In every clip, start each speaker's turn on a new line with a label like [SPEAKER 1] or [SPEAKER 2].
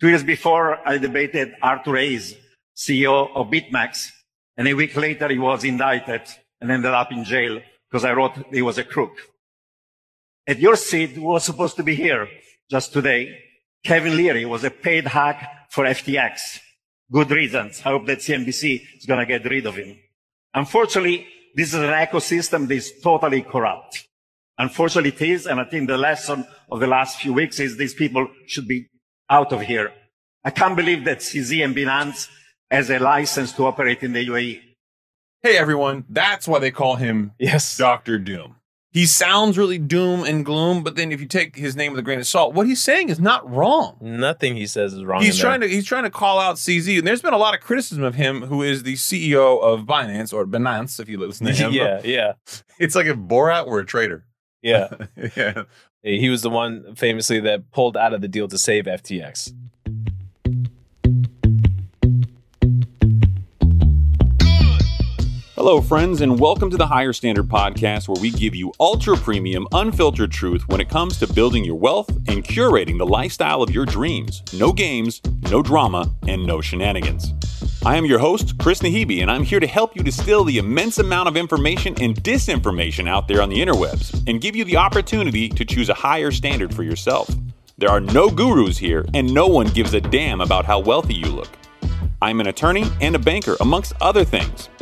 [SPEAKER 1] Two years before, I debated Arthur Hayes, CEO of BitMax, and a week later he was indicted and ended up in jail because I wrote he was a crook. At your seat, who was supposed to be here just today, Kevin Leary was a paid hack for FTX. Good reasons. I hope that CNBC is going to get rid of him. Unfortunately, this is an ecosystem that is totally corrupt. Unfortunately, it is. And I think the lesson of the last few weeks is these people should be out of here. I can't believe that CZ and Binance has a license to operate in the E. UAE.
[SPEAKER 2] Hey, everyone. That's why they call him
[SPEAKER 3] Yes.
[SPEAKER 2] Dr. Doom. He sounds really doom and gloom, but then if you take his name with a grain of salt, what he's saying is not wrong.
[SPEAKER 3] Nothing he says is wrong.
[SPEAKER 2] He's trying to he's trying to call out CZ, and there's been a lot of criticism of him, who is the CEO of Binance or Binance, if you listen to him.
[SPEAKER 3] yeah, yeah,
[SPEAKER 2] it's like if Borat were a traitor.
[SPEAKER 3] yeah.
[SPEAKER 2] yeah,
[SPEAKER 3] He was the one famously that pulled out of the deal to save FTX.
[SPEAKER 4] Hello, friends, and welcome to the Higher Standard Podcast, where we give you ultra premium, unfiltered truth when it comes to building your wealth and curating the lifestyle of your dreams. No games, no drama, and no shenanigans. I am your host, Chris Nahibi, and I'm here to help you distill the immense amount of information and disinformation out there on the interwebs and give you the opportunity to choose a higher standard for yourself. There are no gurus here, and no one gives a damn about how wealthy you look. I'm an attorney and a banker, amongst other things.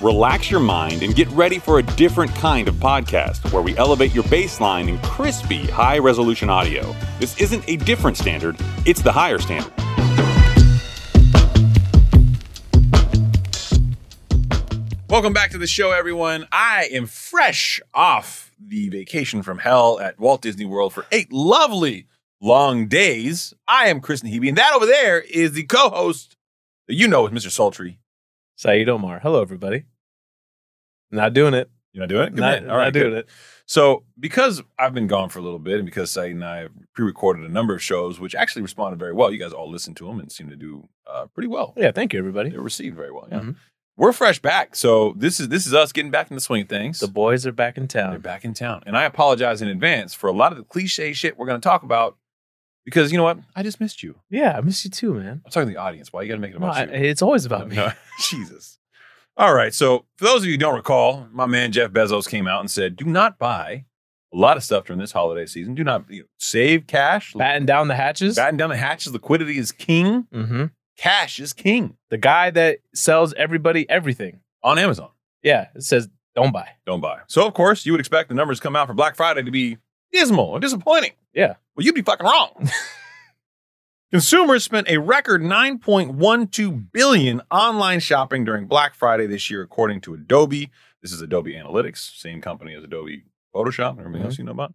[SPEAKER 4] Relax your mind and get ready for a different kind of podcast where we elevate your baseline in crispy, high resolution audio. This isn't a different standard, it's the higher standard.
[SPEAKER 2] Welcome back to the show, everyone. I am fresh off the vacation from hell at Walt Disney World for eight lovely long days. I am Chris Nahibi, and that over there is the co-host that you know is Mr. Sultry.
[SPEAKER 3] Saeed Omar. Hello, everybody. Not doing it.
[SPEAKER 2] You not doing it? Good
[SPEAKER 3] not
[SPEAKER 2] man.
[SPEAKER 3] not doing
[SPEAKER 2] good.
[SPEAKER 3] it.
[SPEAKER 2] So, because I've been gone for a little bit, and because Said and I pre-recorded a number of shows, which actually responded very well, you guys all listened to them and seemed to do uh, pretty well.
[SPEAKER 3] Yeah, thank you, everybody.
[SPEAKER 2] They were received very well. Yeah,
[SPEAKER 3] Mhm.
[SPEAKER 2] we're fresh back, so this is this is us getting back in the swing of things.
[SPEAKER 3] The boys are back in
[SPEAKER 2] They're
[SPEAKER 3] town.
[SPEAKER 2] back in town. And I apologize in advance for a lot of the cliche shit we're going to talk about because you know what? I just missed you.
[SPEAKER 3] Yeah, I miss you too, man.
[SPEAKER 2] I'm talking to the audience. Why you got to make it
[SPEAKER 3] No,
[SPEAKER 2] about
[SPEAKER 3] I-
[SPEAKER 2] you?
[SPEAKER 3] it's always about me.
[SPEAKER 2] No, Jesus. All right. So, for those of you who don't recall, my man Jeff Bezos came out and said, do not buy a lot of stuff during this holiday season. Do not you know, save cash.
[SPEAKER 3] Batten down the hatches.
[SPEAKER 2] Batten down the hatches. Liquidity is king.
[SPEAKER 3] hmm
[SPEAKER 2] Cash is king
[SPEAKER 3] The guy that sells everybody everything.
[SPEAKER 2] on Amazon.
[SPEAKER 3] Yeah, it says don't buy.
[SPEAKER 2] don't buy. So of course, you would expect the numbers to come out for Black Friday to be dismal or disappointing.
[SPEAKER 3] Yeah.
[SPEAKER 2] Well, you'd be fucking wrong. Consumers spent a record 9.12 billion online shopping during Black Friday this year, according to Adobe. This is Adobe Analytics, same company as Adobe Photoshop and everything else you know about.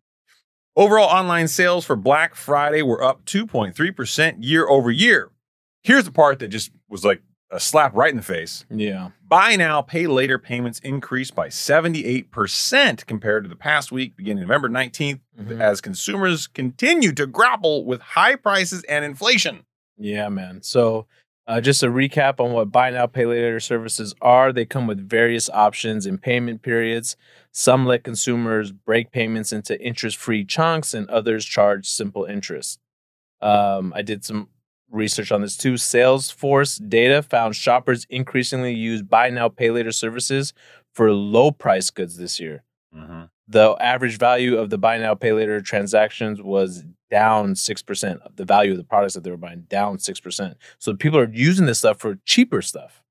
[SPEAKER 2] Overall online sales for Black Friday were up 2.3% year over year. Here's the part that just was like a slap right in the face.
[SPEAKER 3] Yeah.
[SPEAKER 2] Buy now, pay later payments increased by 78% compared to the past week, beginning November 19th,
[SPEAKER 3] Mm-hmm.
[SPEAKER 2] as consumers continue to grapple with high prices and inflation.
[SPEAKER 3] Yeah, man. So, uh, just a recap on what buy now, pay later services are. They come with various options and payment periods. Some let consumers break payments into interest free chunks, and others charge simple interest. Um, I did some research on this too. Salesforce data found shoppers increasingly use buy now, pay later services for low price goods this year
[SPEAKER 2] Mm-hmm.
[SPEAKER 3] the average value of the buy now pay later transactions was down 6% of the value of the products that they were buying down 6% so people are using this stuff for cheaper stuff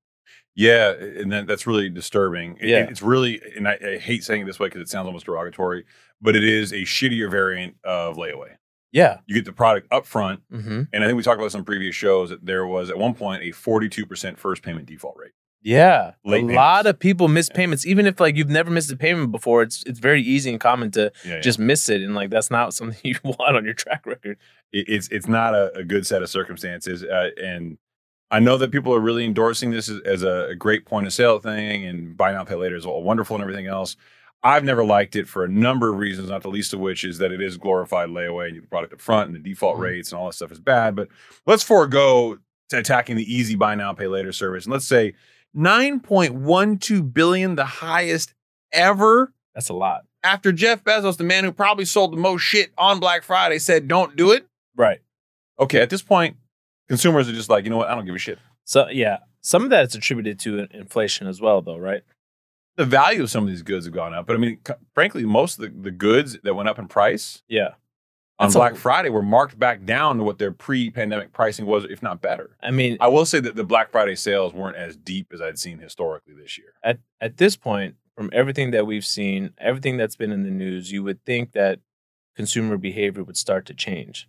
[SPEAKER 2] Yeah, and that, that's really disturbing. It-
[SPEAKER 3] Yeah.
[SPEAKER 2] it's really, and I, I hate saying it this way because it sounds almost derogatory, but it is a shittier variant of layaway.
[SPEAKER 3] yeah
[SPEAKER 2] You get the product up front,
[SPEAKER 3] mm-hmm.
[SPEAKER 2] and I think we talked about this on previous shows that there was at one point a 42% first payment default rate.
[SPEAKER 3] yeah
[SPEAKER 2] Late
[SPEAKER 3] a
[SPEAKER 2] payments.
[SPEAKER 3] lot of people miss payments even if like you've never missed a payment before it's it's very easy and common to
[SPEAKER 2] Yeah,
[SPEAKER 3] just miss it and like that's not something you want on your track record
[SPEAKER 2] it, it's it's not a, a good set of circumstances. Uh, and I know that people are really endorsing this as, as a, a great point of sale thing, and buy now pay later is all wonderful and everything else. I've never liked it for a number of reasons, not the least of which is that it is glorified layaway and you get the product up front and the default rates and all that stuff is bad. But let's forego to attacking the easy buy now, pay later service. And let's say 9.12 billion, the highest ever.
[SPEAKER 3] That's a lot.
[SPEAKER 2] After Jeff Bezos, the man who probably sold the most shit on Black Friday, said, don't do it.
[SPEAKER 3] Right.
[SPEAKER 2] Okay, at this point, consumers are just like, you know what? I don't give a shit.
[SPEAKER 3] So yeah, some of that is attributed to in- inflation as well, though, right?
[SPEAKER 2] The value of some of these goods have gone up. But I mean, c- frankly, most of the, the goods that went up in price
[SPEAKER 3] Yeah.
[SPEAKER 2] on
[SPEAKER 3] That's a-
[SPEAKER 2] Black Friday were marked back down to what their pre-pandemic pricing was, if not better.
[SPEAKER 3] I mean,
[SPEAKER 2] I will say that the Black Friday sales weren't as deep as I'd seen historically this year.
[SPEAKER 3] at at this point, from everything that we've seen, everything that's been in the news, you would think that consumer behavior would start to change,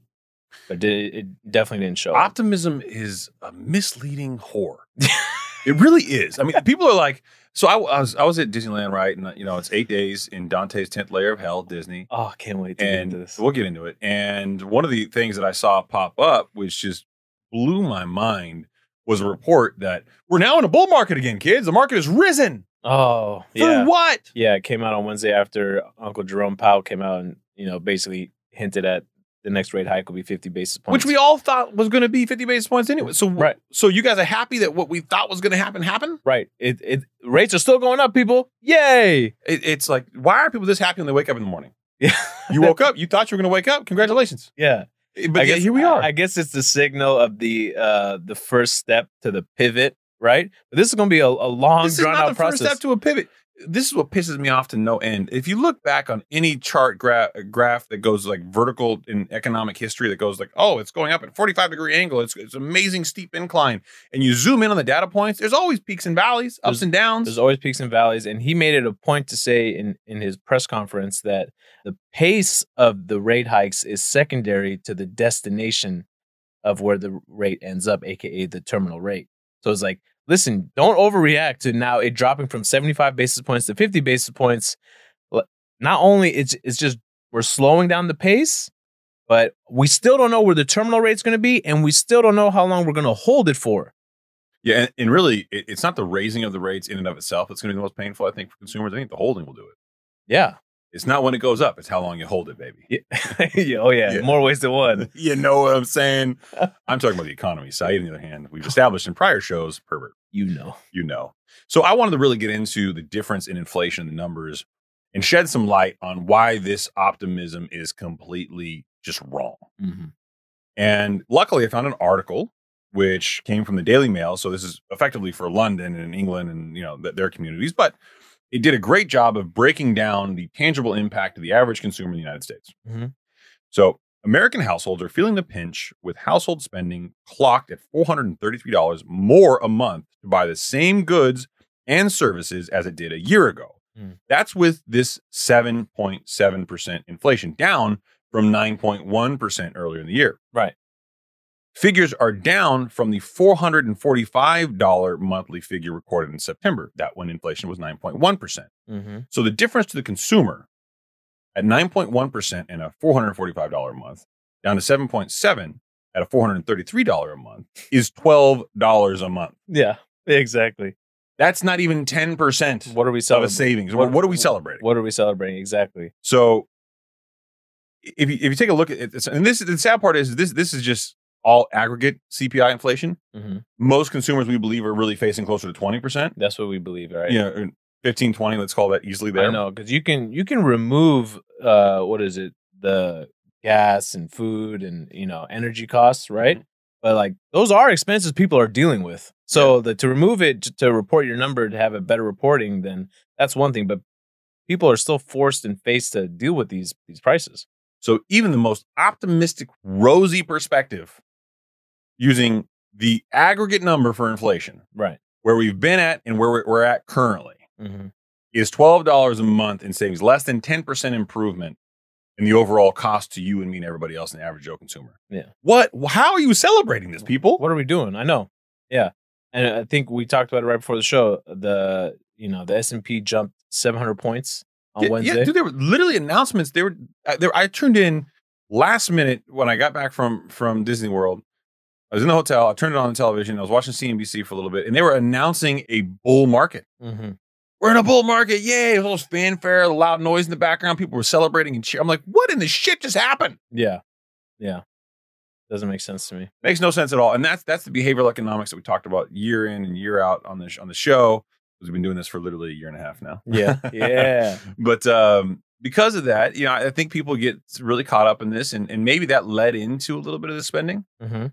[SPEAKER 3] but did, it definitely didn't show. up.
[SPEAKER 2] Optimism is a misleading whore. it really is. I mean, people are like, so I, I was I was at Disneyland, right? And you know, it's eight days in Dante's tenth layer of hell, Disney.
[SPEAKER 3] Oh, I can't wait to get
[SPEAKER 2] and
[SPEAKER 3] into this.
[SPEAKER 2] we'll get into it. And one of the things that I saw pop up, which just blew my mind, was a report that we're now in a bull market again, kids. The market has risen.
[SPEAKER 3] Oh,
[SPEAKER 2] For
[SPEAKER 3] yeah,
[SPEAKER 2] what?
[SPEAKER 3] yeah. It came out on Wednesday after Uncle Jerome Powell came out and you know basically hinted at the next rate hike will be fifty basis points,
[SPEAKER 2] Which we all thought was going to be 50 basis points anyway. So,
[SPEAKER 3] Right.
[SPEAKER 2] so you guys are happy that what we thought was going to happen happened?
[SPEAKER 3] right. It it rates are still going up, people. Yay!
[SPEAKER 2] It, it's like, why are people this happy when they wake up in the morning?
[SPEAKER 3] Yeah.
[SPEAKER 2] You woke up, you thought you were going to wake up. Congratulations.
[SPEAKER 3] Yeah.
[SPEAKER 2] But
[SPEAKER 3] I
[SPEAKER 2] yeah,
[SPEAKER 3] guess-
[SPEAKER 2] here we are.
[SPEAKER 3] I, I guess it's the signal of the uh the first step to the pivot, right? But this is going to be a, a long,
[SPEAKER 2] this is
[SPEAKER 3] drawn
[SPEAKER 2] not
[SPEAKER 3] out
[SPEAKER 2] the
[SPEAKER 3] process.
[SPEAKER 2] first step to a pivot. This is what pisses me off to no end. If you look back on any chart gra- graph that goes like vertical in economic history, that goes like, oh, it's going up at 45 degree angle. It's it's amazing steep incline, and you zoom in on the data points. There's always peaks and valleys, ups and downs.
[SPEAKER 3] There's always peaks and valleys, and he made it a point to say in in his press conference that the pace of the rate hikes is secondary to the destination of where the rate ends up, aka the terminal rate. So it's like, listen, don't overreact to now it dropping from 75 basis points to 50 basis points. L- Not only it's it's just we're slowing down the pace, but we still don't know where the terminal rate's going to be, and we still don't know how long we're going to hold it for.
[SPEAKER 2] Yeah, and, and really, it, it's not the raising of the rates in and of itself that's going to be the most painful. I think for consumers, I think the holding will do it.
[SPEAKER 3] Yeah.
[SPEAKER 2] It's not when it goes up; it's how long you hold it, baby.
[SPEAKER 3] yeah. oh yeah.
[SPEAKER 2] Yeah.
[SPEAKER 3] More ways than one.
[SPEAKER 2] you know what I'm saying? I'm talking about the economy. Saeed, on the other hand, we've established in prior shows, pervert.
[SPEAKER 3] you know.
[SPEAKER 2] you know. So I wanted to really get into the difference in inflation and the numbers and shed some light on why this optimism is completely just wrong.
[SPEAKER 3] Mm-hmm.
[SPEAKER 2] And luckily, I found an article which came from the Daily Mail. So this is effectively for London and England and you know th- their communities, but it did a great job of breaking down the tangible impact to the average consumer in the United States.
[SPEAKER 3] Mhm.
[SPEAKER 2] So American households are feeling the pinch with household spending clocked at $433 more a month to buy the same goods and services as it did a year ago.
[SPEAKER 3] Mm.
[SPEAKER 2] That's with this 7.7% inflation down from 9.1% earlier in the year.
[SPEAKER 3] Right.
[SPEAKER 2] Figures are down from the $445 monthly figure recorded in September, that when inflation was 9.1%.
[SPEAKER 3] Mm-hmm.
[SPEAKER 2] So the difference to the consumer at 9.1% and a $445 a month down to 7.7 at a $433 a month is $12 a month.
[SPEAKER 3] Yeah, exactly.
[SPEAKER 2] That's not even 10%
[SPEAKER 3] What are we
[SPEAKER 2] of a
[SPEAKER 3] celebrating?
[SPEAKER 2] savings.
[SPEAKER 3] what-
[SPEAKER 2] What, what are we celebrating?
[SPEAKER 3] what are we celebrating exactly?
[SPEAKER 2] So if you, if you take a look at it, and this the sad part is this this is just all aggregate CPI inflation.
[SPEAKER 3] Mm-hmm.
[SPEAKER 2] Most consumers we believe are really facing closer to 20%.
[SPEAKER 3] That's what we believe, right?
[SPEAKER 2] You know, 15, 20, let's call that easily there.
[SPEAKER 3] I know because you can you can remove uh what is it the gas and food and you know energy costs, right? But like those are expenses people are dealing with. So the, to remove it to, to report your number to have a better reporting, then that's one thing. But people are still forced and faced to deal with these these prices.
[SPEAKER 2] So even the most optimistic, rosy perspective, using the aggregate number for inflation,
[SPEAKER 3] Right.
[SPEAKER 2] where we've been at and where we're- we're at currently,
[SPEAKER 3] Mm-hmm.
[SPEAKER 2] is twelve dollars a month in savings, less than ten percent improvement in the overall cost to you and me and everybody else, an average Joe consumer.
[SPEAKER 3] Yeah.
[SPEAKER 2] What? How are you celebrating this, people?
[SPEAKER 3] what are we doing? I know. Yeah. And I think we talked about it right before the show. The you know the S and P jumped 700 points on
[SPEAKER 2] yeah,
[SPEAKER 3] Wednesday.
[SPEAKER 2] Yeah, dude, there were literally announcements. They were, I, there, I tuned in last minute when I got back from from Disney World. I was in the hotel. I turned it on the television. I was watching CNBC for a little bit, and they were announcing a bull market.
[SPEAKER 3] Mhm.
[SPEAKER 2] We're We're in a bull market. Yay. All this fanfare, loud noise in the background. People were celebrating and cheering. I'm like, what in the shit just happened?
[SPEAKER 3] Yeah. Yeah. Doesn't make sense to me.
[SPEAKER 2] Makes no sense at all. And that's that's the behavioral economics that we talked about year in and year out on the sh- on the show. 'Cause We've been doing this for literally a year and a half now.
[SPEAKER 3] Yeah. Yeah.
[SPEAKER 2] But um, because of that, you know, I I think people get really caught up in this, and, and maybe that led into a little bit of the spending.
[SPEAKER 3] hmm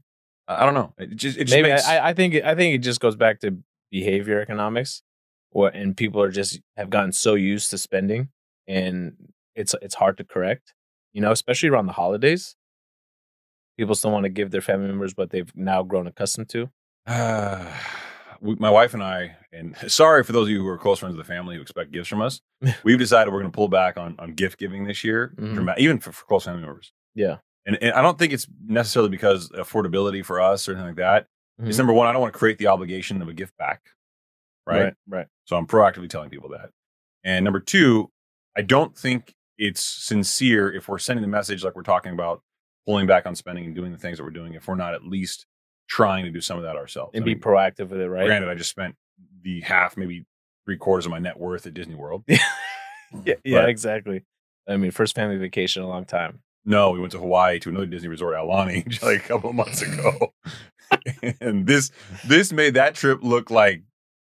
[SPEAKER 2] I I don't know. It just it just
[SPEAKER 3] Maybe
[SPEAKER 2] makes
[SPEAKER 3] I, I think I think it just goes back to behavior economics, or and people are just have gotten so used to spending, and it's it's hard to correct. You know, especially around the holidays, people still want to give their family members what they've now grown accustomed to.
[SPEAKER 2] Uh, we, my wife and I, and sorry for those of you who are close friends of the family who expect gifts from us, we've decided we're going to pull back on, on gift giving this year,
[SPEAKER 3] Mhm.
[SPEAKER 2] drama- even for, for close family members.
[SPEAKER 3] Yeah.
[SPEAKER 2] And, and I don't think it's necessarily because affordability for us or anything like that. It's
[SPEAKER 3] Mhm.
[SPEAKER 2] number one, I don't want to create the obligation of a gift back. Right.
[SPEAKER 3] Right.
[SPEAKER 2] So I'm proactively telling people that. And number two, I don't think it's sincere if we're sending the message like we're talking about pulling back on spending and doing the things that we're doing if we're not at least trying to do some of that ourselves.
[SPEAKER 3] And
[SPEAKER 2] I
[SPEAKER 3] be
[SPEAKER 2] mean,
[SPEAKER 3] proactive with it, right?
[SPEAKER 2] Granted, I just spent the half, maybe three quarters of my net worth at Disney World.
[SPEAKER 3] Yeah, yeah,
[SPEAKER 2] But-
[SPEAKER 3] exactly. I mean, first family vacation in a long time.
[SPEAKER 2] No, we went to Hawaii to another Disney resort, Aulani, just like a couple of months ago, and this this made that trip look like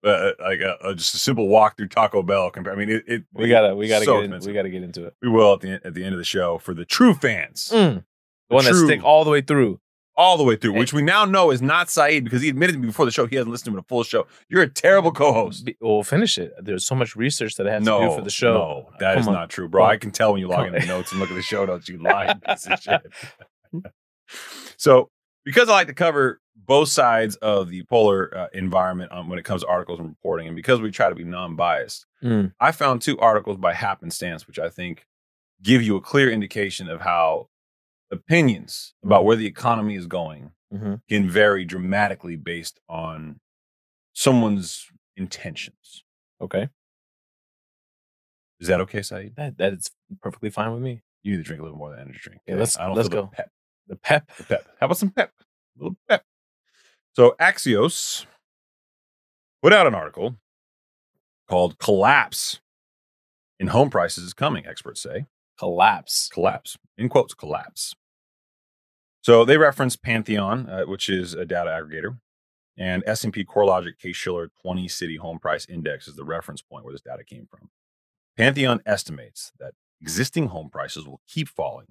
[SPEAKER 2] uh, like a, a- just a simple walk through Taco Bell. Compared, I mean, it, it
[SPEAKER 3] We gotta, we gotta
[SPEAKER 2] so
[SPEAKER 3] get, in,
[SPEAKER 2] expensive.
[SPEAKER 3] we gotta get into it.
[SPEAKER 2] We will at the en- at the end of the show for the true fans
[SPEAKER 3] The one that
[SPEAKER 2] True.
[SPEAKER 3] stick all the way through.
[SPEAKER 2] all the way through,
[SPEAKER 3] Mm. Hey.
[SPEAKER 2] which we now know is not Saeed because he admitted to me before the show he hasn't listened to a full show. You're a terrible co-host.
[SPEAKER 3] Be- We'll finish it. There's so much research that I have to
[SPEAKER 2] No,
[SPEAKER 3] do for the show.
[SPEAKER 2] no, that
[SPEAKER 3] Come
[SPEAKER 2] is
[SPEAKER 3] on.
[SPEAKER 2] not true, bro.
[SPEAKER 3] Come
[SPEAKER 2] I can tell when you log
[SPEAKER 3] Come
[SPEAKER 2] into the notes and look at the show notes. You lying piece of shit. so, because I like to cover both sides of the polar uh, environment um, when it comes to articles and reporting, and because we try to be non-biased,
[SPEAKER 3] Mm.
[SPEAKER 2] I found two articles by happenstance, which I think give you a clear indication of how opinions about where the economy is going
[SPEAKER 3] Mhm.
[SPEAKER 2] can vary dramatically based on someone's intentions.
[SPEAKER 3] Okay,
[SPEAKER 2] Is that okay, Saeed?
[SPEAKER 3] that that is perfectly fine with me.
[SPEAKER 2] You need to drink a little more than energy drink.
[SPEAKER 3] Yeah,
[SPEAKER 2] okay?
[SPEAKER 3] let's-
[SPEAKER 2] I don't
[SPEAKER 3] let's
[SPEAKER 2] feel the
[SPEAKER 3] go.
[SPEAKER 2] pep.
[SPEAKER 3] The pep.
[SPEAKER 2] The pep. How about some pep? A little pep. So Axios put out an article called "Collapse in Home Prices is Coming," experts say.
[SPEAKER 3] collapse.
[SPEAKER 2] collapse in quotes collapse so they reference pantheon uh, which is a data aggregator and s&p corelogic case-shiller 20 city home price index is the reference point where this data came from pantheon estimates that existing home prices will keep falling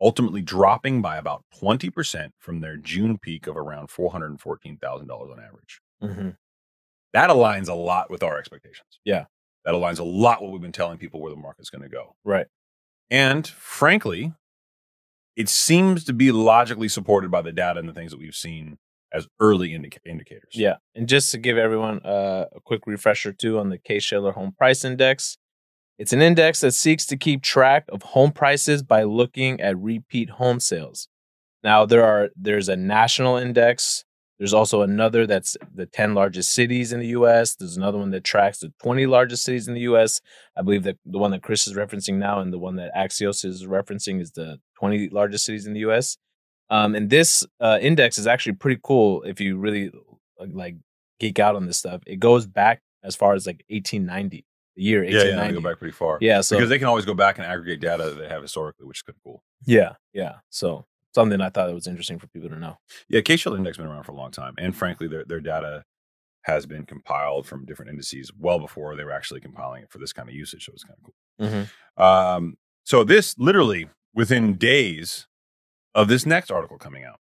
[SPEAKER 2] ultimately dropping by about 20% from their june peak of around $414000 on average
[SPEAKER 3] Mm-hmm.
[SPEAKER 2] that aligns a lot with our expectations
[SPEAKER 3] Yeah.
[SPEAKER 2] that aligns a lot what we've been telling people where the market's going to go
[SPEAKER 3] Right.
[SPEAKER 2] and frankly, it seems to be logically supported by the data and the things that we've seen as early indica- indicators.
[SPEAKER 3] Yeah. And just to give everyone uh, a quick refresher too on the Case-Shiller Home Price Index, it's an index that seeks to keep track of home prices by looking at repeat home sales. Now there are there's a national index. There's also another that's the 10 largest cities in the U.S. There's another one that tracks the 20 largest cities in the U.S. I believe that the one that Chris is referencing now and the one that Axios is referencing is the 20 largest cities in the U.S. Um, and this uh, index is actually pretty cool if you really like- like geek out on this stuff. It goes back as far as like 1890, the year
[SPEAKER 2] yeah, yeah.
[SPEAKER 3] 1890.
[SPEAKER 2] They go back pretty far.
[SPEAKER 3] Yeah, so
[SPEAKER 2] because they can always go back and aggregate data that they have historically, which is kind of cool.
[SPEAKER 3] yeah, yeah. So something I thought that was interesting for people to know.
[SPEAKER 2] Yeah, Case-Shiller Index has been around for a long time, and frankly, their their data has been compiled from different indices well before they were actually compiling it for this kind of usage. So it's kind of cool. Um, so this literally within days of this next article coming out.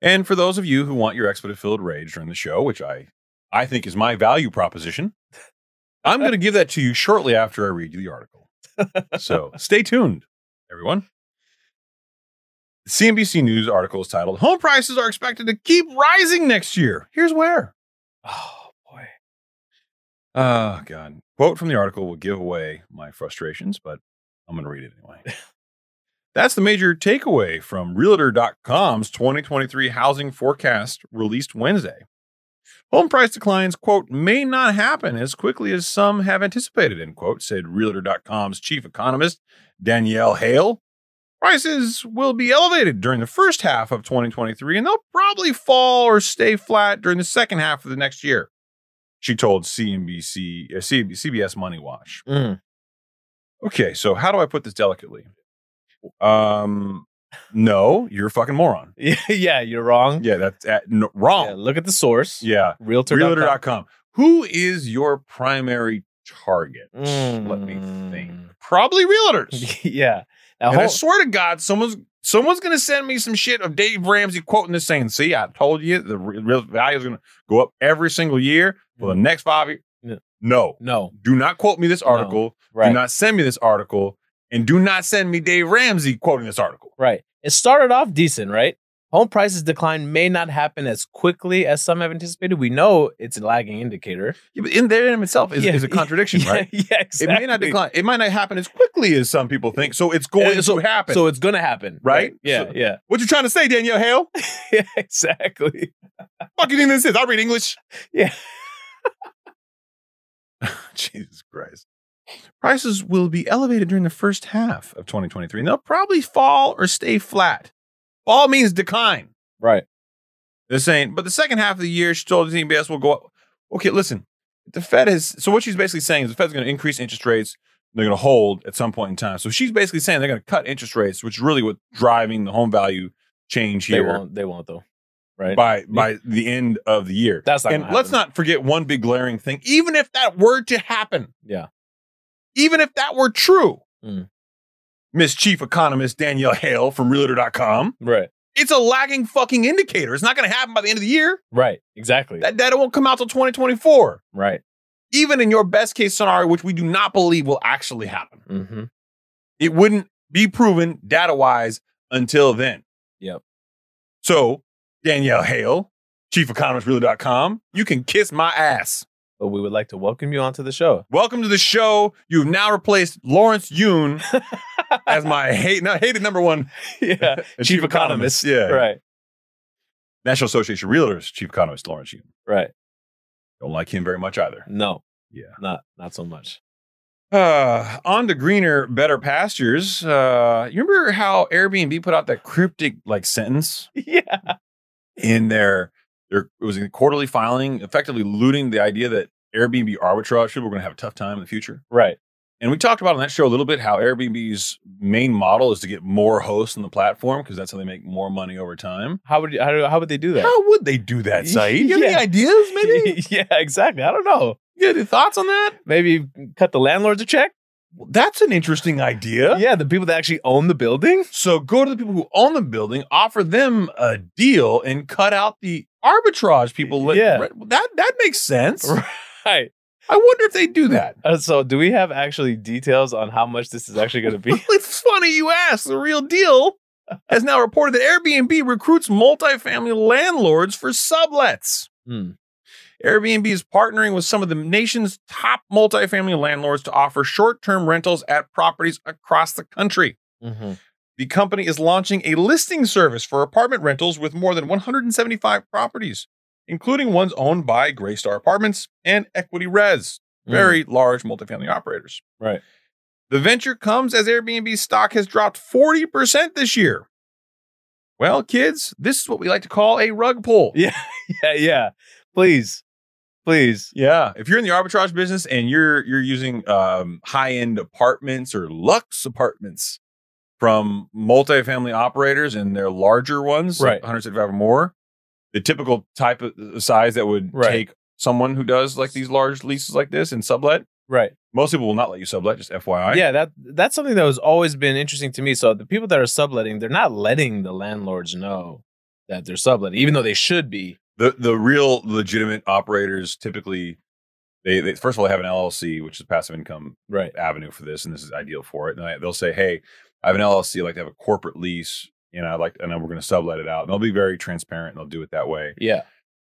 [SPEAKER 2] And for those of you who want your expletive-filled rage during the show, which I I think is my value proposition, I'm going to give that to you shortly after I read you the article. So stay tuned, everyone. The CNBC News article is titled "Home Prices Are Expected to Keep Rising Next Year." Here's where.
[SPEAKER 3] Oh boy.
[SPEAKER 2] Oh, God. Quote from the article will give away my frustrations, but I'm going to read it anyway. That's the major takeaway from Realtor.com's 2023 housing forecast released Wednesday. Home price declines, quote, may not happen as quickly as some have anticipated, end quote, said Realtor.com's chief economist, Danielle Hale. Prices will be elevated during the first half of 2023, and they'll probably fall or stay flat during the second half of the next year. She told CNBC, uh, C- CBS Money Watch.
[SPEAKER 3] Mm.
[SPEAKER 2] Okay, so how do I put this delicately? Um, no, you're a fucking moron.
[SPEAKER 3] yeah, you're wrong.
[SPEAKER 2] Yeah, that's at, no,
[SPEAKER 3] Yeah,
[SPEAKER 2] wrong.
[SPEAKER 3] look at the source.
[SPEAKER 2] Yeah,
[SPEAKER 3] Realtor.
[SPEAKER 2] realtor.com. Who is your primary target? Let me think. Probably realtors.
[SPEAKER 3] Mm. yeah. Now,
[SPEAKER 2] And I
[SPEAKER 3] hold-
[SPEAKER 2] swear to God, someone's someone's gonna send me some shit of Dave Ramsey quoting this saying, "See, I told you the re- real value is gonna go up every single year for the next five years."
[SPEAKER 3] Mm. Yeah.
[SPEAKER 2] No,
[SPEAKER 3] no.
[SPEAKER 2] do not quote me this article.
[SPEAKER 3] Right.
[SPEAKER 2] Do not send me this article, and do not send me Dave Ramsey quoting this article.
[SPEAKER 3] Right. It started off decent, right? Home prices decline may not happen as quickly as some have anticipated. We know it's a lagging indicator.
[SPEAKER 2] Yeah, but in there in itself is,
[SPEAKER 3] Yeah.
[SPEAKER 2] is a contradiction,
[SPEAKER 3] yeah,
[SPEAKER 2] right?
[SPEAKER 3] Yeah, exactly.
[SPEAKER 2] It may not decline. It might not happen as quickly as some people think. So it's going
[SPEAKER 3] And so-
[SPEAKER 2] to happen.
[SPEAKER 3] So it's going to happen.
[SPEAKER 2] Right?
[SPEAKER 3] Yeah,
[SPEAKER 2] So-
[SPEAKER 3] yeah.
[SPEAKER 2] what you trying to say, Danielle Hale?
[SPEAKER 3] yeah, exactly.
[SPEAKER 2] Fucking in this is. I read English.
[SPEAKER 3] Yeah.
[SPEAKER 2] Jesus Christ. Prices will be elevated during the first half of 2023, and they'll probably fall or stay flat. Fall means decline.
[SPEAKER 3] Right.
[SPEAKER 2] They're saying, but the second half of the year, she told the CBS will go up. Okay, listen, the Fed has. So what she's basically saying is the Fed's going to increase interest rates. They're going to hold at some point in time. So she's basically saying they're going to cut interest rates, which is really what driving the home value change
[SPEAKER 3] They
[SPEAKER 2] here
[SPEAKER 3] won't they won't though. Right?
[SPEAKER 2] by by the end of the year.
[SPEAKER 3] That's not
[SPEAKER 2] and
[SPEAKER 3] gonna
[SPEAKER 2] let's
[SPEAKER 3] happen.
[SPEAKER 2] not forget one big glaring thing. Even if that were to happen,
[SPEAKER 3] Yeah.
[SPEAKER 2] even if that were true,
[SPEAKER 3] Mm.
[SPEAKER 2] Miss Chief Economist Danielle Hale from Realtor.com,
[SPEAKER 3] Right.
[SPEAKER 2] it's a lagging fucking indicator. It's not going to happen by the end of the year.
[SPEAKER 3] Right. Exactly.
[SPEAKER 2] That data won't come out till 2024.
[SPEAKER 3] right.
[SPEAKER 2] Even in your best case scenario, which we do not believe will actually happen,
[SPEAKER 3] Mhm.
[SPEAKER 2] it wouldn't be proven data wise until then.
[SPEAKER 3] Yep.
[SPEAKER 2] So, Danielle Hale, Chief Economist, Realtor.com, you can kiss my ass.
[SPEAKER 3] But we would like to welcome you onto the show.
[SPEAKER 2] Welcome to the show. You've now replaced Lawrence Yoon as my hate, no, hated number one
[SPEAKER 3] yeah.
[SPEAKER 2] chief,
[SPEAKER 3] Chief
[SPEAKER 2] economist. Yeah,
[SPEAKER 3] Right.
[SPEAKER 2] National Association of Realtors chief economist Lawrence Yoon.
[SPEAKER 3] Right.
[SPEAKER 2] Don't like him very much either.
[SPEAKER 3] No.
[SPEAKER 2] Yeah.
[SPEAKER 3] Not not so much.
[SPEAKER 2] Uh, on to greener, better pastures. Uh, you remember how Airbnb put out that cryptic like sentence
[SPEAKER 3] Yeah.
[SPEAKER 2] in their their it was in quarterly filing, effectively looting the idea that Airbnb arbitrage people were going to have a tough time in the future.
[SPEAKER 3] Right.
[SPEAKER 2] And we talked about on that show a little bit how Airbnb's main model is to get more hosts on the platform because that's how they make more money over time.
[SPEAKER 3] How would you, how, do- how would they do that?
[SPEAKER 2] How would they do that, Saeed? You have any
[SPEAKER 3] Yeah.
[SPEAKER 2] ideas, maybe?
[SPEAKER 3] yeah, exactly. I don't know.
[SPEAKER 2] You got any thoughts on that?
[SPEAKER 3] Maybe cut the landlords a check.
[SPEAKER 2] Well, that's an interesting idea.
[SPEAKER 3] Yeah, the people that actually own the building.
[SPEAKER 2] So go to the people who own the building, offer them a deal, and cut out the arbitrage people. Let-
[SPEAKER 3] Yeah.
[SPEAKER 2] Right. Well, That, that makes sense.
[SPEAKER 3] Right.
[SPEAKER 2] I wonder if they do that.
[SPEAKER 3] Uh, so, do we have actually details on how much this is actually going to be?
[SPEAKER 2] it's funny you ask. The real deal has now reported that Airbnb recruits multifamily landlords for sublets.
[SPEAKER 3] Hmm.
[SPEAKER 2] Airbnb is partnering with some of the nation's top multifamily landlords to offer short term rentals at properties across the country.
[SPEAKER 3] Mm-hmm. Hmm.
[SPEAKER 2] The company is launching a listing service for apartment rentals with more than 175 properties, including ones owned by Graystar Apartments and Equity Res
[SPEAKER 3] Hmm.
[SPEAKER 2] very large multifamily operators.
[SPEAKER 3] Right.
[SPEAKER 2] The venture comes as Airbnb stock has dropped 40% this year. Well, kids, this is what we like to call a rug pull.
[SPEAKER 3] Yeah. Yeah. Yeah. Please. Please.
[SPEAKER 2] Yeah. If you're in the arbitrage business and you're you're using um, high-end apartments or luxe apartments from multifamily operators and their larger ones, like
[SPEAKER 3] Right.
[SPEAKER 2] 175 or more, the typical type of uh, size that would
[SPEAKER 3] Right.
[SPEAKER 2] take someone who does like these large leases like this and sublet,
[SPEAKER 3] Right.
[SPEAKER 2] most people will not let you sublet, just FYI.
[SPEAKER 3] Yeah. That that's something that has always been interesting to me. So the people that are subletting, they're not letting the landlords know that they're subletting, even though they should be.
[SPEAKER 2] the the real legitimate operators typically they, they first of all they have an LLC which is a passive income
[SPEAKER 3] Right.
[SPEAKER 2] avenue for this and this is ideal for it and I- they'll say hey I have an LLC I'd like to have a corporate lease and I like and then we're going to sublet it out and they'll be very transparent and they'll do it that way
[SPEAKER 3] Yeah.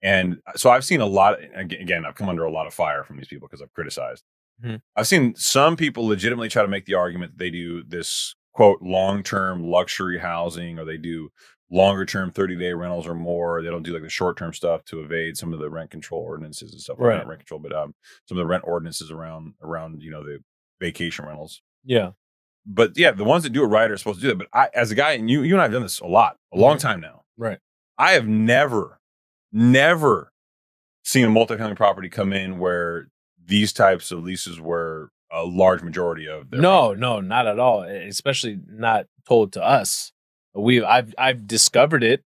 [SPEAKER 2] and uh, so I've seen a lot ag- again I've come under a lot of fire from these people because I've criticized
[SPEAKER 3] Mhm.
[SPEAKER 2] I've seen some people legitimately try to make the argument that they do this quote long term luxury housing or they do longer term 30 day rentals or more. They don't do like the short term stuff to evade some of the rent control ordinances and stuff like
[SPEAKER 3] Right.
[SPEAKER 2] that. Rent control, but um, some of the rent ordinances around around you know the vacation rentals.
[SPEAKER 3] Yeah.
[SPEAKER 2] But yeah, the ones that do it right are supposed to do that. But I, as a guy, and you, you and I have done this a lot, a long time now.
[SPEAKER 3] Right.
[SPEAKER 2] I have never, never seeing a multifamily property come in where these types of leases were a large majority of their
[SPEAKER 3] No, no, not at all. e, Especially not told to us. We I've I've discovered it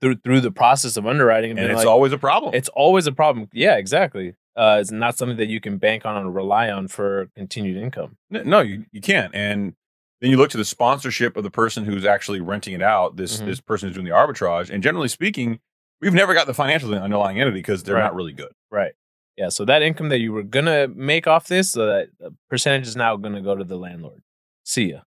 [SPEAKER 3] through through the process of underwriting
[SPEAKER 2] and
[SPEAKER 3] been
[SPEAKER 2] it's
[SPEAKER 3] like,
[SPEAKER 2] always a problem.
[SPEAKER 3] it's always a problem. Yeah, exactly. Uh, it's not something that you can bank on or rely on for continued income.
[SPEAKER 2] N- No, you, you can't. And then you look to the sponsorship of the person who's actually renting it out, this
[SPEAKER 3] Mhm.
[SPEAKER 2] this person who's doing the arbitrage. And generally speaking, we've never got the financials of the underlying entity because they're
[SPEAKER 3] Right.
[SPEAKER 2] not really good.
[SPEAKER 3] Right. Yeah. So that income that you were gonna make off this, uh, that uh, percentage is now gonna go to the landlord. See ya.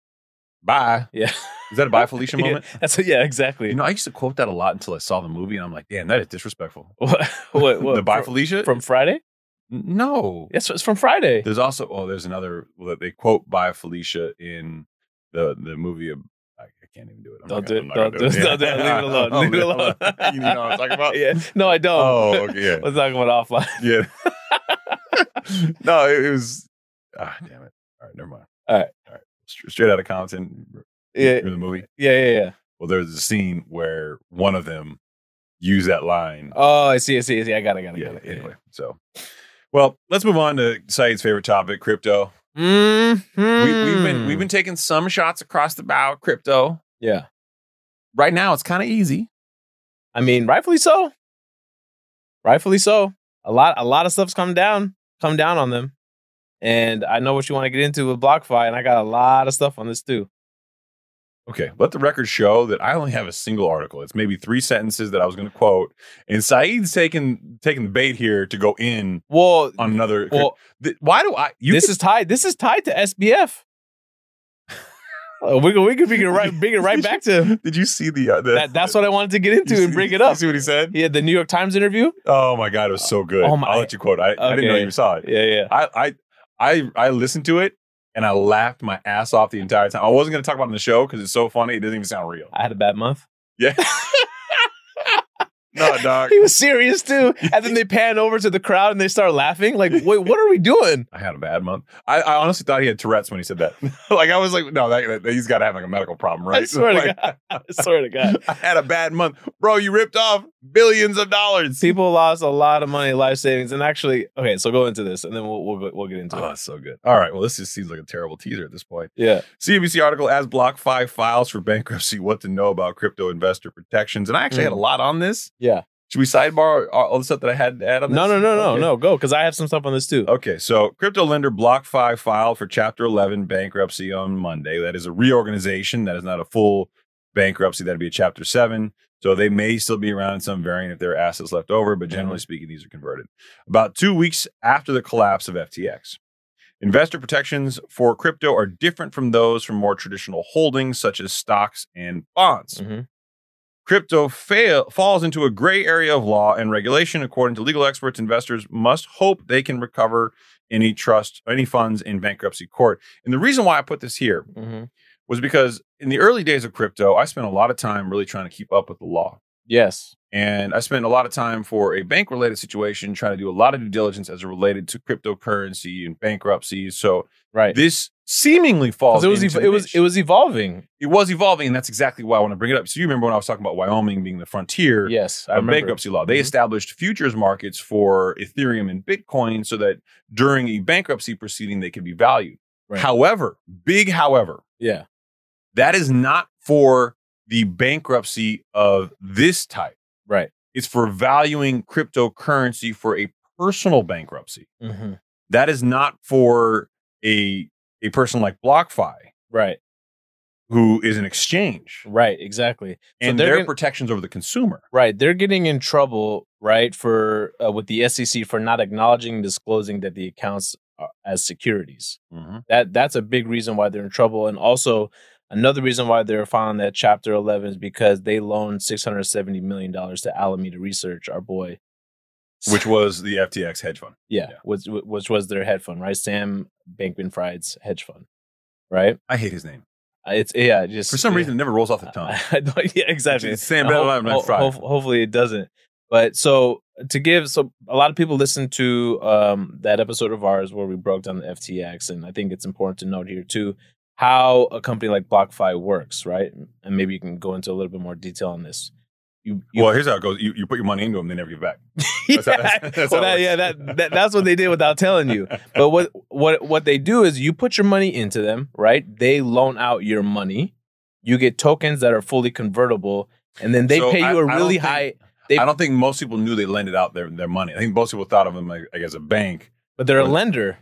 [SPEAKER 2] Bye.
[SPEAKER 3] Yeah.
[SPEAKER 2] Is that a bye Felicia
[SPEAKER 3] Yeah,
[SPEAKER 2] moment?
[SPEAKER 3] That's yeah. Exactly.
[SPEAKER 2] You know, I used to quote that a lot until I saw the movie, and I'm like, damn, that is disrespectful.
[SPEAKER 3] what? What? what
[SPEAKER 2] the bye
[SPEAKER 3] from,
[SPEAKER 2] Felicia
[SPEAKER 3] from Friday?
[SPEAKER 2] no.
[SPEAKER 3] Yes, it's from Friday.
[SPEAKER 2] There's also oh, there's another well, that they quote by Felicia in the the movie. Of, I, I can't even do it. I'm
[SPEAKER 3] Don't
[SPEAKER 2] not
[SPEAKER 3] do
[SPEAKER 2] gonna-
[SPEAKER 3] it.
[SPEAKER 2] I'm not
[SPEAKER 3] Don't
[SPEAKER 2] gonna
[SPEAKER 3] do it. Don't do it. Leave it alone.
[SPEAKER 2] I'll
[SPEAKER 3] Leave it alone.
[SPEAKER 2] you know what I'm talking about?
[SPEAKER 3] yeah. No, I don't.
[SPEAKER 2] Oh, okay, yeah.
[SPEAKER 3] Let's talk about offline.
[SPEAKER 2] Yeah. no, it, it was. Ah, damn it. All right, never mind.
[SPEAKER 3] All right.
[SPEAKER 2] all right. Str- Straight out of Compton.
[SPEAKER 3] Yeah.
[SPEAKER 2] Remember the movie?
[SPEAKER 3] Yeah. Yeah. Yeah.
[SPEAKER 2] Well, there's a scene where one of them used that line.
[SPEAKER 3] Oh, I see. I see. I see. I got it. I got it.
[SPEAKER 2] yeah.
[SPEAKER 3] got it.
[SPEAKER 2] Anyway, so. Well, let's move on to Saeed's favorite topic, crypto.
[SPEAKER 3] Mm-hmm.
[SPEAKER 2] We, we've been we've been taking some shots across the bow at crypto.
[SPEAKER 3] Yeah.
[SPEAKER 2] Right now, it's kind of easy.
[SPEAKER 3] I mean, rightfully so. Rightfully so. A lot a lot of stuff's come down, come down on them. And I know what you want to get into with BlockFi, and I got a lot of stuff on this too.
[SPEAKER 2] Okay, let the record show that I only have a single article. It's maybe three sentences that I was going to quote, and Saeed's taking taking the bait here to go in
[SPEAKER 3] Well,
[SPEAKER 2] on another.
[SPEAKER 3] well
[SPEAKER 2] Th- why do I? You
[SPEAKER 3] this
[SPEAKER 2] can-
[SPEAKER 3] is tied this is tied to SBF. Uh, we could we could bring it right bring it right back to
[SPEAKER 2] Did you see the? Uh, the
[SPEAKER 3] that. That's what I wanted to get into
[SPEAKER 2] you
[SPEAKER 3] and
[SPEAKER 2] see-
[SPEAKER 3] bring it up.
[SPEAKER 2] You see what he said?
[SPEAKER 3] Yeah, the New York Times interview.
[SPEAKER 2] Oh my god, it was so good.
[SPEAKER 3] Oh my-
[SPEAKER 2] I'll let you quote. I, I didn't know
[SPEAKER 3] Okay.
[SPEAKER 2] you saw it.
[SPEAKER 3] Yeah, yeah.
[SPEAKER 2] I, I I I listened to it and I laughed my ass off the entire time. I wasn't going to talk about it on the show because it's so funny. It doesn't even sound real.
[SPEAKER 3] I had a bad month.
[SPEAKER 2] Yeah. no, dog.
[SPEAKER 3] He was serious too. And then they pan over to the crowd and they start laughing. Like, wait, what are we doing?
[SPEAKER 2] I had a bad month. I, I honestly thought he had Tourette's when he said that. like I was like, no, that, that- he's got to have like a medical problem, right?
[SPEAKER 3] I swear to
[SPEAKER 2] Like,
[SPEAKER 3] God. I swear to God.
[SPEAKER 2] I had a bad month, bro. You ripped off billions of dollars.
[SPEAKER 3] People lost a lot of money, life savings, and actually, okay, so go into this, and then we'll we'll, go- we'll get into
[SPEAKER 2] Oh,
[SPEAKER 3] it.
[SPEAKER 2] that's so good. All right. Well, this just seems like a terrible teaser at this point.
[SPEAKER 3] Yeah,
[SPEAKER 2] CNBC article as Block 5 files for bankruptcy, what to know about crypto investor protections. And I actually had a
[SPEAKER 3] Mm.
[SPEAKER 2] lot on this.
[SPEAKER 3] yeah.
[SPEAKER 2] Should we sidebar all the stuff that I had to add on this?
[SPEAKER 3] No, no, no, no,
[SPEAKER 2] Okay. Oh.
[SPEAKER 3] no. Go, because I have some stuff on this too.
[SPEAKER 2] Okay, so crypto lender Block Five filed for Chapter 11 bankruptcy on Monday. That is a reorganization. That is not a full bankruptcy. That'd be a Chapter 7. So they may still be around in some variant if there are assets left over, but generally speaking, these are converted. About two weeks after the collapse of FTX. Investor protections for crypto are different from those from more traditional holdings such as stocks and bonds.
[SPEAKER 3] Mhm.
[SPEAKER 2] Crypto fail, falls into a gray area of law and regulation. According to legal experts, investors must hope they can recover any trust, any funds in bankruptcy court. And the reason why I put this here
[SPEAKER 3] Mhm.
[SPEAKER 2] was because in the early days of crypto, I spent a lot of time really trying to keep up with the law.
[SPEAKER 3] Yes.
[SPEAKER 2] And I spent a lot of time for a bank related situation trying to do a lot of due diligence as it related to cryptocurrency and bankruptcies. So
[SPEAKER 3] Right.
[SPEAKER 2] this seemingly
[SPEAKER 3] 'Cause
[SPEAKER 2] falls
[SPEAKER 3] it was
[SPEAKER 2] into
[SPEAKER 3] ev-
[SPEAKER 2] the
[SPEAKER 3] it was
[SPEAKER 2] niche
[SPEAKER 3] it was evolving.
[SPEAKER 2] it was evolving, and that's exactly why I want to bring it up. So you remember when I was talking about Wyoming being the frontier
[SPEAKER 3] Yes, I
[SPEAKER 2] of
[SPEAKER 3] remember.
[SPEAKER 2] bankruptcy law? They
[SPEAKER 3] Mhm.
[SPEAKER 2] established futures markets for Ethereum and Bitcoin so that during a bankruptcy proceeding they could be valued.
[SPEAKER 3] Right.
[SPEAKER 2] However, big however,
[SPEAKER 3] Yeah.
[SPEAKER 2] that is not for the bankruptcy of this type.
[SPEAKER 3] Right.
[SPEAKER 2] It's for valuing cryptocurrency for a personal bankruptcy.
[SPEAKER 3] hmm
[SPEAKER 2] That is not for a a person like BlockFi
[SPEAKER 3] Right.
[SPEAKER 2] who is an exchange
[SPEAKER 3] Right. Exactly. So
[SPEAKER 2] and
[SPEAKER 3] they're
[SPEAKER 2] their
[SPEAKER 3] gonna-
[SPEAKER 2] protections over the consumer.
[SPEAKER 3] Right. They're getting in trouble, right, for uh, with the SEC for not acknowledging and disclosing that the accounts are as securities. that that's a big reason why they're in trouble and also another reason why they're filing that chapter 11 is because they loaned 670 million dollars to alameda research our boy
[SPEAKER 2] Which was the FTX hedge fund.
[SPEAKER 3] yeah,
[SPEAKER 2] yeah.
[SPEAKER 3] was which was their hedge fund right sam bankman fried's hedge fund right
[SPEAKER 2] I hate his name.
[SPEAKER 3] Uh, it's yeah just
[SPEAKER 2] For some
[SPEAKER 3] yeah.
[SPEAKER 2] reason, it never rolls off the tongue.
[SPEAKER 3] I don't- yeah exactly
[SPEAKER 2] It's Sam
[SPEAKER 3] And ho-
[SPEAKER 2] Bankman
[SPEAKER 3] ho-
[SPEAKER 2] Fried.
[SPEAKER 3] ho- hopefully it doesn't but so to give so a lot of people listen to um that episode of ours where we broke down the ftx and i think it's important to note here too how a company like blockfi works right and maybe you can go into a little bit more detail on this you, you
[SPEAKER 2] Well, here's how it goes: you, you put your money into them, they never give it back.
[SPEAKER 3] yeah.
[SPEAKER 2] That's how- that's how
[SPEAKER 3] Well,
[SPEAKER 2] it
[SPEAKER 3] that-
[SPEAKER 2] works.
[SPEAKER 3] yeah, that, that that's what they did without telling you. But what what what they do is you put your money into them, right? They loan out your money. You get tokens that are fully convertible, and then they
[SPEAKER 2] So
[SPEAKER 3] pay
[SPEAKER 2] I-
[SPEAKER 3] you a
[SPEAKER 2] I don't
[SPEAKER 3] really
[SPEAKER 2] think-
[SPEAKER 3] high. They-
[SPEAKER 2] I don't think most people knew they lended out their, their money. I think most people thought of them like, like as a bank.
[SPEAKER 3] But they're a
[SPEAKER 2] Well,
[SPEAKER 3] lender.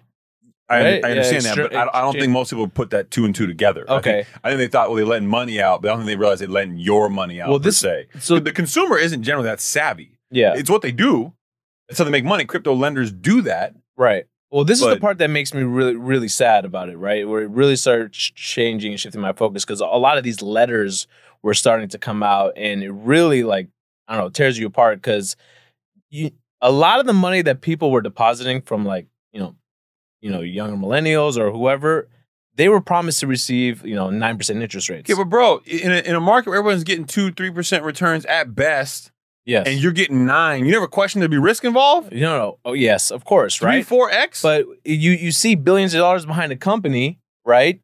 [SPEAKER 2] I,
[SPEAKER 3] Right?
[SPEAKER 2] I
[SPEAKER 3] Yeah,
[SPEAKER 2] understand
[SPEAKER 3] extra-
[SPEAKER 2] that, but I, don't- I don't
[SPEAKER 3] exchange.
[SPEAKER 2] think most people put that two and two together. I think,
[SPEAKER 3] Okay.
[SPEAKER 2] I think they thought, well, they lend money out, but I don't think they realized they lend your money out. Well,
[SPEAKER 3] Well, this-
[SPEAKER 2] this per se.
[SPEAKER 3] So
[SPEAKER 2] the consumer isn't generally that savvy.
[SPEAKER 3] yeah,
[SPEAKER 2] It's what they do. It's how they make money. Crypto lenders do that.
[SPEAKER 3] right. Well, this is the
[SPEAKER 2] But-
[SPEAKER 3] part that makes me really really sad about it, right? Where it really started ch- changing and shifting my focus because a lot of these letters were starting to come out, and it really like I don't know tears you apart because you a lot of the money that people were depositing from like you know you know younger millennials or whoever they were promised to receive you know nine percent interest rates.
[SPEAKER 2] Okay, but bro, in a, in a market where everyone's getting two, three percent returns at best,
[SPEAKER 3] yes,
[SPEAKER 2] and you're getting nine, you never question there'd be risk involved.
[SPEAKER 3] you know, no. oh yes, of course,
[SPEAKER 2] Three,
[SPEAKER 3] right?
[SPEAKER 2] four x.
[SPEAKER 3] But you you see billions of dollars behind a company, right?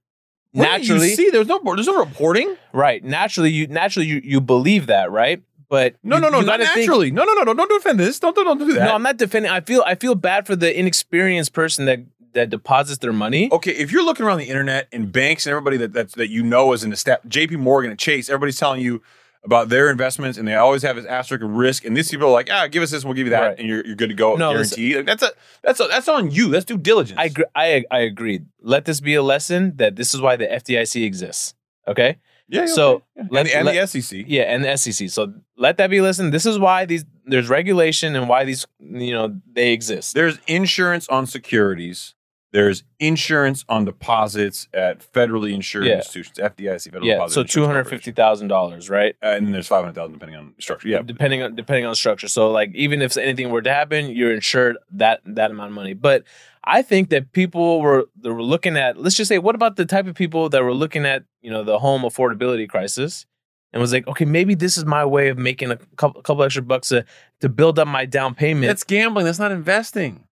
[SPEAKER 3] naturally,
[SPEAKER 2] you see, there's no there's no reporting.
[SPEAKER 3] right? Naturally, you naturally you, you believe that, right? But
[SPEAKER 2] No,
[SPEAKER 3] you-
[SPEAKER 2] no, no,
[SPEAKER 3] you
[SPEAKER 2] not
[SPEAKER 3] gotta think-
[SPEAKER 2] naturally. no, no, no, no, don't defend this. Don't, don't, don't do that.
[SPEAKER 3] no, I'm not defending. I feel I feel bad for the inexperienced person that that deposits their money.
[SPEAKER 2] okay, if you're looking around the internet and banks and everybody that that, that you know is in the step, JP Morgan and Chase, everybody's telling you about their investments and they always have this asterisk of risk. And these people are like, ah, give us this, we'll give you that,
[SPEAKER 3] Right.
[SPEAKER 2] and you're, you're good to go.
[SPEAKER 3] No, listen-
[SPEAKER 2] guarantee. Like, that's a that's a, that's on you. That's due diligence.
[SPEAKER 3] I agree, I I agree. Let this be a lesson that this is why the FDIC exists. Okay,
[SPEAKER 2] Yeah. yeah,
[SPEAKER 3] so
[SPEAKER 2] okay. Yeah.
[SPEAKER 3] let-
[SPEAKER 2] and, the, E and
[SPEAKER 3] let-
[SPEAKER 2] the SEC.
[SPEAKER 3] yeah, and the SEC. So let that be a lesson. This is why these there's regulation and why these you know they exist.
[SPEAKER 2] There's insurance on securities. There's insurance on deposits at federally insured
[SPEAKER 3] Yeah.
[SPEAKER 2] institutions, FDIC, Federal
[SPEAKER 3] yeah,
[SPEAKER 2] Deposit
[SPEAKER 3] so
[SPEAKER 2] Insurance
[SPEAKER 3] two hundred fifty thousand dollars, right?
[SPEAKER 2] Corporation. Uh, and then there's five hundred thousand depending on structure. Yeah,
[SPEAKER 3] depending on depending on structure. So like even if anything were to happen, you're insured that that amount of money. But I think that people were they were looking at let's just say what about the type of people that were looking at you know the home affordability crisis and was like okay maybe this is my way of making a couple, couple extra bucks to, to build up my down payment.
[SPEAKER 2] that's gambling. That's not investing.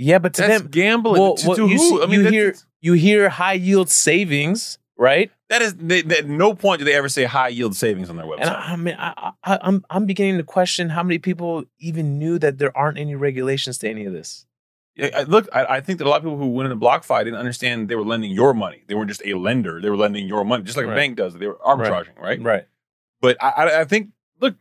[SPEAKER 3] yeah, but to
[SPEAKER 2] that's
[SPEAKER 3] them
[SPEAKER 2] gambling.
[SPEAKER 3] Well,
[SPEAKER 2] to
[SPEAKER 3] well,
[SPEAKER 2] to
[SPEAKER 3] you
[SPEAKER 2] who?
[SPEAKER 3] see-
[SPEAKER 2] I mean,
[SPEAKER 3] you
[SPEAKER 2] that-
[SPEAKER 3] hear- you hear high yield savings right,
[SPEAKER 2] that is they, they- at no point do they ever say high yield savings on their website.
[SPEAKER 3] and I, I mean I, I, I'm I'm beginning to question how many people even knew that there aren't any regulations to any of this.
[SPEAKER 2] Yeah, I- look, I, I think that a lot of people who went in the BlockFi didn't understand they were lending your money. They weren't just a lender. They were lending your money, just like
[SPEAKER 3] Right.
[SPEAKER 2] a bank does. They were arbitraging, right?
[SPEAKER 3] Right.
[SPEAKER 2] But I, I, I think, look,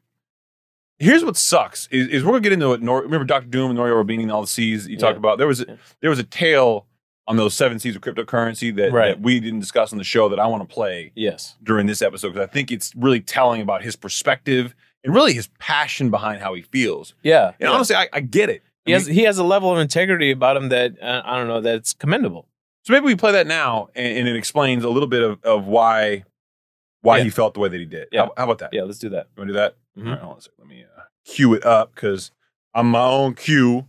[SPEAKER 2] here's what sucks is, is we're gonna get into it. Nor, remember Dr. Doom and Norio Rubini and all the C's you talked
[SPEAKER 3] Yeah.
[SPEAKER 2] about. There was a,
[SPEAKER 3] Yeah.
[SPEAKER 2] there was a tale on those seven C's of cryptocurrency that,
[SPEAKER 3] Right.
[SPEAKER 2] that we didn't discuss on the show that I want to play
[SPEAKER 3] Yes.
[SPEAKER 2] during this episode because I think it's really telling about his perspective and really his passion behind how he feels.
[SPEAKER 3] Yeah.
[SPEAKER 2] And honestly, I, I get it.
[SPEAKER 3] he
[SPEAKER 2] I
[SPEAKER 3] has
[SPEAKER 2] mean,
[SPEAKER 3] he has a level of integrity about him that uh, I don't know that's commendable.
[SPEAKER 2] so maybe we play that now, and, and it explains a little bit of, of why why
[SPEAKER 3] Yeah.
[SPEAKER 2] he felt the way that he did.
[SPEAKER 3] Yeah.
[SPEAKER 2] How, how about that?
[SPEAKER 3] Yeah, let's do that.
[SPEAKER 2] You want to do that?
[SPEAKER 3] Mhm.
[SPEAKER 2] All right, hold on a second. Let me uh, cue it up because I'm my own cue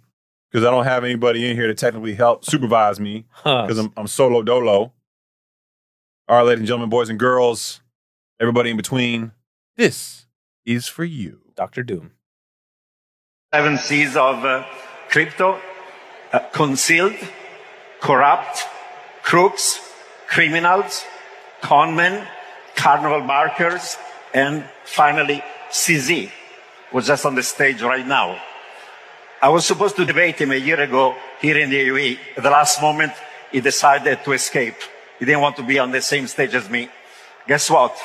[SPEAKER 2] because I don't have anybody in here to technically help supervise me
[SPEAKER 3] Huh.
[SPEAKER 2] because I'm, I'm solo dolo. All right, ladies and gentlemen, boys and girls, everybody in between, this is for you.
[SPEAKER 3] Doctor Doom.
[SPEAKER 1] seven seas of uh, crypto, uh, concealed, corrupt, crooks, criminals, conmen, carnival barkers, and finally CZ, who's just on the stage right now. I was supposed to debate him a year ago here in the UAE. At the last moment, he decided to escape. He didn't want to be on the same stage as me. Guess what?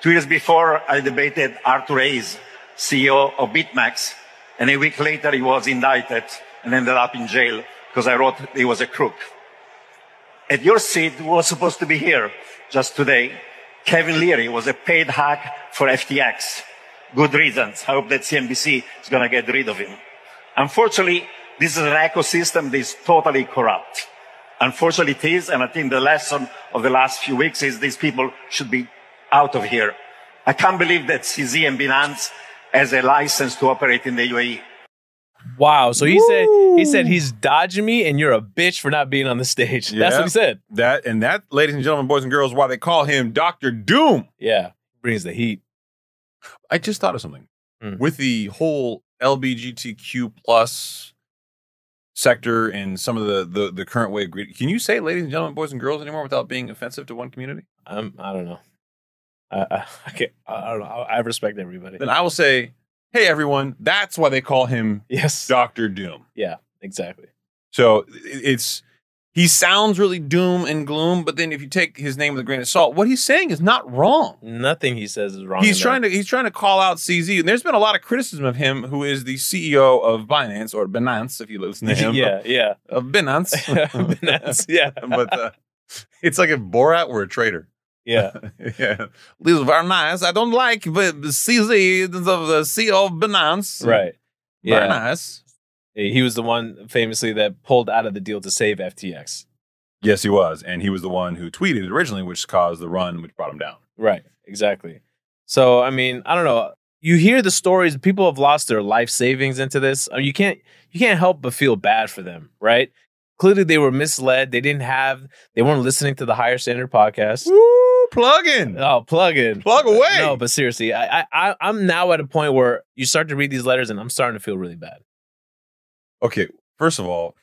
[SPEAKER 1] Two years before, I debated Arthur Hayes, CEO of BitMEX, and a week later, he was indicted and ended up in jail because I wrote he was a crook. At your seat, who was supposed to be here just today, Kevin Leary was a paid hack for FTX. Good reasons. I hope that CNBC is going to get rid of him. Unfortunately, this is an ecosystem that is totally corrupt. Unfortunately, it is, and I think the lesson of the last few weeks is these people should be out of here. I can't believe that CZ and Binance has a license to operate in the E. UAE.
[SPEAKER 3] Wow. So he said he said he's dodging me, and you're a bitch for not being on the stage. That's
[SPEAKER 2] Yeah.
[SPEAKER 3] what he said.
[SPEAKER 2] That and that, ladies and gentlemen, boys and girls, why they call him Doctor Doom.
[SPEAKER 3] Yeah. Brings the heat.
[SPEAKER 2] I just thought of something
[SPEAKER 3] Mm.
[SPEAKER 2] with the whole LBGTQ plus sector and some of the, the the current way of greeting. Can you say, ladies and gentlemen, boys and girls, anymore without being offensive to one community?
[SPEAKER 3] I'm. I don't know. I, I, I, can't, I I don't know. I, I respect everybody.
[SPEAKER 5] Then I will say, hey, everyone, that's why they call him
[SPEAKER 3] Yes.
[SPEAKER 5] Dr. Doom.
[SPEAKER 3] Exactly.
[SPEAKER 5] So i- it's, he sounds really doom and gloom, but then if you take his name with a grain of salt, what he's saying is not wrong.
[SPEAKER 3] Nothing he says is wrong.
[SPEAKER 5] He's trying to he's trying to call out CZ, and there's been a lot of criticism of him, who is the CEO of Binance or Binance, if you listen to him.
[SPEAKER 3] yeah, yeah.
[SPEAKER 5] of Binance.
[SPEAKER 3] That's- yeah,
[SPEAKER 5] but uh, it's like if Borat were a traitor.
[SPEAKER 3] yeah.
[SPEAKER 5] yeah, these are nice. I don't like but the CZ of the CEO of Binance.
[SPEAKER 3] Right. Yeah.
[SPEAKER 5] very nice.
[SPEAKER 3] He was the one famously that pulled out of the deal to save FTX.
[SPEAKER 5] Yes, he was, and he was the one who tweeted it originally, which caused the run, which brought him down.
[SPEAKER 3] Right. Exactly. So, I mean, I don't know. You hear the stories, people have lost their life savings into this. I mean, you can't you can't help but feel bad for them, right? Clearly they were misled. They didn't have they weren't listening to the higher standard podcast.
[SPEAKER 5] Woo, plug in,
[SPEAKER 3] Oh, plug in.
[SPEAKER 5] plug away.
[SPEAKER 3] No, but seriously, I, I- I I'm now at a point where you start to read these letters and I'm starting to feel really bad.
[SPEAKER 5] okay, first of all,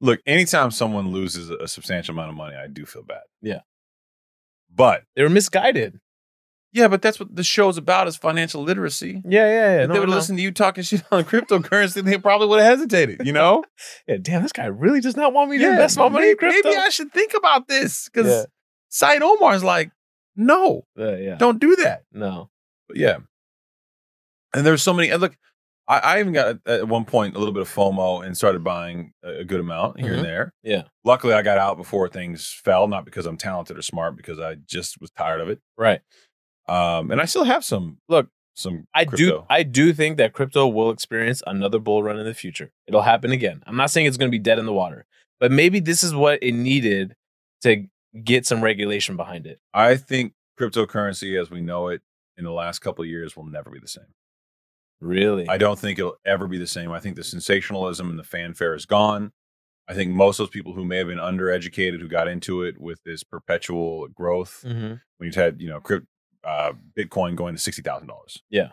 [SPEAKER 5] look, anytime someone loses a substantial amount of money, I do feel bad.
[SPEAKER 3] Yeah.
[SPEAKER 5] but
[SPEAKER 3] They were misguided.
[SPEAKER 5] yeah, but that's what the show's about is financial literacy.
[SPEAKER 3] Yeah, yeah, yeah.
[SPEAKER 5] if they would listen to you talking shit on cryptocurrency, they probably would have hesitated, you know?
[SPEAKER 3] Yeah, damn, this guy really does not want me to invest my money
[SPEAKER 5] maybe,
[SPEAKER 3] in crypto.
[SPEAKER 5] maybe I should think about this because
[SPEAKER 3] Yeah.
[SPEAKER 5] Said Omar's like, no,
[SPEAKER 3] Uh, yeah.
[SPEAKER 5] don't do that.
[SPEAKER 3] No.
[SPEAKER 5] But yeah. And there's so many. And look, I, I even got uh, at one point a little bit of FOMO and started buying a, a good amount here
[SPEAKER 3] Mhm.
[SPEAKER 5] and there.
[SPEAKER 3] Yeah.
[SPEAKER 5] Luckily, I got out before things fell, not because I'm talented or smart, because I just was tired of it.
[SPEAKER 3] Right.
[SPEAKER 5] Um, and I still have some.
[SPEAKER 3] Look,
[SPEAKER 5] some.
[SPEAKER 3] I do
[SPEAKER 5] crypto.
[SPEAKER 3] I do think that crypto will experience another bull run in the future. It'll happen again. I'm not saying it's going to be dead in the water, but maybe this is what it needed to get some regulation behind it.
[SPEAKER 5] I think cryptocurrency, as we know it, in the last couple of years, will never be the same.
[SPEAKER 3] Really?
[SPEAKER 5] I don't think it'll ever be the same. I think the sensationalism and the fanfare is gone. I think most of those people who may have been undereducated who got into it with this perpetual growth
[SPEAKER 3] mm-hmm.
[SPEAKER 5] when you had you know crypt, uh, Bitcoin going to sixty thousand dollars.
[SPEAKER 3] Yeah.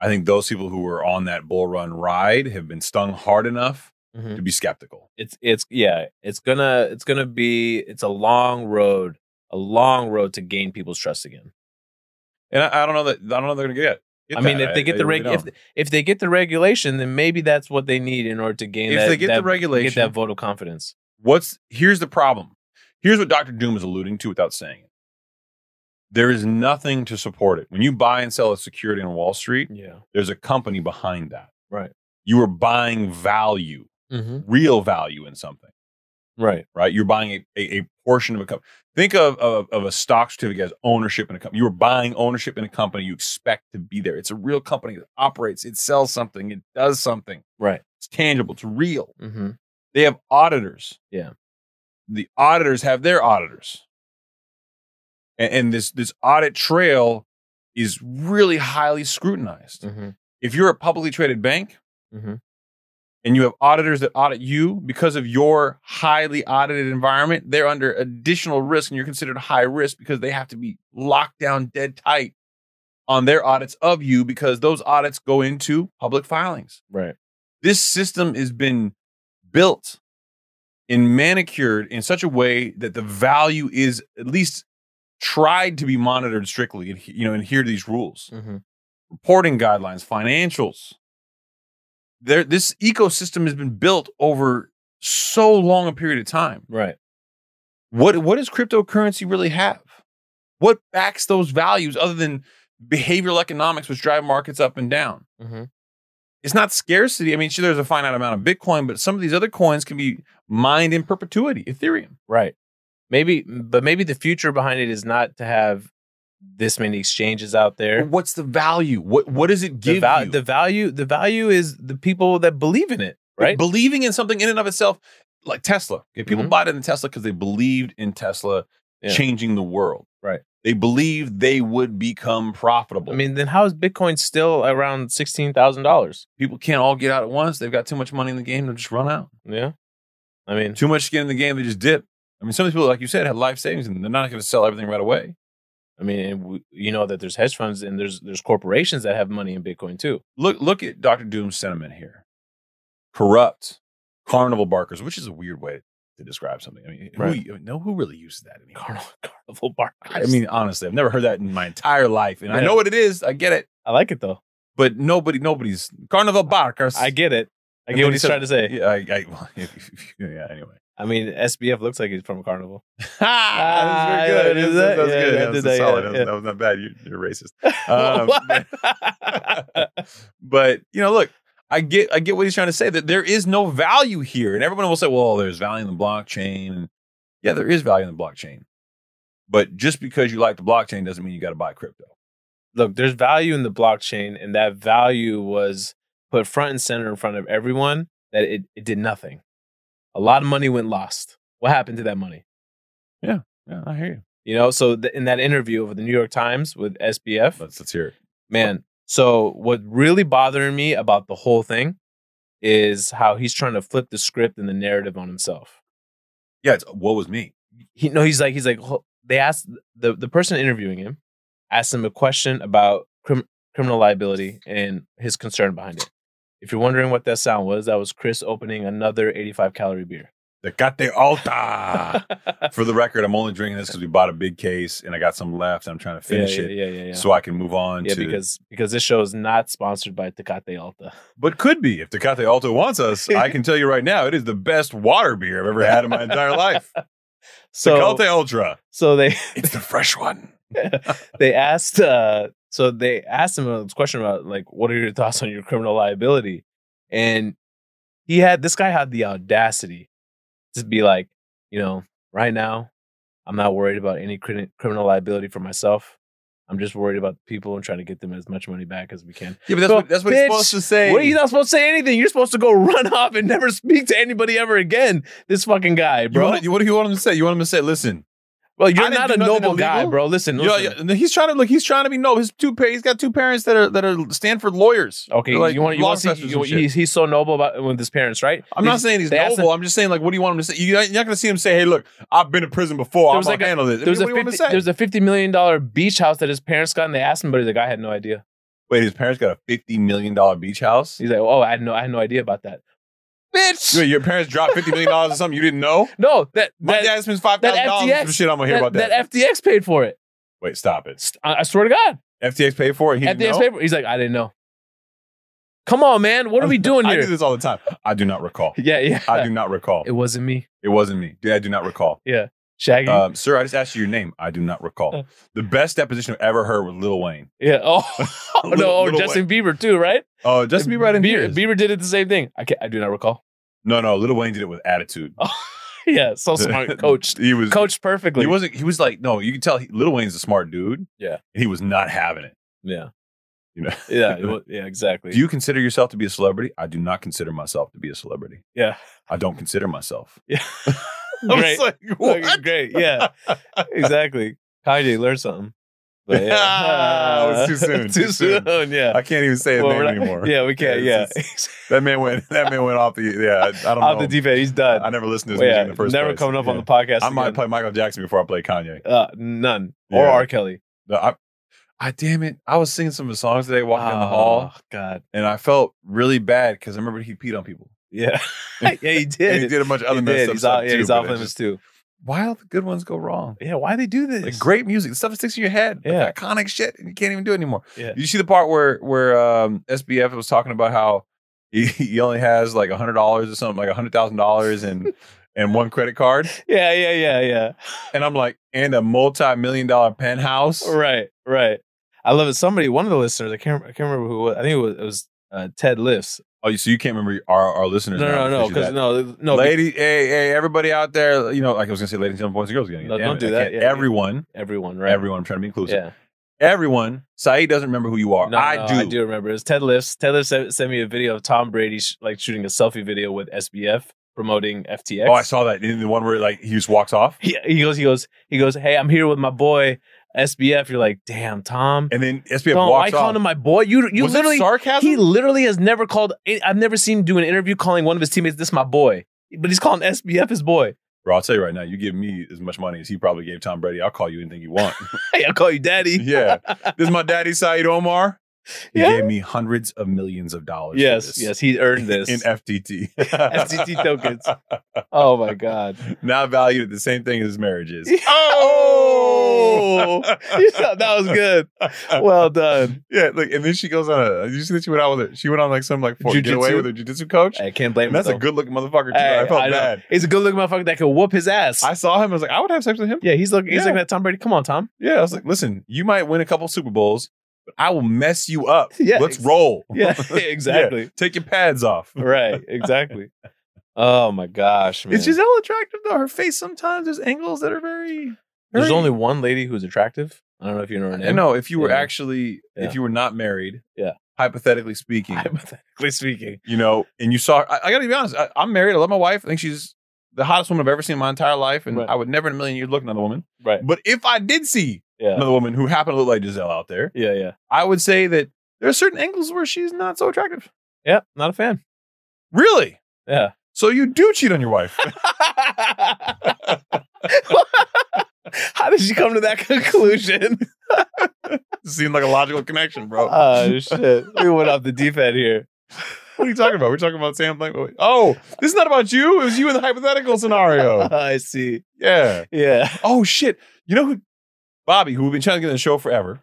[SPEAKER 5] I think those people who were on that bull run ride have been stung hard enough
[SPEAKER 3] Mhm.
[SPEAKER 5] to be skeptical.
[SPEAKER 3] It's it's yeah, it's going to it's going to be it's a long road, a long road to gain people's trust again.
[SPEAKER 5] And I, I don't know that I don't know they're gonna get. get
[SPEAKER 3] I mean,
[SPEAKER 5] that.
[SPEAKER 3] if they get the
[SPEAKER 5] really
[SPEAKER 3] reg- if,
[SPEAKER 5] don't.
[SPEAKER 3] if they get the regulation, then maybe that's what they need in order to gain
[SPEAKER 5] If
[SPEAKER 3] that,
[SPEAKER 5] they get the
[SPEAKER 3] that-
[SPEAKER 5] regulation.
[SPEAKER 3] get that vote of confidence.
[SPEAKER 5] what's here's the problem here's what dr doom is alluding to without saying it there is nothing to support it when you buy and sell a security on wall street
[SPEAKER 3] Yeah.
[SPEAKER 5] there's a company behind that
[SPEAKER 3] Right.
[SPEAKER 5] you are buying value
[SPEAKER 3] Mm-hmm.
[SPEAKER 5] real value in something
[SPEAKER 3] Right.
[SPEAKER 5] right you're buying a, a, a portion of a company think of, of, of a stock certificate as ownership in a company you're buying ownership in a company you expect to be there it's a real company that operates it sells something it does something
[SPEAKER 3] Right.
[SPEAKER 5] it's tangible it's real
[SPEAKER 3] Mm-hmm.
[SPEAKER 5] they have auditors.
[SPEAKER 3] Yeah.
[SPEAKER 5] The auditors have their auditors. And, and this this audit trail is really highly scrutinized.
[SPEAKER 3] Mm-hmm.
[SPEAKER 5] If you're a publicly traded bank
[SPEAKER 3] Mhm.
[SPEAKER 5] and you have auditors that audit you because of your highly audited environment, they're under additional risk and you're considered high risk because they have to be locked down dead tight on their audits of you because those audits go into public filings
[SPEAKER 3] Right.
[SPEAKER 5] this system has been built and manicured in such a way that the value is at least tried to be monitored strictly and you know adhere to these rules
[SPEAKER 3] Mm-hmm.
[SPEAKER 5] reporting guidelines financials there this ecosystem has been built over so long a period of time
[SPEAKER 3] Right.
[SPEAKER 5] what what does cryptocurrency really have what backs those values other than behavioral economics which drive markets up and down
[SPEAKER 3] Mm-hmm.
[SPEAKER 5] it's not scarcity. I mean, sure, there's a finite amount of Bitcoin, but some of these other coins can be mined in perpetuity. Ethereum.
[SPEAKER 3] Right. Maybe, but maybe the future behind it is not to have this many exchanges out
[SPEAKER 5] But
[SPEAKER 3] there.
[SPEAKER 5] what's the value? What What does it give
[SPEAKER 3] The, val-
[SPEAKER 5] you?
[SPEAKER 3] the value, the value is the people that believe in it, right?
[SPEAKER 5] Believing in something in and of itself, like Tesla. Okay, people
[SPEAKER 3] Mhm.
[SPEAKER 5] bought into Tesla because they believed in Tesla
[SPEAKER 3] Yeah.
[SPEAKER 5] changing the world.
[SPEAKER 3] Right.
[SPEAKER 5] They believed they would become profitable.
[SPEAKER 3] I mean, then how is Bitcoin still around sixteen thousand dollars?
[SPEAKER 5] people can't all get out at once. They've got too much money in the game to just run out.
[SPEAKER 3] Yeah. I mean,
[SPEAKER 5] Too much skin in the game, they just dip. I mean, some of these people, like you said, have life savings and they're not going to sell everything right away.
[SPEAKER 3] I mean, and w- you know that there's hedge funds and there's there's corporations that have money in Bitcoin too.
[SPEAKER 5] look look at Dr. Doom's sentiment here. Corrupt carnival barkers, which is a weird way to describe something. I mean, who,
[SPEAKER 3] Right.
[SPEAKER 5] you- no, who really uses that anymore?
[SPEAKER 3] Carnival, carnival level bar.
[SPEAKER 5] I mean, honestly, I've never heard that in my entire life, and I
[SPEAKER 3] Yeah.
[SPEAKER 5] know what it is. I get it,
[SPEAKER 3] I like it though.
[SPEAKER 5] but nobody, nobody's Carnival Barkers.
[SPEAKER 3] I get it. I
[SPEAKER 5] And
[SPEAKER 3] get
[SPEAKER 5] then
[SPEAKER 3] what
[SPEAKER 5] he
[SPEAKER 3] he's
[SPEAKER 5] said-
[SPEAKER 3] trying to say.
[SPEAKER 5] Yeah, I, I, well, if- if- if- yeah. Anyway,
[SPEAKER 3] I mean, SBF looks like he's from Carnival.
[SPEAKER 5] ah,
[SPEAKER 3] Ah, that is
[SPEAKER 5] That
[SPEAKER 3] it.
[SPEAKER 5] was
[SPEAKER 3] Yeah,
[SPEAKER 5] good.
[SPEAKER 3] I
[SPEAKER 5] That
[SPEAKER 3] did
[SPEAKER 5] was
[SPEAKER 3] that,
[SPEAKER 5] solid.
[SPEAKER 3] yeah,
[SPEAKER 5] That was-
[SPEAKER 3] yeah.
[SPEAKER 5] That was not bad. You're, you're racist. Um,
[SPEAKER 3] What?
[SPEAKER 5] but you know, look, I get I get what he's trying to say that there is no value here, and everyone will say, "Well, there's value in the blockchain." Yeah, there is value in the blockchain, but just because you like the blockchain doesn't mean you got to buy crypto.
[SPEAKER 3] Look, there's value in the blockchain, and that value was put front and center in front of everyone that it, it did nothing. A lot of money went lost. What happened to that money?
[SPEAKER 5] Yeah, I hear you.
[SPEAKER 3] You know, so th- in that interview with the New York Times with SBF,
[SPEAKER 5] Let's let's hear it.
[SPEAKER 3] man. So what really bothering me about the whole thing is how he's trying to flip the script and the narrative on himself.
[SPEAKER 5] Yeah, it's what was me.
[SPEAKER 3] He no, he's like he's like "Ho-" they asked the the person interviewing him asked him a question about crim- criminal liability and his concern behind it. If you're wondering what that sound was, that was Chris opening another 85 calorie beer.
[SPEAKER 5] The Cate Alta. For the record, I'm only drinking this because we bought a big case and I got some left. And I'm trying to finish
[SPEAKER 3] yeah,
[SPEAKER 5] it
[SPEAKER 3] yeah, yeah, yeah.
[SPEAKER 5] so I can move on
[SPEAKER 3] yeah,
[SPEAKER 5] to.
[SPEAKER 3] because because this show is not sponsored by Tecate Alta.
[SPEAKER 5] but could be if Tecate Alta wants us. I can tell you right now, it is the best water beer I've ever had in my entire life.
[SPEAKER 3] So,
[SPEAKER 5] Tecate Ultra.
[SPEAKER 3] so they
[SPEAKER 5] It's the fresh one.
[SPEAKER 3] they asked uh so they asked him a question about like what are your thoughts on your criminal liability and he had this guy had the audacity to be like you know right now i'm not worried about any cri- criminal liability for myself i'm just worried about the people and trying to get them as much money back as we can
[SPEAKER 5] Yeah, but that's
[SPEAKER 3] So,
[SPEAKER 5] what that's what he's
[SPEAKER 3] bitch,
[SPEAKER 5] supposed to say.
[SPEAKER 3] what are you not supposed to say anything you're supposed to go run off and never speak to anybody ever again this fucking guy
[SPEAKER 5] You
[SPEAKER 3] bro
[SPEAKER 5] want, what do you want him to say? You want him to say, "Listen,
[SPEAKER 3] well
[SPEAKER 5] I
[SPEAKER 3] you're
[SPEAKER 5] didn't
[SPEAKER 3] not
[SPEAKER 5] do
[SPEAKER 3] a
[SPEAKER 5] nothing
[SPEAKER 3] noble guy
[SPEAKER 5] illegal.
[SPEAKER 3] bro listen,
[SPEAKER 5] yeah,
[SPEAKER 3] listen.
[SPEAKER 5] yeah, and he's trying to look. He's trying to be noble. His two pa- He's got two parents that are that are Stanford lawyers.
[SPEAKER 3] Okay,
[SPEAKER 5] They're like
[SPEAKER 3] you want you
[SPEAKER 5] law
[SPEAKER 3] want to see
[SPEAKER 5] professors
[SPEAKER 3] you,
[SPEAKER 5] and shit.
[SPEAKER 3] he's, he's so noble about with his parents, right?
[SPEAKER 5] I'm
[SPEAKER 3] They-
[SPEAKER 5] not saying he's
[SPEAKER 3] they asked
[SPEAKER 5] noble. I'm just saying, like, what do you want him to say? You're not, you're not going to see him say, "Hey, look, I've been in prison before.
[SPEAKER 3] There
[SPEAKER 5] I'm
[SPEAKER 3] was
[SPEAKER 5] going
[SPEAKER 3] like
[SPEAKER 5] to
[SPEAKER 3] a-
[SPEAKER 5] handle this." I
[SPEAKER 3] There was,
[SPEAKER 5] mean,
[SPEAKER 3] a
[SPEAKER 5] what do you want him
[SPEAKER 3] 50,
[SPEAKER 5] to say?
[SPEAKER 3] there was a fifty million dollar beach house that his parents got, and they asked him, but the guy had no idea.
[SPEAKER 5] Wait, his parents got a fifty million dollar beach house.
[SPEAKER 3] He's like, "Oh, I had no, I had no idea about that, bitch."
[SPEAKER 5] Wait, your parents dropped fifty million dollars or something you didn't know?
[SPEAKER 3] No, that
[SPEAKER 5] My
[SPEAKER 3] that,
[SPEAKER 5] dad spends five thousand dollars
[SPEAKER 3] FTX
[SPEAKER 5] for shit. I'm gonna hear about that.
[SPEAKER 3] FTX paid for it.
[SPEAKER 5] Wait, stop it.
[SPEAKER 3] St- I, I swear to God,
[SPEAKER 5] FTX paid for it. He
[SPEAKER 3] FTX
[SPEAKER 5] didn't know?
[SPEAKER 3] paid for it. He's like, "I didn't know." Come on, man, what are we doing
[SPEAKER 5] I do
[SPEAKER 3] here?
[SPEAKER 5] this all the time. I do not recall.
[SPEAKER 3] yeah, yeah.
[SPEAKER 5] I do not recall.
[SPEAKER 3] It wasn't me,
[SPEAKER 5] It wasn't me. Dude, I do not recall.
[SPEAKER 3] Shaggy.
[SPEAKER 5] Um, sir, I just asked you your name. I do not recall. The best deposition I've ever heard was Lil Wayne.
[SPEAKER 3] yeah. Oh, no,
[SPEAKER 5] Little-
[SPEAKER 3] oh,
[SPEAKER 5] Little
[SPEAKER 3] Justin Bieber too, right?
[SPEAKER 5] Oh, Justin Bieber, I didn't hear
[SPEAKER 3] Bieber,
[SPEAKER 5] this.
[SPEAKER 3] Bieber did it the same thing. I can't, I do not recall.
[SPEAKER 5] No, no, Lil Wayne did it with attitude.
[SPEAKER 3] yeah, so smart, coached,
[SPEAKER 5] He was
[SPEAKER 3] coached perfectly.
[SPEAKER 5] He wasn't. He was like, no, you can tell. He, Lil Wayne's a smart dude.
[SPEAKER 3] Yeah.
[SPEAKER 5] and he was not having it.
[SPEAKER 3] yeah,
[SPEAKER 5] You know.
[SPEAKER 3] yeah, it wa- yeah, exactly.
[SPEAKER 5] Do you consider yourself to be a celebrity? I do not consider myself to be a celebrity.
[SPEAKER 3] yeah,
[SPEAKER 5] I don't consider myself.
[SPEAKER 3] yeah,
[SPEAKER 5] I was
[SPEAKER 3] great,
[SPEAKER 5] like,
[SPEAKER 3] Fucking
[SPEAKER 5] what?
[SPEAKER 3] great, yeah, exactly. Kanye learned something, but
[SPEAKER 5] Ah,
[SPEAKER 3] yeah,
[SPEAKER 5] it was too soon,
[SPEAKER 3] too,
[SPEAKER 5] too
[SPEAKER 3] soon.
[SPEAKER 5] soon.
[SPEAKER 3] yeah.
[SPEAKER 5] I can't even say his
[SPEAKER 3] Well,
[SPEAKER 5] name
[SPEAKER 3] we're not-
[SPEAKER 5] anymore.
[SPEAKER 3] Yeah, we can't.
[SPEAKER 5] Yeah,
[SPEAKER 3] Yeah,
[SPEAKER 5] it's That man went. That man went off the. Yeah, I, I don't
[SPEAKER 3] off
[SPEAKER 5] know.
[SPEAKER 3] the deep end, he's done.
[SPEAKER 5] I never listened to his
[SPEAKER 3] Well,
[SPEAKER 5] music
[SPEAKER 3] yeah,
[SPEAKER 5] in the first
[SPEAKER 3] never
[SPEAKER 5] place.
[SPEAKER 3] coming up on
[SPEAKER 5] Yeah.
[SPEAKER 3] the podcast.
[SPEAKER 5] I might
[SPEAKER 3] again.
[SPEAKER 5] play Michael Jackson before I play Kanye.
[SPEAKER 3] uh, none or
[SPEAKER 5] Yeah.
[SPEAKER 3] R. Kelly
[SPEAKER 5] No, I, I damn it! I was singing some of his songs today, walking down the hall,
[SPEAKER 3] Oh, God,
[SPEAKER 5] and I felt really bad because I remember he peed on people.
[SPEAKER 3] yeah, yeah, he did.
[SPEAKER 5] And he did a bunch of other
[SPEAKER 3] He
[SPEAKER 5] messed
[SPEAKER 3] did.
[SPEAKER 5] up
[SPEAKER 3] He's
[SPEAKER 5] stuff
[SPEAKER 3] off, yeah,
[SPEAKER 5] too,
[SPEAKER 3] he's
[SPEAKER 5] but
[SPEAKER 3] off
[SPEAKER 5] I
[SPEAKER 3] limits
[SPEAKER 5] just-
[SPEAKER 3] too.
[SPEAKER 5] Why all the good ones go wrong?
[SPEAKER 3] Yeah, why they do this?
[SPEAKER 5] Like great music, the stuff that sticks in your head, like
[SPEAKER 3] Yeah.
[SPEAKER 5] iconic shit, and you can't even do it anymore.
[SPEAKER 3] Yeah.
[SPEAKER 5] You see the part where where um, SBF was talking about how he, he only has like a hundred dollars or something, like a hundred thousand dollars and and one credit card,
[SPEAKER 3] Yeah, yeah, yeah, yeah.
[SPEAKER 5] and I'm like, and a multi million dollar penthouse.
[SPEAKER 3] Right, right. I love it. Somebody, one of the listeners, I can't, I can't remember who. It was. I think it was, it was uh, Ted Lifts.
[SPEAKER 5] Oh, so you can't remember our our
[SPEAKER 3] No,
[SPEAKER 5] listeners? now
[SPEAKER 3] no, no,
[SPEAKER 5] you
[SPEAKER 3] because
[SPEAKER 5] that.
[SPEAKER 3] no, no, be-
[SPEAKER 5] lady, hey, hey, everybody out there, you know, like I was gonna say, ladies and gentlemen, boys and girls, again.
[SPEAKER 3] No,
[SPEAKER 5] Damn
[SPEAKER 3] don't
[SPEAKER 5] it,
[SPEAKER 3] do
[SPEAKER 5] I
[SPEAKER 3] that.
[SPEAKER 5] can't.
[SPEAKER 3] Yeah, yeah.
[SPEAKER 5] everyone,
[SPEAKER 3] everyone, right?
[SPEAKER 5] everyone, I'm trying to be inclusive.
[SPEAKER 3] Yeah,
[SPEAKER 5] Everyone, Saeed doesn't remember who you are.
[SPEAKER 3] No,
[SPEAKER 5] I,
[SPEAKER 3] no,
[SPEAKER 5] do.
[SPEAKER 3] I do remember. It's Ted Lifts. Ted Lifts sent, sent me a video of Tom Brady sh- like shooting a selfie video with SBF promoting FTX.
[SPEAKER 5] Oh, I saw that in the one where like he just walks off,
[SPEAKER 3] He, he goes, he goes, he goes. Hey, I'm here with my boy SBF. You're like, damn, Tom.
[SPEAKER 5] and then SBF
[SPEAKER 3] Tom, why
[SPEAKER 5] walks off.
[SPEAKER 3] calling him my boy? You, you
[SPEAKER 5] Was it
[SPEAKER 3] literally
[SPEAKER 5] sarcasm.
[SPEAKER 3] He literally has never called. eh, I've never seen him do an interview calling one of his teammates "this my boy," but he's calling SBF his boy.
[SPEAKER 5] Bro, I'll tell you right now, you give me as much money as he probably gave Tom Brady. I'll call you anything you want.
[SPEAKER 3] Hey, I'll call you daddy.
[SPEAKER 5] yeah, this is my daddy, Saeed Omar. He
[SPEAKER 3] Yeah.
[SPEAKER 5] gave me hundreds of millions of dollars. for
[SPEAKER 3] Yes,
[SPEAKER 5] this.
[SPEAKER 3] yes, he earned this.
[SPEAKER 5] in FTT,
[SPEAKER 3] FTT tokens. oh my god!
[SPEAKER 5] now valued at the same thing as marriages.
[SPEAKER 3] Oh, cool. You thought that was good. Well done.
[SPEAKER 5] Yeah, like, and then she goes on a. Did you see that she went out with it? She went on like some like for,
[SPEAKER 3] Jujitsu?
[SPEAKER 5] getaway with her jujitsu coach.
[SPEAKER 3] I can't blame
[SPEAKER 5] And that's
[SPEAKER 3] him.
[SPEAKER 5] a good looking motherfucker too.
[SPEAKER 3] Oh. Hey,
[SPEAKER 5] I felt
[SPEAKER 3] know.
[SPEAKER 5] bad.
[SPEAKER 3] He's a good looking motherfucker that could whoop his ass.
[SPEAKER 5] I saw him. and I was like, I would have sex with him.
[SPEAKER 3] yeah, he's looking. He's
[SPEAKER 5] Yeah.
[SPEAKER 3] looking at Tom Brady. Come on, Tom.
[SPEAKER 5] Yeah, I was like, listen, you might win a couple Super Bowls, but I will mess you up.
[SPEAKER 3] Yeah,
[SPEAKER 5] let's
[SPEAKER 3] ex-
[SPEAKER 5] roll.
[SPEAKER 3] Yeah, exactly.
[SPEAKER 5] Take your pads off.
[SPEAKER 3] Right, exactly. Oh my gosh, man.
[SPEAKER 5] Is Giselle attractive though? Her face sometimes there's angles that are very.
[SPEAKER 3] There's
[SPEAKER 5] very-
[SPEAKER 3] only one lady who's attractive. I don't know if you know her
[SPEAKER 5] I
[SPEAKER 3] name.
[SPEAKER 5] know if you were
[SPEAKER 3] Yeah.
[SPEAKER 5] actually
[SPEAKER 3] Yeah.
[SPEAKER 5] if you were not married.
[SPEAKER 3] Yeah.
[SPEAKER 5] Hypothetically speaking,
[SPEAKER 3] Hypothetically speaking.
[SPEAKER 5] you know, and you saw. I, I got to be honest. I, I'm married. I love my wife. I think she's the hottest woman I've ever seen in my entire life, and
[SPEAKER 3] Right.
[SPEAKER 5] I would never in a million years look at another woman.
[SPEAKER 3] Right.
[SPEAKER 5] But if I did see
[SPEAKER 3] Yeah.
[SPEAKER 5] another woman who happened to look like Giselle out there,
[SPEAKER 3] Yeah, yeah.
[SPEAKER 5] I would say that there are certain angles where she's not so attractive.
[SPEAKER 3] Yeah, not a fan.
[SPEAKER 5] Really?
[SPEAKER 3] Yeah.
[SPEAKER 5] So you do cheat on your wife?
[SPEAKER 3] How did she come to that conclusion?
[SPEAKER 5] it seemed like a logical connection, bro.
[SPEAKER 3] Oh shit. We went off the deep end here.
[SPEAKER 5] what are you talking about? We're talking about Sam Blank. Oh, this is not about you. It was you in the hypothetical scenario.
[SPEAKER 3] I see.
[SPEAKER 5] Yeah.
[SPEAKER 3] Oh. Yeah.
[SPEAKER 5] Oh shit. You know who? Bobby, who we've been trying to get on the show forever.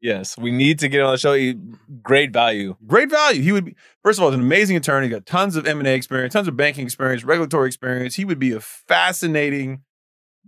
[SPEAKER 3] Yes. We need to get on the show. He- Great value.
[SPEAKER 5] Great value. He would be. First of all, he's an amazing attorney. Got tons of M and A experience, tons of banking experience, regulatory experience. He would be a fascinating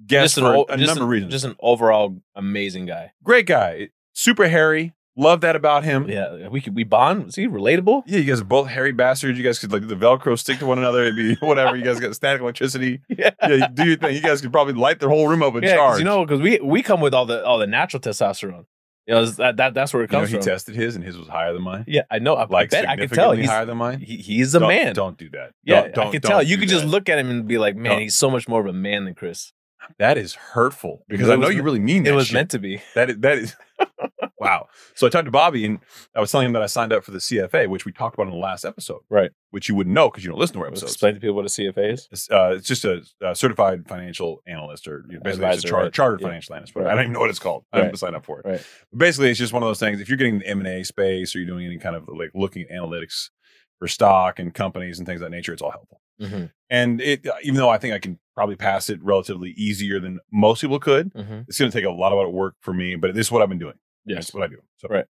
[SPEAKER 5] guest
[SPEAKER 3] an
[SPEAKER 5] for
[SPEAKER 3] o-
[SPEAKER 5] a
[SPEAKER 3] just
[SPEAKER 5] number
[SPEAKER 3] an-
[SPEAKER 5] of reasons.
[SPEAKER 3] Just an overall amazing guy.
[SPEAKER 5] great guy, super hairy. Love that about him.
[SPEAKER 3] Yeah. We could we bond. Was he relatable?
[SPEAKER 5] Yeah, you guys are both hairy bastards. You guys could like do the Velcro stick to one another. It'd be whatever. You guys got static electricity.
[SPEAKER 3] Yeah.
[SPEAKER 5] Yeah, you do your thing. You guys could probably light their whole room up with
[SPEAKER 3] 'cause
[SPEAKER 5] charge.
[SPEAKER 3] You know, because we we come with all the all the natural testosterone. You know, it's- that, that that's where it
[SPEAKER 5] You know,
[SPEAKER 3] comes
[SPEAKER 5] he
[SPEAKER 3] from.
[SPEAKER 5] tested his, and his was higher than mine.
[SPEAKER 3] yeah, I know. I, I
[SPEAKER 5] Like
[SPEAKER 3] bet I can tell.
[SPEAKER 5] significantly
[SPEAKER 3] He's
[SPEAKER 5] higher than mine.
[SPEAKER 3] he, he's a
[SPEAKER 5] Don't-
[SPEAKER 3] man.
[SPEAKER 5] Don't do that.
[SPEAKER 3] yeah,
[SPEAKER 5] Don't- don't-
[SPEAKER 3] I can
[SPEAKER 5] don't
[SPEAKER 3] tell. You
[SPEAKER 5] do
[SPEAKER 3] could just
[SPEAKER 5] that.
[SPEAKER 3] look at him and be like, man,
[SPEAKER 5] Don't.
[SPEAKER 3] he's so much more of a man than Chris.
[SPEAKER 5] That is hurtful because
[SPEAKER 3] It
[SPEAKER 5] I know
[SPEAKER 3] was-
[SPEAKER 5] you really mean that.
[SPEAKER 3] It was
[SPEAKER 5] shit.
[SPEAKER 3] meant to be.
[SPEAKER 5] That is, that is wow. So I talked to Bobby and I was telling him that I signed up for the CFA, which we talked about in the last episode,
[SPEAKER 3] Right.
[SPEAKER 5] Which you wouldn't know because you don't listen to our
[SPEAKER 3] Let's
[SPEAKER 5] episodes.
[SPEAKER 3] explain to people what a CFA is.
[SPEAKER 5] It's, uh, it's just a, uh certified financial analyst, or you know, basically it's
[SPEAKER 3] Advisor,
[SPEAKER 5] a char-
[SPEAKER 3] right.
[SPEAKER 5] chartered
[SPEAKER 3] Yeah.
[SPEAKER 5] financial analyst. But I
[SPEAKER 3] Right.
[SPEAKER 5] don't even know what it's called. I
[SPEAKER 3] Right.
[SPEAKER 5] didn't sign up for it.
[SPEAKER 3] Right.
[SPEAKER 5] Basically, it's just one of those things. If you're getting the M and A space, or you're doing any kind of like looking at analytics for stock and companies and things of that nature, it's all helpful.
[SPEAKER 3] Mm-hmm.
[SPEAKER 5] And it, uh, even though I think I can probably pass it relatively easier than most people could,
[SPEAKER 3] Mm-hmm.
[SPEAKER 5] it's going to take a lot of work for me. But this is what I've been doing. That's
[SPEAKER 3] Yes.
[SPEAKER 5] what I do. So
[SPEAKER 3] Right.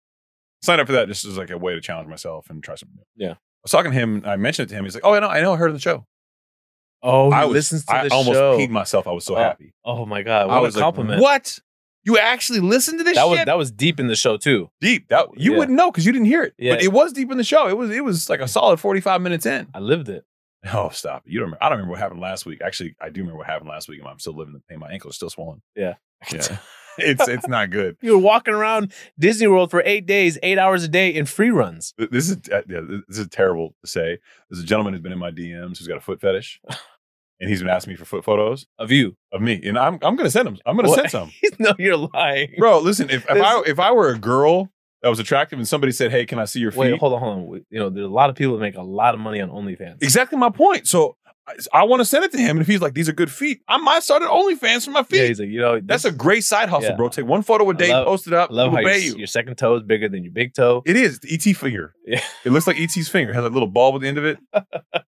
[SPEAKER 5] sign up for that just as like a way to challenge myself and try something new.
[SPEAKER 3] Yeah.
[SPEAKER 5] I was talking to him. and I mentioned it to him. He's like, "Oh, I know. I know. I heard of the show.
[SPEAKER 3] Oh, he
[SPEAKER 5] I was,
[SPEAKER 3] listens to
[SPEAKER 5] I
[SPEAKER 3] the
[SPEAKER 5] almost
[SPEAKER 3] show.
[SPEAKER 5] peed myself. I was so
[SPEAKER 3] Oh,
[SPEAKER 5] happy.
[SPEAKER 3] oh my god,
[SPEAKER 5] I
[SPEAKER 3] what
[SPEAKER 5] was
[SPEAKER 3] a compliment!
[SPEAKER 5] Like, what? You actually listened to this
[SPEAKER 3] That was
[SPEAKER 5] shit?
[SPEAKER 3] that was deep in the show too.
[SPEAKER 5] deep. That you
[SPEAKER 3] Yeah.
[SPEAKER 5] wouldn't know because you didn't hear it.
[SPEAKER 3] Yeah.
[SPEAKER 5] But it was deep in the show. It was it was like a solid forty five minutes in.
[SPEAKER 3] I lived it.
[SPEAKER 5] Oh, stop! You don't. Remember, I don't remember what happened last week. Actually, I do remember what happened last week. and I'm still living the pain. My ankle is still swollen.
[SPEAKER 3] Yeah.
[SPEAKER 5] yeah. it's it's not good.
[SPEAKER 3] You were walking around Disney World for eight days, eight hours a day in free runs.
[SPEAKER 5] Th- This is uh, yeah, th- this is terrible to say. There's a gentleman who's been in my DMs who's got a foot fetish, and he's been asking me for foot photos
[SPEAKER 3] of you.
[SPEAKER 5] of me, and I'm I'm gonna send him. I'm gonna
[SPEAKER 3] What?
[SPEAKER 5] send some,
[SPEAKER 3] no, you're lying.
[SPEAKER 5] bro. Listen, if, if I
[SPEAKER 3] This-
[SPEAKER 5] if I were a girl that was attractive and somebody said, "Hey, can I see your feet?"
[SPEAKER 3] Wait, hold on, hold on. We- You know, there's a lot of people that make a lot of money on OnlyFans.
[SPEAKER 5] exactly my point. So I, want to send it to him, and if he's like, "These are good feet," I might start an OnlyFans for my
[SPEAKER 3] Yeah,
[SPEAKER 5] feet.
[SPEAKER 3] he's like, you know,
[SPEAKER 5] That's a
[SPEAKER 3] this-
[SPEAKER 5] great side hustle,
[SPEAKER 3] Yeah.
[SPEAKER 5] bro. Take one photo a day,
[SPEAKER 3] love-
[SPEAKER 5] post it up.
[SPEAKER 3] I love how
[SPEAKER 5] people
[SPEAKER 3] your,
[SPEAKER 5] pay you.
[SPEAKER 3] your second toe is bigger than your big toe.
[SPEAKER 5] It is the ET finger.
[SPEAKER 3] Yeah.
[SPEAKER 5] It looks like ET's finger. It has a little bulb at the end of it.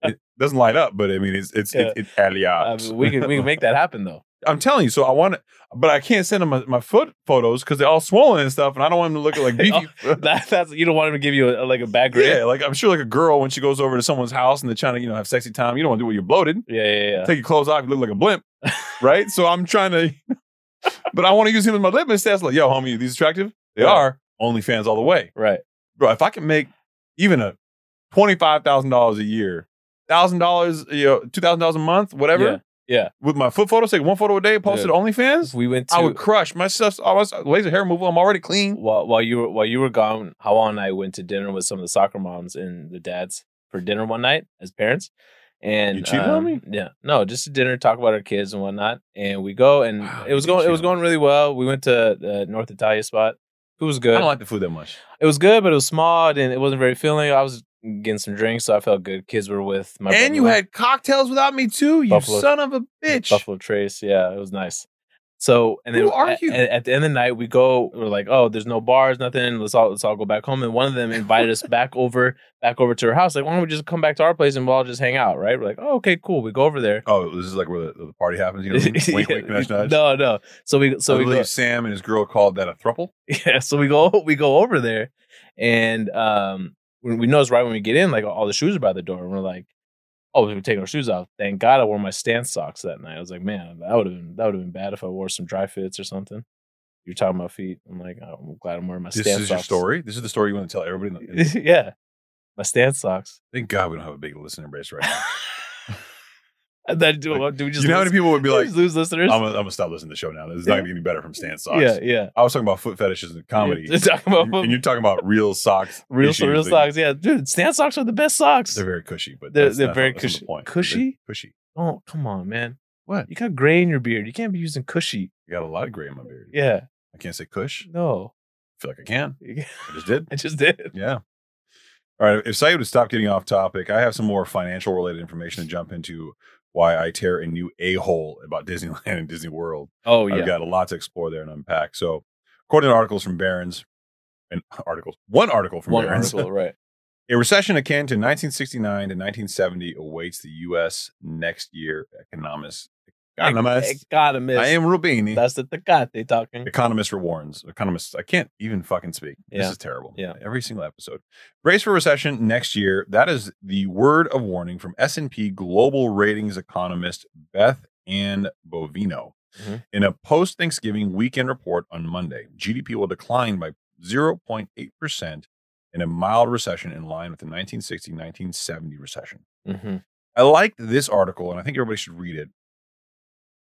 [SPEAKER 5] it doesn't light up, but I mean, it's it's
[SPEAKER 3] Yeah.
[SPEAKER 5] it's, it's alias.
[SPEAKER 3] I mean, Uh, we can we can make that happen though.
[SPEAKER 5] I'm telling you. So I want to, but I can't send him my, my foot photos because they're all swollen and stuff, and I don't want him to look like beefy.
[SPEAKER 3] That, that's you don't want him to give you a, like a bad grade.
[SPEAKER 5] yeah, like I'm sure, like a girl when she goes over to someone's house and they're trying to, you know, have sexy time. You don't want to do what you're bloated.
[SPEAKER 3] Yeah, yeah, yeah.
[SPEAKER 5] Take your clothes off, you look like a blimp, right? So I'm trying to, but I want to use him as my litmus test. Like, yo, homie, these attractive? They
[SPEAKER 3] Yeah.
[SPEAKER 5] are. OnlyFans all the way,
[SPEAKER 3] Right.
[SPEAKER 5] bro. If I can make even a twenty five thousand dollars a year, thousand dollars, you know, two thousand dollars a month, whatever,
[SPEAKER 3] Yeah. Yeah.
[SPEAKER 5] with my foot photos, take one photo a day, post it
[SPEAKER 3] Dude.
[SPEAKER 5] to OnlyFans.
[SPEAKER 3] We went to
[SPEAKER 5] I would crush my stuff. All my stuff- laser hair removal. I'm already clean.
[SPEAKER 3] while while you were while you were gone, Hawa and I went to dinner with some of the soccer moms and the dads for dinner one night as parents. And um,
[SPEAKER 5] You cheated on me?
[SPEAKER 3] Yeah, no, just a dinner, talk about our kids and whatnot. And we go, and
[SPEAKER 5] Wow,
[SPEAKER 3] it was
[SPEAKER 5] you
[SPEAKER 3] going, it
[SPEAKER 5] cheated
[SPEAKER 3] was
[SPEAKER 5] on
[SPEAKER 3] going really well. We went to the North Italia spot. It was good.
[SPEAKER 5] like the food that much.
[SPEAKER 3] It was good, but it was small and it wasn't very filling. I was getting some drinks, so I felt good. Kids were with my
[SPEAKER 5] and you
[SPEAKER 3] brother-in-law.
[SPEAKER 5] had cocktails without me too. You
[SPEAKER 3] Buffalo-
[SPEAKER 5] son of a bitch.
[SPEAKER 3] Buffalo Trace. Yeah, it was nice. So and then
[SPEAKER 5] Who are
[SPEAKER 3] at,
[SPEAKER 5] you?
[SPEAKER 3] At, at the end of the night, we go. We're like, oh, there's no bars, nothing. Let's all let's all go back home. And one of them invited us back over, back over to her house. Like, why don't we just come back to our place and we'll all just hang out, right? We're like, oh, okay, cool. We go over there.
[SPEAKER 5] Oh, this is like where the, the party happens. You know, wink, wink, nudge, nudge.
[SPEAKER 3] no, no. So we so
[SPEAKER 5] I
[SPEAKER 3] we
[SPEAKER 5] believe
[SPEAKER 3] go,
[SPEAKER 5] Sam and his girl called that a thruple.
[SPEAKER 3] yeah, so we go we go over there, and um, we, we notice right when we get in, like all the shoes are by the door, and we're like, oh, we take our shoes off. Thank God I wore my stance socks that night. I was like, man, that would have been that would have been bad if I wore some dry fits or something. You're talking about feet. I'm like, oh, I'm glad I'm wearing my
[SPEAKER 5] This
[SPEAKER 3] stance
[SPEAKER 5] is your
[SPEAKER 3] socks.
[SPEAKER 5] story. This is the story you want to tell everybody. in the- in-
[SPEAKER 3] yeah, my stance socks.
[SPEAKER 5] Thank God we don't have a big listener base right now.
[SPEAKER 3] And then do,
[SPEAKER 5] Like,
[SPEAKER 3] do we just
[SPEAKER 5] you know how
[SPEAKER 3] lose,
[SPEAKER 5] many people would be
[SPEAKER 3] do we
[SPEAKER 5] like,
[SPEAKER 3] just
[SPEAKER 5] I'm
[SPEAKER 3] lose listeners?
[SPEAKER 5] gonna, I'm gonna stop listening to the show now. This is not gonna get any better from Stan socks.
[SPEAKER 3] yeah, yeah.
[SPEAKER 5] I was talking about foot fetishes and comedy,
[SPEAKER 3] You're talking
[SPEAKER 5] and
[SPEAKER 3] about
[SPEAKER 5] and you're talking about real socks.
[SPEAKER 3] real
[SPEAKER 5] issues
[SPEAKER 3] real
[SPEAKER 5] that-
[SPEAKER 3] socks. Yeah, dude, stance socks are the best socks.
[SPEAKER 5] They're very cushy, but
[SPEAKER 3] They're-
[SPEAKER 5] that's
[SPEAKER 3] they're
[SPEAKER 5] not-
[SPEAKER 3] very
[SPEAKER 5] that's not the
[SPEAKER 3] cushy-
[SPEAKER 5] point.
[SPEAKER 3] cushy?
[SPEAKER 5] They're cushy.
[SPEAKER 3] Oh, come on, man.
[SPEAKER 5] What?
[SPEAKER 3] You got gray in your beard. You can't be using cushy.
[SPEAKER 5] You got a lot of gray in my beard.
[SPEAKER 3] Yeah.
[SPEAKER 5] I can't say cush.
[SPEAKER 3] No.
[SPEAKER 5] I feel like I can.
[SPEAKER 3] I
[SPEAKER 5] I just did.
[SPEAKER 3] just did.
[SPEAKER 5] Yeah. All right. If Saeed would stop getting off topic, I have some more financial related information to jump into why I tear a new a hole about Disneyland and Disney World.
[SPEAKER 3] Oh
[SPEAKER 5] I've got a lot to explore there and unpack. So, according to articles from Barron's, and articles, one article from
[SPEAKER 3] One
[SPEAKER 5] Barron's,
[SPEAKER 3] article, right.
[SPEAKER 5] a recession akin to 1969 to 1970 awaits the U.S. next year. Economists,
[SPEAKER 3] I, I
[SPEAKER 5] economists,
[SPEAKER 3] gotta miss.
[SPEAKER 5] I am Rubini.
[SPEAKER 3] That's the Tecate talking.
[SPEAKER 5] Economist rewards. Economists, I can't even fucking speak. This
[SPEAKER 3] Yeah.
[SPEAKER 5] is terrible.
[SPEAKER 3] Yeah.
[SPEAKER 5] Every single episode. Brace for recession next year. That is the word of warning from S&P Global Ratings economist Beth Ann Bovino.
[SPEAKER 3] Mhm.
[SPEAKER 5] In a post-Thanksgiving weekend report on Monday, GDP will decline by 0.8% in a mild recession in line with the 1960-1970 recession.
[SPEAKER 3] Mm-hmm.
[SPEAKER 5] I liked this article, and I think everybody should read it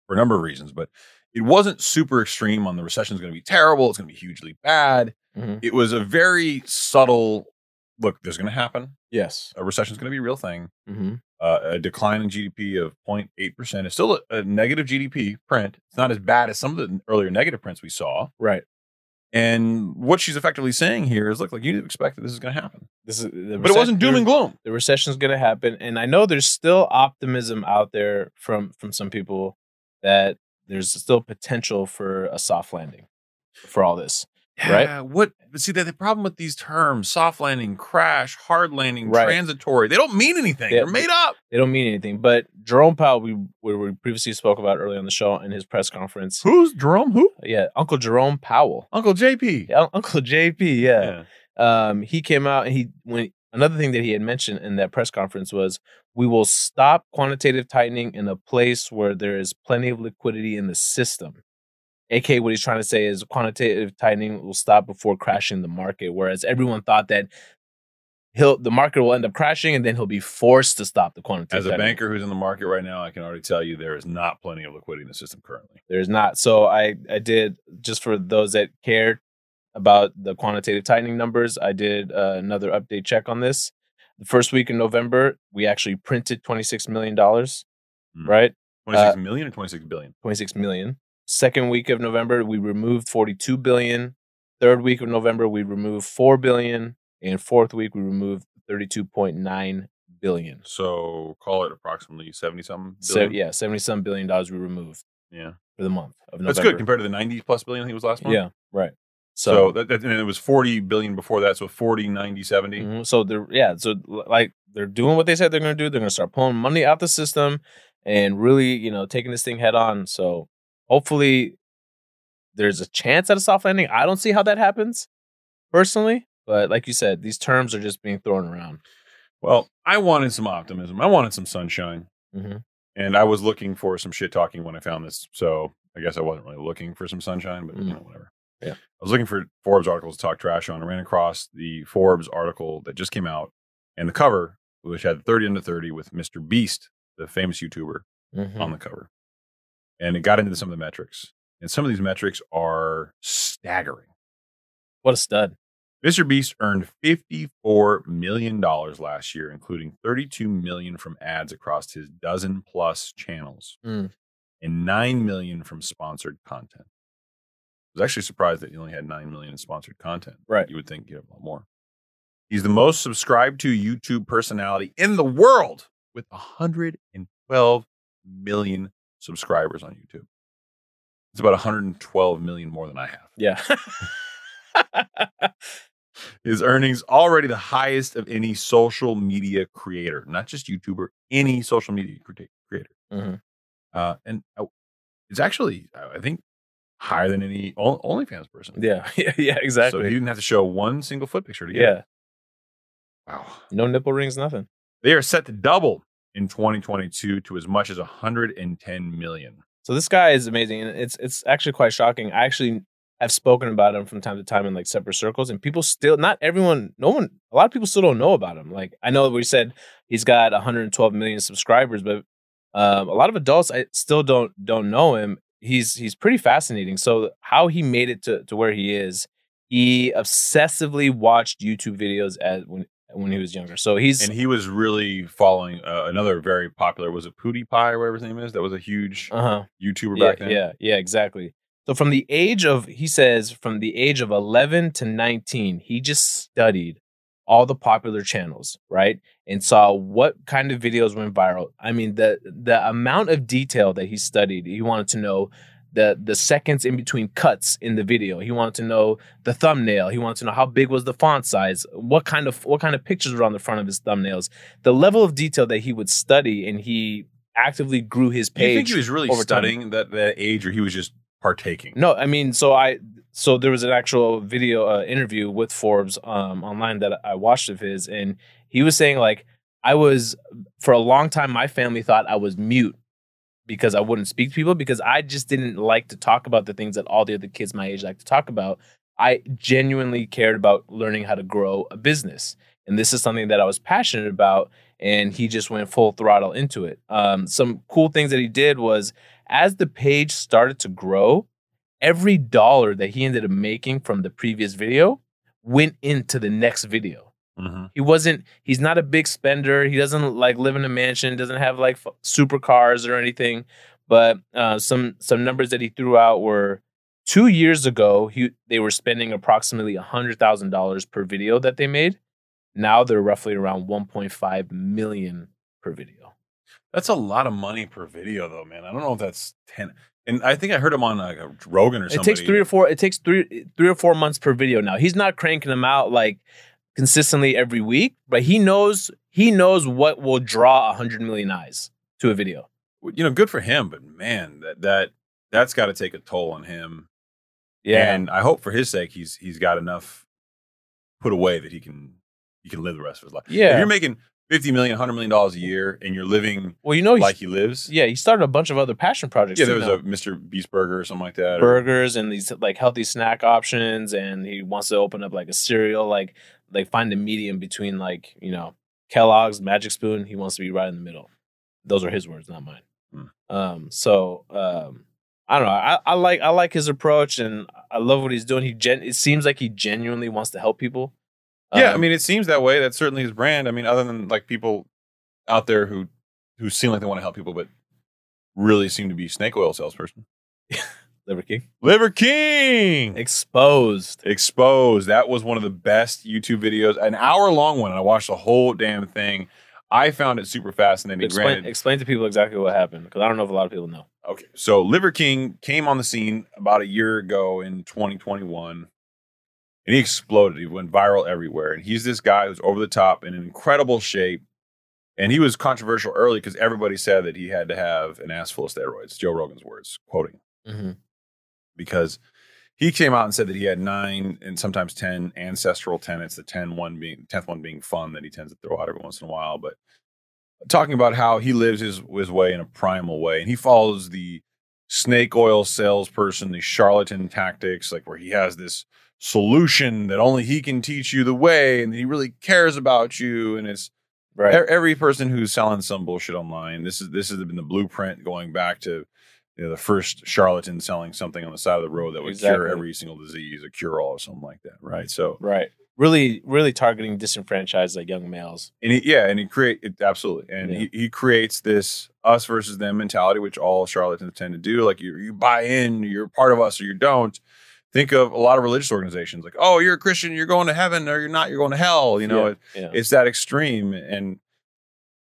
[SPEAKER 5] for a number of reasons, but it wasn't super extreme on the recession is going to be terrible. It's going to be hugely bad.
[SPEAKER 3] Mhm.
[SPEAKER 5] It was a very subtle look, there's going to happen.
[SPEAKER 3] Yes.
[SPEAKER 5] A recession is going to be a real thing.
[SPEAKER 3] Mm-hmm.
[SPEAKER 5] Uh, a decline in GDP of 0.8% is still a, a negative GDP print. It's not as bad as some of the earlier negative prints we saw.
[SPEAKER 3] Right.
[SPEAKER 5] And what she's effectively saying here is look, like you expect that this is going to happen,
[SPEAKER 3] This is,
[SPEAKER 5] but it wasn't doom and gloom.
[SPEAKER 3] the recession's going to happen and i know there's still optimism out there from from some people that there's still potential for a soft landing for all this Right?
[SPEAKER 5] Yeah, What? But see, the, the problem with these terms soft landing, crash, hard landing,
[SPEAKER 3] Right.
[SPEAKER 5] transitory they don't mean anything.
[SPEAKER 3] Yeah.
[SPEAKER 5] They're made up.
[SPEAKER 3] they don't mean anything but jerome powell we we, we previously spoke about earlier on the show in his press conference
[SPEAKER 5] Who's Jerome? Who?
[SPEAKER 3] yeah uncle jerome powell
[SPEAKER 5] Uncle JP.
[SPEAKER 3] yeah, uncle jp yeah. um, he came out and he when another thing that he had mentioned in that press conference was we will stop quantitative tightening in a place where there is plenty of liquidity in the system. AK, what he's trying to say is quantitative tightening will stop before crashing the market, whereas everyone thought that he'll the market will end up crashing and then he'll be forced to stop the quantitative.
[SPEAKER 5] As a
[SPEAKER 3] tightening.
[SPEAKER 5] banker who's in the market right now, I can already tell you there is not plenty of liquidity in the system currently.
[SPEAKER 3] There's not. So I I did just for those that care about the quantitative tightening numbers. I did uh, another update check on this. The first week in November, we actually printed 26 million dollars,
[SPEAKER 5] Hmm.
[SPEAKER 3] right?
[SPEAKER 5] Twenty-six million or 26 billion?
[SPEAKER 3] 26 million. Second week of November, we removed 42 billion. Third week of November, we removed 4 billion, and fourth week we removed 32.9 billion.
[SPEAKER 5] So call it approximately 70 something.
[SPEAKER 3] So yeah, 70 some billion dollars we removed
[SPEAKER 5] Yeah.
[SPEAKER 3] for the month of November.
[SPEAKER 5] That's good compared to the 90 plus billion I think it was last month.
[SPEAKER 3] Yeah, right.
[SPEAKER 5] So, that, that, and it was 40 billion before that. So 40, 90, 70.
[SPEAKER 3] Mhm. So they're yeah, so l- like they're doing what they said they're gonna do. They're gonna start pulling money out the system and really, you know, taking this thing head on. So hopefully there's a chance at a soft landing. I don't see how that happens personally, but like you said, these terms are just being thrown around.
[SPEAKER 5] Well, I wanted some optimism. I wanted some sunshine.
[SPEAKER 3] Mhm.
[SPEAKER 5] and I was looking for some shit talking when I found this. So I guess I wasn't really looking for some sunshine, but you
[SPEAKER 3] Mm.
[SPEAKER 5] know, whatever.
[SPEAKER 3] Yeah.
[SPEAKER 5] I was looking for Forbes articles to talk trash on. I ran across the Forbes article that just came out and the cover, which had 30 under 30 with Mr. Beast, the famous YouTuber,
[SPEAKER 3] Mhm.
[SPEAKER 5] on the cover. And it got into some of the metrics. And some of these metrics are staggering.
[SPEAKER 3] What a stud!
[SPEAKER 5] Mr. Beast earned $54 million last year, including $32 million from ads across his dozen plus channels
[SPEAKER 3] Mm.
[SPEAKER 5] and $9 million from sponsored content. I was actually surprised that he only had $9 million in sponsored content.
[SPEAKER 3] Right.
[SPEAKER 5] You would think he'd have a lot more. He's the most subscribed to YouTube personality in the world with 112 million subscribers on YouTube. It's about 112 million more than I have.
[SPEAKER 3] Yeah.
[SPEAKER 5] His earnings already the highest of any social media creator, not just YouTuber, any social media cre- creator.
[SPEAKER 3] Mhm.
[SPEAKER 5] Uh, and I- it's actually, I I think, higher than any O- OnlyFans person.
[SPEAKER 3] yeah. Yeah. Yeah.
[SPEAKER 5] So he
[SPEAKER 3] Exactly.
[SPEAKER 5] didn't have to show one single foot picture to get it.
[SPEAKER 3] yeah.
[SPEAKER 5] Wow.
[SPEAKER 3] No nipple rings, nothing.
[SPEAKER 5] They are set to double in 2022 to as much as 110 million.
[SPEAKER 3] So this guy is amazing, and it's it's actually quite shocking. I actually have spoken about him from time to time in like separate circles, and people still not everyone, no one, a lot of people still don't know about him. Like I know we said he's got 112 million subscribers, but um, a lot of adults I still don't don't know him. He's he's pretty fascinating. So how he made it to to where he is, he obsessively watched YouTube videos as when when he was younger. So he's
[SPEAKER 5] And he was really following uh, another very popular, was it PewDiePie or whatever his name is? That was a huge
[SPEAKER 3] uh huh.
[SPEAKER 5] YouTuber
[SPEAKER 3] yeah,
[SPEAKER 5] back then.
[SPEAKER 3] Yeah, yeah, exactly. So from the age of he says from the age of 11 to 19, he just studied all the popular channels, right? And saw what kind of videos went viral. I mean, the the amount of detail that he studied, he wanted to know the the seconds in between cuts in the video. He wanted to know the thumbnail. He wanted to know how big was the font size, what kind of what kind of pictures were on the front of his thumbnails. The level of detail that he would study and he actively grew his
[SPEAKER 5] Do you
[SPEAKER 3] page.
[SPEAKER 5] think he was really
[SPEAKER 3] over time.
[SPEAKER 5] studying that, that age or he was just partaking?
[SPEAKER 3] No, I mean, so I so there was an actual video uh, interview with Forbes um, online that I watched of his, and he was saying like I was for a long time my family thought I was mute because I wouldn't speak to people because I just didn't like to talk about the things that all the other kids my age like to talk about. I genuinely cared about learning how to grow a business, and this is something that I was passionate about. And he just went full throttle into it. Um, some cool things that he did was as the page started to grow, every dollar that he ended up making from the previous video went into the next video.
[SPEAKER 5] Mm-hmm.
[SPEAKER 3] He wasn't. He's not a big spender. He doesn't like live in a mansion. Doesn't have like f- super cars or anything. But uh, some some numbers that he threw out were two years ago. He they were spending approximately hundred thousand dollars per video that they made. Now they're roughly around one point five million per video.
[SPEAKER 5] That's a lot of money per video, though, man. I don't know if that's 10. And I think I heard him on like, Rogan or something.
[SPEAKER 3] It takes three or four. It takes three three or four months per video now. He's not cranking them out like consistently every week, but he knows he knows what will draw hundred million eyes to a video.
[SPEAKER 5] You know, good for him, but man, that, that, that's got to take a toll on him. And I hope for his sake he's he's got enough put away that he can he can live the rest of his life. If
[SPEAKER 3] yeah.
[SPEAKER 5] you're making 50 million, 100 million dollars a year and you're living
[SPEAKER 3] well, you know,
[SPEAKER 5] like
[SPEAKER 3] Oh, he's,
[SPEAKER 5] he lives.
[SPEAKER 3] yeah, he started a bunch of other passion projects.
[SPEAKER 5] Yeah, there was
[SPEAKER 3] didn't
[SPEAKER 5] a Mr. Beast burger or something like that.
[SPEAKER 3] he?
[SPEAKER 5] or-
[SPEAKER 3] burgers and these like healthy snack options, and he wants to open up like a cereal, like like find a medium between like you know Kellogg's Magic Spoon. He wants to be right in the middle. Those are his words, not mine.
[SPEAKER 5] Hmm.
[SPEAKER 3] Um, so um, I don't know. I, I like I like his approach, and I love what he's doing. He gen- it seems like he genuinely wants to help people.
[SPEAKER 5] yeah, I
[SPEAKER 3] Um,
[SPEAKER 5] mean it seems that way. That's certainly his brand. I mean, other than like people out there who who seem like they want to help people but really seem to be snake oil salesperson.
[SPEAKER 3] Liver King
[SPEAKER 5] Liver King!
[SPEAKER 3] exposed.
[SPEAKER 5] Exposed. That was one of the best YouTube videos, an hour long one. And I watched the whole damn thing. I found it super fascinating.
[SPEAKER 3] Explain,
[SPEAKER 5] Granted,
[SPEAKER 3] explain to people exactly what happened because I don't know if a lot of people know.
[SPEAKER 5] okay. So Liver King came on the scene about a year ago in 2021, and he exploded. He went viral everywhere. And he's this guy who's over the top and in incredible shape. And he was controversial early because everybody said that he had to have an ass full of steroids. Joe Rogan's words, quoting. because he came out and said that he had nine and sometimes ten ancestral tenants. The ten one being tenth one being fun that he tends to throw out every once in a while, but talking about how he lives his his way in a primal way, and he follows the snake oil salesperson, the charlatan tactics, like where he has this solution that only he can teach you the way, and he really cares about you, and it's
[SPEAKER 3] Right.
[SPEAKER 5] E- Every person who's selling some bullshit online, this is this has been the blueprint going back to you know, the first charlatan selling something on the side of the road that would cure
[SPEAKER 3] Exactly.
[SPEAKER 5] every single disease, a cure all or something like that, right? So,
[SPEAKER 3] Right. Really, really targeting disenfranchised like young males.
[SPEAKER 5] and he, yeah, and he create it, absolutely, and
[SPEAKER 3] Yeah.
[SPEAKER 5] he, he creates this us versus them mentality, which all charlatans tend to do. Like you, you buy in, you're part of us, or you don't. Think of a lot of religious organizations, like oh, you're a Christian, you're going to heaven, or you're not, you're going to hell. You know,
[SPEAKER 3] Yeah.
[SPEAKER 5] it's that extreme and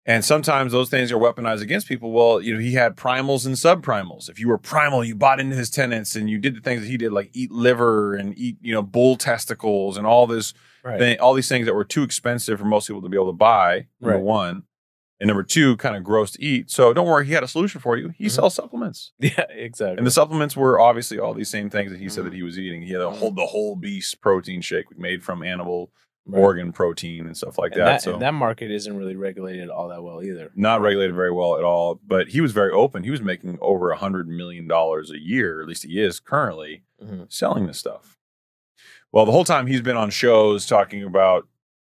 [SPEAKER 5] And sometimes those things are weaponized against people. Well, you know, he had primals and subprimals. If you were primal, you bought into his tenets and you did the things that he did, like eat liver and eat, you know, bull testicles and all this
[SPEAKER 3] Right.
[SPEAKER 5] thing, all these things that were too expensive for most people to be able to buy. Number
[SPEAKER 3] Right.
[SPEAKER 5] one. And number two, kind of gross to eat. So don't worry, he had a solution for you. He
[SPEAKER 3] Mhm.
[SPEAKER 5] sells supplements.
[SPEAKER 3] yeah, exactly.
[SPEAKER 5] And the supplements were obviously all these same things that he
[SPEAKER 1] Mhm.
[SPEAKER 5] said
[SPEAKER 3] Mm-hmm.
[SPEAKER 5] that he was eating. He had a whole the whole beast protein shake made from animal
[SPEAKER 3] Right.
[SPEAKER 5] organ protein and stuff like
[SPEAKER 3] And
[SPEAKER 5] that.
[SPEAKER 3] that,
[SPEAKER 5] so
[SPEAKER 3] and that market isn't really regulated all that well either.
[SPEAKER 5] not regulated very well at all. But he was very open. He was making over a hundred million dollars a year, at least he is currently
[SPEAKER 3] Mhm.
[SPEAKER 5] selling this stuff. Well, the whole time he's been on shows talking about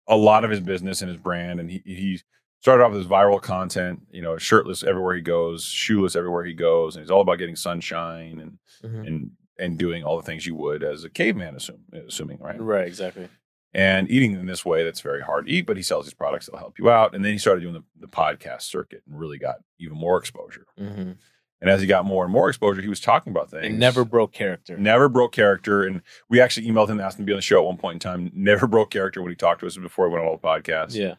[SPEAKER 5] a lot of his business and his brand, and he he started off with his viral content, you know, shirtless everywhere he goes, shoeless everywhere he goes, and he's all about getting sunshine and
[SPEAKER 3] Mhm.
[SPEAKER 5] and and doing all the things you would as a caveman, assume, assuming right
[SPEAKER 3] Right, exactly.
[SPEAKER 5] and eating in this way that's very hard to eat but he sells these products that'll help you out and then he started doing the, the podcast circuit and really got even more exposure
[SPEAKER 3] hmm
[SPEAKER 5] and as he got more and more exposure he was talking about things
[SPEAKER 3] And never broke character.
[SPEAKER 5] never broke character and we actually emailed him and asked him to be on the show at one point in time never broke character when he talked to us before he went on all the podcasts
[SPEAKER 3] Yeah,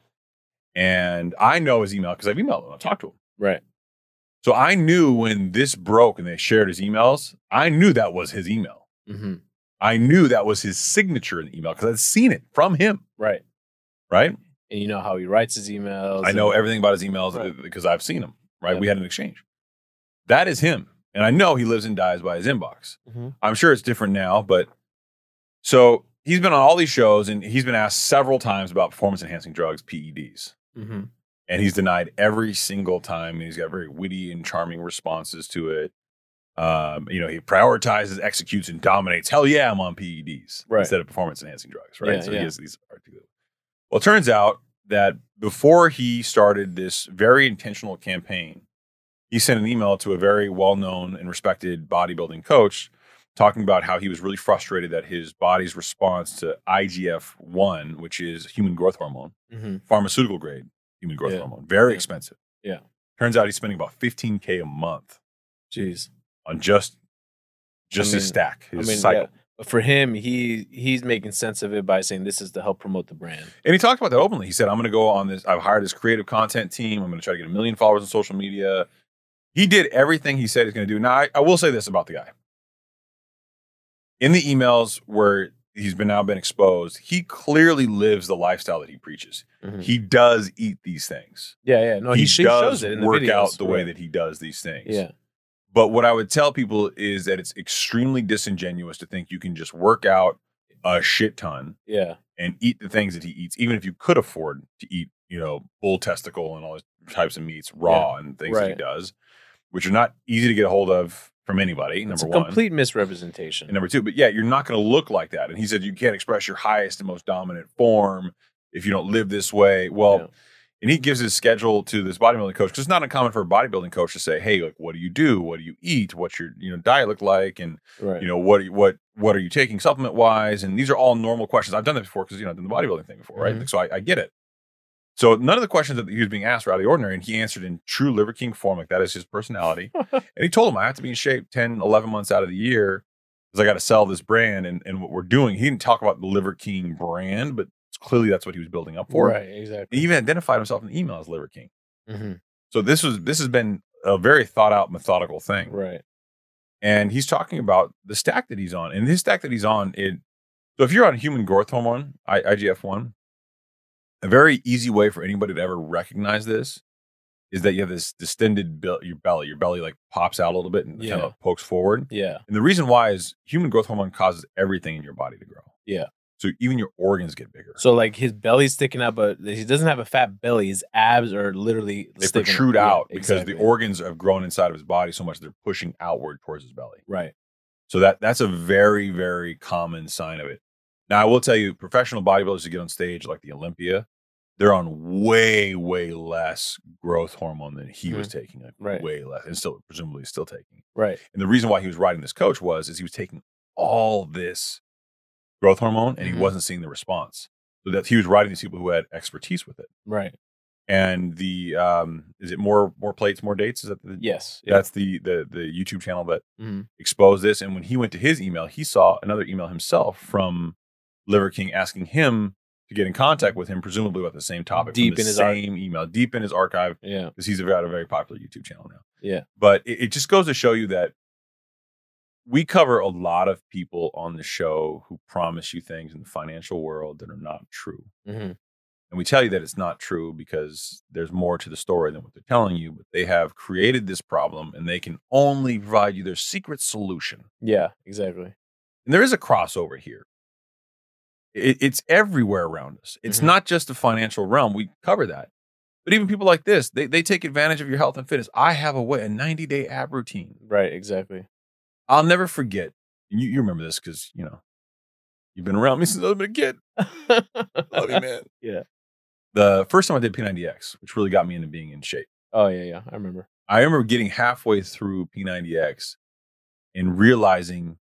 [SPEAKER 5] and i know his email because i've emailed him i've talked to him
[SPEAKER 3] right.
[SPEAKER 5] so i knew when this broke and they shared his emails i knew that was his email
[SPEAKER 3] hmm
[SPEAKER 5] i knew that was his signature in the email because i'd seen it from him
[SPEAKER 3] Right.
[SPEAKER 5] right
[SPEAKER 3] And you know how he writes his emails.
[SPEAKER 5] I
[SPEAKER 3] and-
[SPEAKER 5] know everything about his emails
[SPEAKER 3] Right.
[SPEAKER 5] because I've seen them. Right,
[SPEAKER 3] Yeah.
[SPEAKER 5] we had an exchange. That is him, and I know he lives and dies by his inbox.
[SPEAKER 3] Mhm.
[SPEAKER 5] I'm sure it's different now, but so he's been on all these shows, and he's been asked several times about performance enhancing drugs, E PEDs,
[SPEAKER 3] Mhm.
[SPEAKER 5] and he's denied every single time. And he's got very witty and charming responses to it. Um, you know, he prioritizes, executes, and dominates. Hell yeah, I'm on PEDs
[SPEAKER 3] Right.
[SPEAKER 5] instead of performance enhancing drugs, right?
[SPEAKER 3] Yeah,
[SPEAKER 5] so he
[SPEAKER 3] yeah.
[SPEAKER 5] has these articulate. Well, it turns out that before he started this very intentional campaign, he sent an email to a very well known and respected bodybuilding coach talking about how he was really frustrated that his body's response to IGF 1, which is human growth hormone,
[SPEAKER 3] Mhm.
[SPEAKER 5] pharmaceutical grade human growth
[SPEAKER 3] Yeah.
[SPEAKER 5] hormone. Very
[SPEAKER 3] Yeah.
[SPEAKER 5] expensive.
[SPEAKER 3] Yeah.
[SPEAKER 5] Turns out he's spending about 15k a month
[SPEAKER 3] Jeez.
[SPEAKER 5] on just just his
[SPEAKER 3] mean-
[SPEAKER 5] stack,
[SPEAKER 3] I
[SPEAKER 5] his
[SPEAKER 3] mean,
[SPEAKER 5] cycle.
[SPEAKER 3] yeah. But for him, he he's making sense of it by saying this is to help promote the brand.
[SPEAKER 5] And he talked about that openly. He said, "I'm going to go on this. I've hired this creative content team. I'm going to try to get a million followers on social media." He did everything he said he's going to do. Now, I, I will say this about the guy: in the emails where he's been now been exposed, he clearly lives the lifestyle that he preaches.
[SPEAKER 3] Mhm.
[SPEAKER 5] He does eat these things.
[SPEAKER 3] Yeah, yeah. No, he, sh- he
[SPEAKER 5] does
[SPEAKER 3] shows it in the
[SPEAKER 5] work
[SPEAKER 3] videos.
[SPEAKER 5] out the way
[SPEAKER 3] Right.
[SPEAKER 5] that he does these things.
[SPEAKER 3] Yeah.
[SPEAKER 5] But what I would tell people is that it's extremely disingenuous to think you can just work out a shit ton
[SPEAKER 3] Yeah.
[SPEAKER 5] and eat the things that he eats, even if you could afford to eat, you know, bull testicle and all these types of meats raw and things that he
[SPEAKER 3] right.
[SPEAKER 5] does, which are not easy to get a hold of from anybody.
[SPEAKER 3] It's
[SPEAKER 5] Number
[SPEAKER 3] a
[SPEAKER 5] one.
[SPEAKER 3] complete misrepresentation.
[SPEAKER 5] and number two, but yeah, you're not going to look like that. And he said you can't express your highest and most dominant form if you don't live this way. Well,
[SPEAKER 3] Yeah.
[SPEAKER 5] and he gives his schedule to this bodybuilding coach because it's not uncommon for a bodybuilding coach to say, "Hey, like, what do you do? What do you eat? What's your you know diet look like?" And
[SPEAKER 3] right.
[SPEAKER 5] you know what are you, what what are you taking supplement wise and these are all normal questions i've done that before because you know i've done the bodybuilding thing before right
[SPEAKER 3] Mhm.
[SPEAKER 5] so I, I get it so none of the questions that he was being asked were out of the ordinary and he answered in true liver king form like that is his personality and he told him i have to be in shape 10 11 months out of the year because i got to sell this brand and, and what we're doing he didn't talk about the liver king brand but clearly that's what he was building up for
[SPEAKER 3] right. Exactly.
[SPEAKER 5] he even identified himself in the email as liver king
[SPEAKER 3] Mhm.
[SPEAKER 5] so this was this has been a very thought out methodical thing
[SPEAKER 3] Right.
[SPEAKER 5] and he's talking about the stack that he's on. And his stack that he's on, it so if you're on human growth hormone, I, IGF-1, a very easy way for anybody to ever recognize this is that you have this distended bel- your belly. Your belly like pops out a little bit and kind
[SPEAKER 3] Yeah.
[SPEAKER 5] of pokes forward.
[SPEAKER 3] Yeah.
[SPEAKER 5] And the reason why is human growth hormone causes everything in your body to grow.
[SPEAKER 3] Yeah.
[SPEAKER 5] So even your organs get bigger.
[SPEAKER 3] So like his belly's sticking out, but he doesn't have a fat belly. His abs are literally
[SPEAKER 5] they
[SPEAKER 3] sticking
[SPEAKER 5] protrude out because the
[SPEAKER 3] organ.
[SPEAKER 5] organs have grown inside of his body so much they're pushing outward towards his belly.
[SPEAKER 3] Right.
[SPEAKER 5] So that that's a very very common sign of it. Now I will tell you, professional bodybuilders who get on stage like the Olympia, they're on way way less growth hormone than he was taking, like
[SPEAKER 3] Right.
[SPEAKER 5] way less, and still presumably still taking.
[SPEAKER 3] Right.
[SPEAKER 5] And the reason why he was riding this coach was is he was taking all this growth hormone and
[SPEAKER 3] Mhm.
[SPEAKER 5] he wasn't seeing the response. So that he was riding these people who had expertise with it.
[SPEAKER 3] Right.
[SPEAKER 5] And the um, is it more more plates, more dates? Is that the
[SPEAKER 3] Yes.
[SPEAKER 5] that's the the the YouTube channel that
[SPEAKER 3] Mhm.
[SPEAKER 5] exposed this. And when he went to his email, he saw another email himself from Liver King asking him to get in contact with him, presumably about the same topic, from
[SPEAKER 3] Deep
[SPEAKER 5] the
[SPEAKER 3] in his ar-
[SPEAKER 5] same email, deep in his archive,
[SPEAKER 3] Yeah.
[SPEAKER 5] because he's got a very popular YouTube channel now.
[SPEAKER 3] Yeah.
[SPEAKER 5] But it, it just goes to show you that we cover a lot of people on the show who promise you things in the financial world that are not true.
[SPEAKER 3] hmm
[SPEAKER 5] And we tell you that it's not true because there's more to the story than what they're telling you, but they have created this problem and they can only provide you their secret solution.
[SPEAKER 3] Yeah. Exactly.
[SPEAKER 5] And there is a crossover here. It, it's everywhere around us. It's
[SPEAKER 3] Mhm.
[SPEAKER 5] not just the financial realm. We cover that. But even people like this, they, they take advantage of your health and fitness. I have a way, a 90 day ab routine.
[SPEAKER 3] Right. Exactly.
[SPEAKER 5] I'll never forget. You, you remember this because, you know, you've been around me since I've been a kid. Love Oh, you, man.
[SPEAKER 3] Yeah.
[SPEAKER 5] The first time I did P90X, which really got me into being in shape,
[SPEAKER 3] oh yeah. Yeah. I remember.
[SPEAKER 5] I remember getting halfway through P90X and realizing,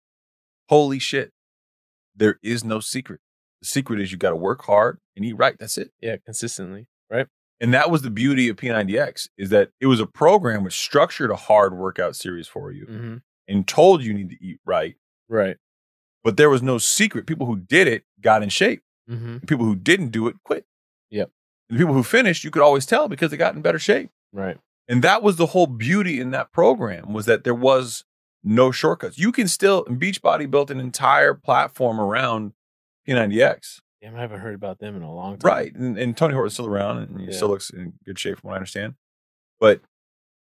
[SPEAKER 5] holy shit, there is no secret. The secret is you got to work hard and eat right. That's it.
[SPEAKER 3] Yeah. Consistently.
[SPEAKER 5] And that was the beauty of P90X is that it was a program which structured a hard workout series for you
[SPEAKER 3] hmm
[SPEAKER 5] and told you need to eat right.
[SPEAKER 3] Right.
[SPEAKER 5] But there was no secret. People who did it got in shape.
[SPEAKER 3] hmm
[SPEAKER 5] The people who didn't do it quit.
[SPEAKER 3] Yep.
[SPEAKER 5] The people who finished, you could always tell because they got in better shape.
[SPEAKER 3] Right.
[SPEAKER 5] And that was the whole beauty in that program was that there was no shortcuts. You can still and Beachbody built an entire platform around P90X.
[SPEAKER 3] Damn, I haven't heard about them in a long time.
[SPEAKER 5] Right. And, and Tony Horton's still around and he
[SPEAKER 3] Yeah.
[SPEAKER 5] still looks in good shape from what I understand. But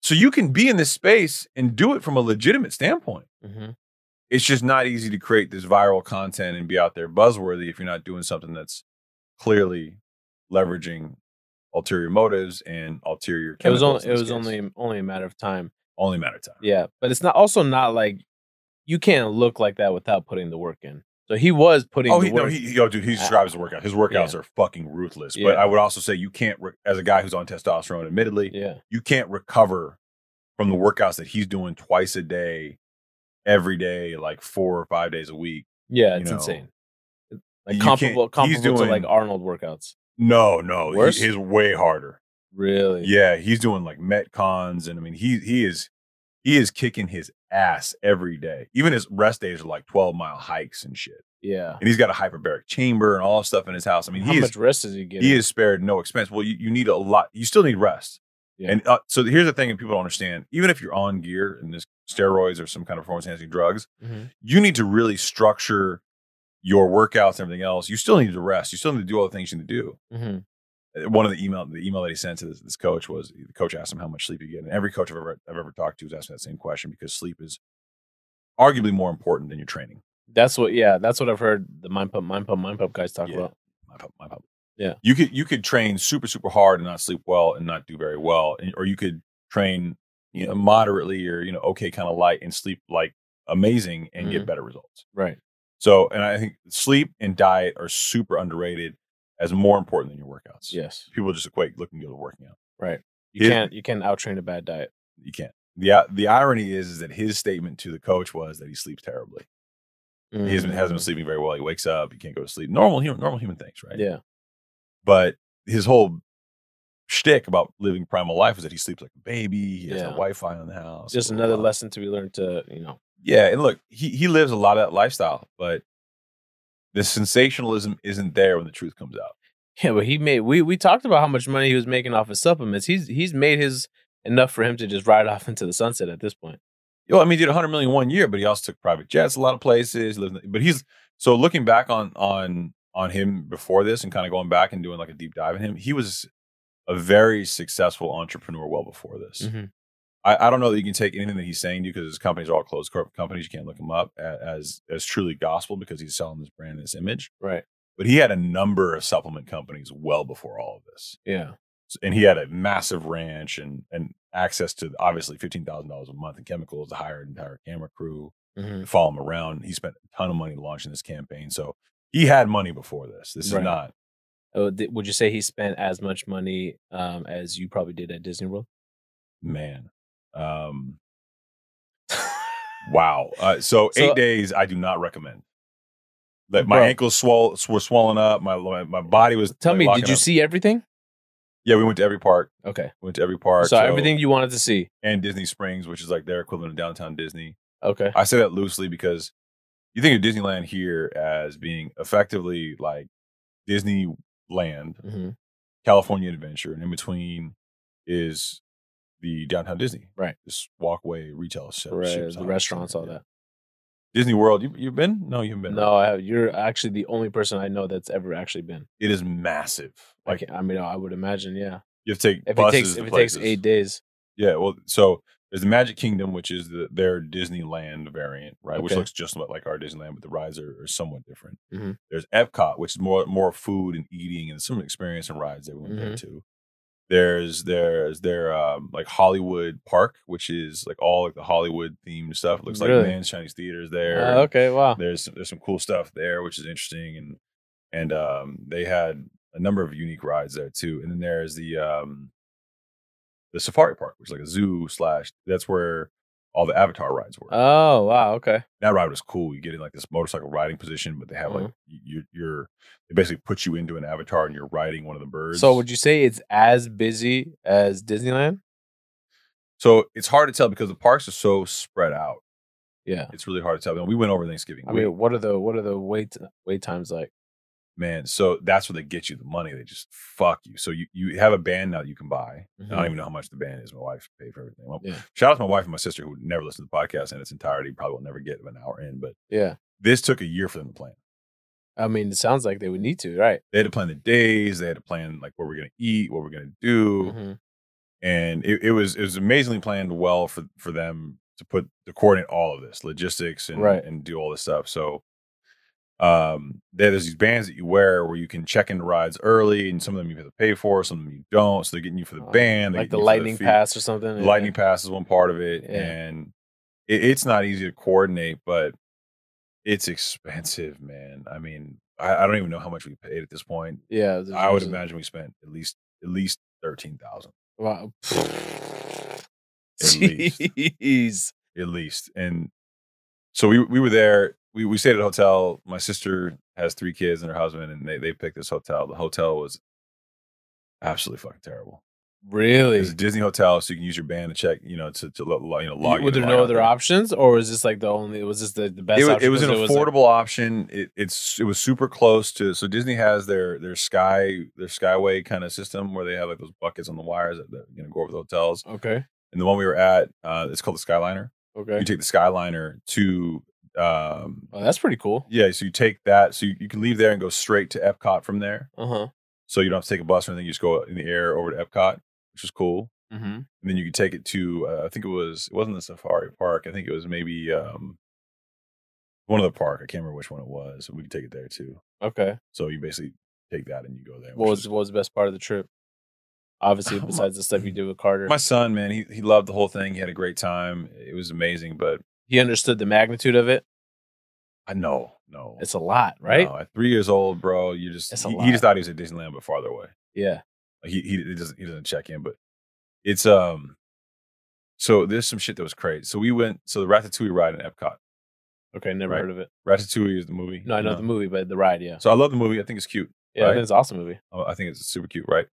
[SPEAKER 5] so you can be in this space and do it from a legitimate standpoint.
[SPEAKER 3] hmm
[SPEAKER 5] It's just not easy to create this viral content and be out there buzzworthy if you're not doing something that's clearly leveraging ulterior motives and ulterior
[SPEAKER 3] It was
[SPEAKER 5] chemicals.
[SPEAKER 3] only.
[SPEAKER 5] in
[SPEAKER 3] It
[SPEAKER 5] this
[SPEAKER 3] was
[SPEAKER 5] case.
[SPEAKER 3] only only a matter of time.
[SPEAKER 5] only a matter of time.
[SPEAKER 3] Yeah, but it's not also not like you can't look like that without putting the work in. So he was putting
[SPEAKER 5] Oh,
[SPEAKER 3] the
[SPEAKER 5] he,
[SPEAKER 3] work.
[SPEAKER 5] no, he, yo, dude, he describes the workout. His workouts are fucking ruthless. But
[SPEAKER 3] Yeah.
[SPEAKER 5] I would also say you can't, re- as a guy who's on testosterone, admittedly,
[SPEAKER 3] yeah,
[SPEAKER 5] you can't recover from the workouts that he's doing twice a day, every day, like four or five days a week.
[SPEAKER 3] yeah,
[SPEAKER 5] you
[SPEAKER 3] it's
[SPEAKER 5] know,
[SPEAKER 3] insane.
[SPEAKER 5] you
[SPEAKER 3] Like
[SPEAKER 5] can't-
[SPEAKER 3] comparable,
[SPEAKER 5] he's
[SPEAKER 3] comparable to
[SPEAKER 5] doing-
[SPEAKER 3] like Arnold workouts.
[SPEAKER 5] No, no, he-
[SPEAKER 3] Worse?
[SPEAKER 5] his way harder.
[SPEAKER 3] Really?
[SPEAKER 5] Yeah, he's doing like metcons, and I mean, he he is he is kicking his ass every day. Even his rest days are like twelve mile hikes and shit.
[SPEAKER 3] yeah.
[SPEAKER 5] And he's got a hyperbaric chamber and all stuff in his house. I mean,
[SPEAKER 3] How
[SPEAKER 5] he is
[SPEAKER 3] much rest does he get?
[SPEAKER 5] he is spared no expense. Well, you, you need a lot. You still need rest.
[SPEAKER 3] Yeah.
[SPEAKER 5] And uh, so here's the thing that people don't understand. Even if you're on gear and this steroids or some kind of performance enhancing drugs,
[SPEAKER 3] Mhm.
[SPEAKER 5] you need to really structure your workouts and everything else. You still need to rest. You still need to do all the things you need to do.
[SPEAKER 3] Mhm.
[SPEAKER 5] Uh, One of the email the email that he sent to this, this coach was the coach asked him how much sleep you get, and every coach I've ever I've ever talked to has asked me that same question because sleep is arguably more important than your training.
[SPEAKER 3] That's what. Yeah, that's what I've heard the mind pump, mind pump, mind pump guys talk
[SPEAKER 5] Yeah.
[SPEAKER 3] about.
[SPEAKER 5] my pub, my pub.
[SPEAKER 3] Yeah.
[SPEAKER 5] You could you could train super super hard and not sleep well and not do very well, and, or you could train you know moderately or you know okay kind of light and sleep like amazing and get
[SPEAKER 3] Mhm.
[SPEAKER 5] better results.
[SPEAKER 3] Right.
[SPEAKER 5] So, and I think sleep and diet are super underrated as more important than your workouts.
[SPEAKER 3] Yes.
[SPEAKER 5] People just equate looking good with working out.
[SPEAKER 3] Right. You
[SPEAKER 5] His-
[SPEAKER 3] can't. You can't out train a bad diet.
[SPEAKER 5] You can't. The, uh, the irony is, is that his statement to the coach was that he sleeps terribly. He hasn't,
[SPEAKER 3] Mm-hmm.
[SPEAKER 5] hasn't been sleeping very well. He wakes up, he can't go to sleep. Normal human, normal human things, right?
[SPEAKER 3] Yeah.
[SPEAKER 5] but his whole shtick about living primal life is that he sleeps like a baby. He has no
[SPEAKER 3] Yeah.
[SPEAKER 5] Wi-Fi in the house.
[SPEAKER 3] Just
[SPEAKER 5] blah, blah,
[SPEAKER 3] another
[SPEAKER 5] blah.
[SPEAKER 3] lesson to be learned to you know.
[SPEAKER 5] Yeah, and look, he he lives a lot of that lifestyle, but the sensationalism isn't there when the truth comes out.
[SPEAKER 3] Yeah, but he made we we talked about how much money he was making off his supplements. He's he's made his enough for him to just ride off into the sunset at this point.
[SPEAKER 5] Yo, I mean, he did 100 million one year, but he also took private jets a lot of places. Lived, in- but he's so looking back on on on him before this and kind of going back and doing like a deep dive in him. He was a very successful entrepreneur well before this. I, I don't know that you can take anything that he's saying to you because his companies are all closed corporate companies. You can't look him up a- as as truly gospel because he's selling this brand, this image.
[SPEAKER 3] Right.
[SPEAKER 5] But he had a number of supplement companies well before all of this,
[SPEAKER 3] Yeah.
[SPEAKER 5] S- and he had a massive ranch and and access to obviously fifteen thousand dollars a month in chemicals to hire an entire camera crew
[SPEAKER 3] Mm-hmm.
[SPEAKER 5] to follow him around. He spent a ton of money launching this campaign, so he had money before this. This
[SPEAKER 3] Right.
[SPEAKER 5] is not
[SPEAKER 3] Oh, th- would you say he spent as much money um, as you probably did at Disney World?
[SPEAKER 5] man. Um, Wow. Uh, so,
[SPEAKER 3] So-
[SPEAKER 5] eight days, I do not recommend. Like my
[SPEAKER 3] Bro.
[SPEAKER 5] ankles swell were swollen up. My my, my body was.
[SPEAKER 3] Tell
[SPEAKER 5] like,
[SPEAKER 3] me,
[SPEAKER 5] locking
[SPEAKER 3] did you
[SPEAKER 5] up.
[SPEAKER 3] see everything?
[SPEAKER 5] Yeah, we went to every park.
[SPEAKER 3] Okay.
[SPEAKER 5] Went to every park.
[SPEAKER 3] so, everything you wanted to see.
[SPEAKER 5] and Disney Springs, which is like their equivalent of downtown Disney.
[SPEAKER 3] Okay.
[SPEAKER 5] I say that loosely because you think of Disneyland here as being effectively like Disneyland,
[SPEAKER 3] Mm-hmm.
[SPEAKER 5] California Adventure, and in between is the downtown Disney.
[SPEAKER 3] Right.
[SPEAKER 5] This walkway retail set.
[SPEAKER 3] Right, the restaurants, all that.
[SPEAKER 5] Disney World, you, you've been? No, you haven't been.
[SPEAKER 3] No, I have, you're actually the only person I know that's ever actually been.
[SPEAKER 5] It is massive.
[SPEAKER 3] I,
[SPEAKER 5] Like
[SPEAKER 3] can't, I mean, I would imagine, yeah.
[SPEAKER 5] you have to take
[SPEAKER 3] If it
[SPEAKER 5] buses.
[SPEAKER 3] takes
[SPEAKER 5] to
[SPEAKER 3] if it takes
[SPEAKER 5] places.
[SPEAKER 3] eight days,
[SPEAKER 5] Yeah, well, so there's the Magic Kingdom, which is the, their Disneyland variant, right? Which
[SPEAKER 3] Okay.
[SPEAKER 5] looks just about like our Disneyland, but the rides are, are somewhat different.
[SPEAKER 3] Mhm.
[SPEAKER 5] There's Epcot, which is more more food and eating and some experience and rides that we went
[SPEAKER 3] Mm-hmm.
[SPEAKER 5] there too. There's there's their um, like Hollywood Park, which is like all like the Hollywood themed stuff. It looks
[SPEAKER 3] Really?
[SPEAKER 5] like man's Chinese theaters there.
[SPEAKER 3] Ah, okay, wow,
[SPEAKER 5] There's there's some cool stuff there, which is interesting, and and um, they had a number of unique rides there too. And then there's the um, the safari park, which is like a zoo slash. That's where all the Avatar rides were.
[SPEAKER 3] oh wow, okay,
[SPEAKER 5] that ride was cool. You get in like this motorcycle riding position, but they have like
[SPEAKER 3] Mm-hmm.
[SPEAKER 5] you, you're they basically put you into an Avatar and you're riding one of the birds.
[SPEAKER 3] So would you say it's as busy as Disneyland?
[SPEAKER 5] so it's hard to tell because the parks are so spread out.
[SPEAKER 3] Yeah.
[SPEAKER 5] It's really hard to tell. And we went over Thanksgiving.
[SPEAKER 3] I
[SPEAKER 5] week.
[SPEAKER 3] mean, what are the what are the wait wait times like?
[SPEAKER 5] man so that's where they get you the money they just fuck you so you, you have a band now that you can buy i
[SPEAKER 3] Mhm.
[SPEAKER 5] don't even know how much the band is my wife paid for everything well,
[SPEAKER 3] Yeah.
[SPEAKER 5] shout out to my wife and my sister who never listened to the podcast in its entirety probably will never get an hour in but
[SPEAKER 3] Yeah,
[SPEAKER 5] this took a year for them to plan
[SPEAKER 3] I mean, it sounds like they would need to, right?
[SPEAKER 5] they had to plan the days they had to plan like what we're gonna eat what we're gonna do
[SPEAKER 3] Mhm.
[SPEAKER 5] and it, it was it was amazingly planned well for for them to put to coordinate all of this logistics and
[SPEAKER 3] Right.
[SPEAKER 5] and do all this stuff so um there- there's these bands that you wear where you can check into rides early and some of them you have to pay for some of them you don't so they're getting you for the
[SPEAKER 3] Oh,
[SPEAKER 5] band they're
[SPEAKER 3] like the
[SPEAKER 5] getting you for
[SPEAKER 3] lightning
[SPEAKER 5] fee-
[SPEAKER 3] pass or something.
[SPEAKER 5] the
[SPEAKER 3] yeah.
[SPEAKER 5] lightning pass is one part of it
[SPEAKER 3] Yeah.
[SPEAKER 5] and it, it's not easy to coordinate but it's expensive man i mean I, I don't even know how much we paid at this point
[SPEAKER 3] Yeah, there's-
[SPEAKER 5] i would
[SPEAKER 3] there's a-
[SPEAKER 5] imagine we spent at least at least 13000
[SPEAKER 3] Wow.
[SPEAKER 5] At least.
[SPEAKER 3] Jeez.
[SPEAKER 5] at least. And so we we were there. We we stayed at a hotel. My sister has three kids and her husband, and they they picked this hotel. The hotel was absolutely fucking terrible.
[SPEAKER 3] Really?
[SPEAKER 5] It's a Disney hotel, so you can use your band to check, you know, to to lo- lo- you know log.
[SPEAKER 3] Were
[SPEAKER 5] in
[SPEAKER 3] there
[SPEAKER 5] and
[SPEAKER 3] no
[SPEAKER 5] log out.
[SPEAKER 3] other options, or was this like the only? Was this the, the best?
[SPEAKER 5] It was,
[SPEAKER 3] option
[SPEAKER 5] it was
[SPEAKER 3] 'cause
[SPEAKER 5] an
[SPEAKER 3] like-
[SPEAKER 5] affordable option. It, it's it was super close to. So Disney has their their sky their Skyway kind of system where they have like those buckets on the wires that, that you know go over the hotels.
[SPEAKER 3] okay.
[SPEAKER 5] And the one we were at, uh, it's called the Skyliner. You
[SPEAKER 3] Okay.
[SPEAKER 5] take the Skyliner to um,
[SPEAKER 3] Oh, that's pretty cool.
[SPEAKER 5] Yeah, so you take that. So you, you can leave there and go straight to Epcot from there.
[SPEAKER 3] Uh huh.
[SPEAKER 5] So you don't have to take a bus or anything. You just go in the air over to Epcot, which is cool.
[SPEAKER 3] Mm-hmm.
[SPEAKER 5] And then you can take it to uh, I think it was it wasn't the Safari Park. I think it was maybe um, one of the park. I can't remember which one it was. We could take it there too.
[SPEAKER 3] Okay.
[SPEAKER 5] So you basically take that and you go there.
[SPEAKER 3] What
[SPEAKER 5] which
[SPEAKER 3] was
[SPEAKER 5] is-
[SPEAKER 3] what was the best part of the trip? Obviously,
[SPEAKER 5] My-
[SPEAKER 3] besides the stuff you did with Carter,
[SPEAKER 5] my son? Man, he he loved the whole thing. He had a great time. It was amazing. But
[SPEAKER 3] he understood the magnitude of it.
[SPEAKER 5] I no no
[SPEAKER 3] It's a lot, right?
[SPEAKER 5] No, at three years old, bro, you just
[SPEAKER 3] It's a
[SPEAKER 5] he,
[SPEAKER 3] lot.
[SPEAKER 5] he just thought he was at Disneyland but farther away.
[SPEAKER 3] Yeah.
[SPEAKER 5] Like, he he it doesn't he doesn't check in, but it's um. So there's some shit that was crazy. So we went. So the Ratatouille ride in Epcot.
[SPEAKER 3] Okay. Never
[SPEAKER 5] Right.
[SPEAKER 3] heard of it.
[SPEAKER 5] Ratatouille is the movie.
[SPEAKER 3] No, I know
[SPEAKER 5] you
[SPEAKER 3] the movie, but the ride, yeah.
[SPEAKER 5] So I love the movie. I think it's cute.
[SPEAKER 3] Yeah, I
[SPEAKER 5] right.
[SPEAKER 3] think it's an awesome movie.
[SPEAKER 5] Uh, I think it's super cute, right?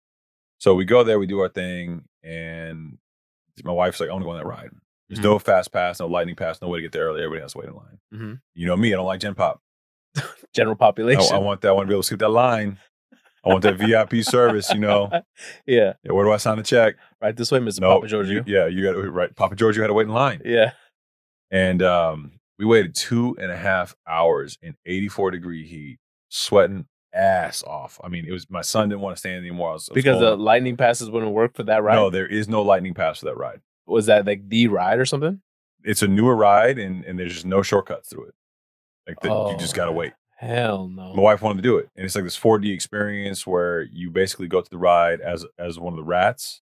[SPEAKER 5] So we go there, we do our thing, and my wife's like, "I want to go on that ride." There's
[SPEAKER 3] Mhm.
[SPEAKER 5] no fast pass, no lightning pass, no way to get there early. Everybody has to wait in line.
[SPEAKER 3] Mhm.
[SPEAKER 5] You know me, I don't like Gen Pop.
[SPEAKER 3] General
[SPEAKER 5] I,
[SPEAKER 3] population.
[SPEAKER 5] I want that. I want to be able to skip that line. I want that VIP service. You know,
[SPEAKER 3] yeah.
[SPEAKER 5] Yeah, where do I sign the check?
[SPEAKER 3] Right this way, Mr.
[SPEAKER 5] No,
[SPEAKER 3] Papa Giorgio.
[SPEAKER 5] you- yeah, you got to right. Papa Giorgio had to wait in line.
[SPEAKER 3] yeah.
[SPEAKER 5] And um, we waited two and a half hours in 84 degree heat, sweating ass off. I mean, it was my son didn't want to stand anymore. I was, I was
[SPEAKER 3] Because the
[SPEAKER 5] going,
[SPEAKER 3] lightning passes wouldn't work for that ride.
[SPEAKER 5] no, there is no lightning pass for that ride.
[SPEAKER 3] was that like the ride or something?
[SPEAKER 5] It's a newer ride, and and there's just no shortcuts through it. Like the, you just
[SPEAKER 3] Oh.
[SPEAKER 5] gotta wait.
[SPEAKER 3] Hell
[SPEAKER 5] My
[SPEAKER 3] no.
[SPEAKER 5] wife wanted to do it, and it's like this 4D experience where you basically go to the ride as as one of the rats,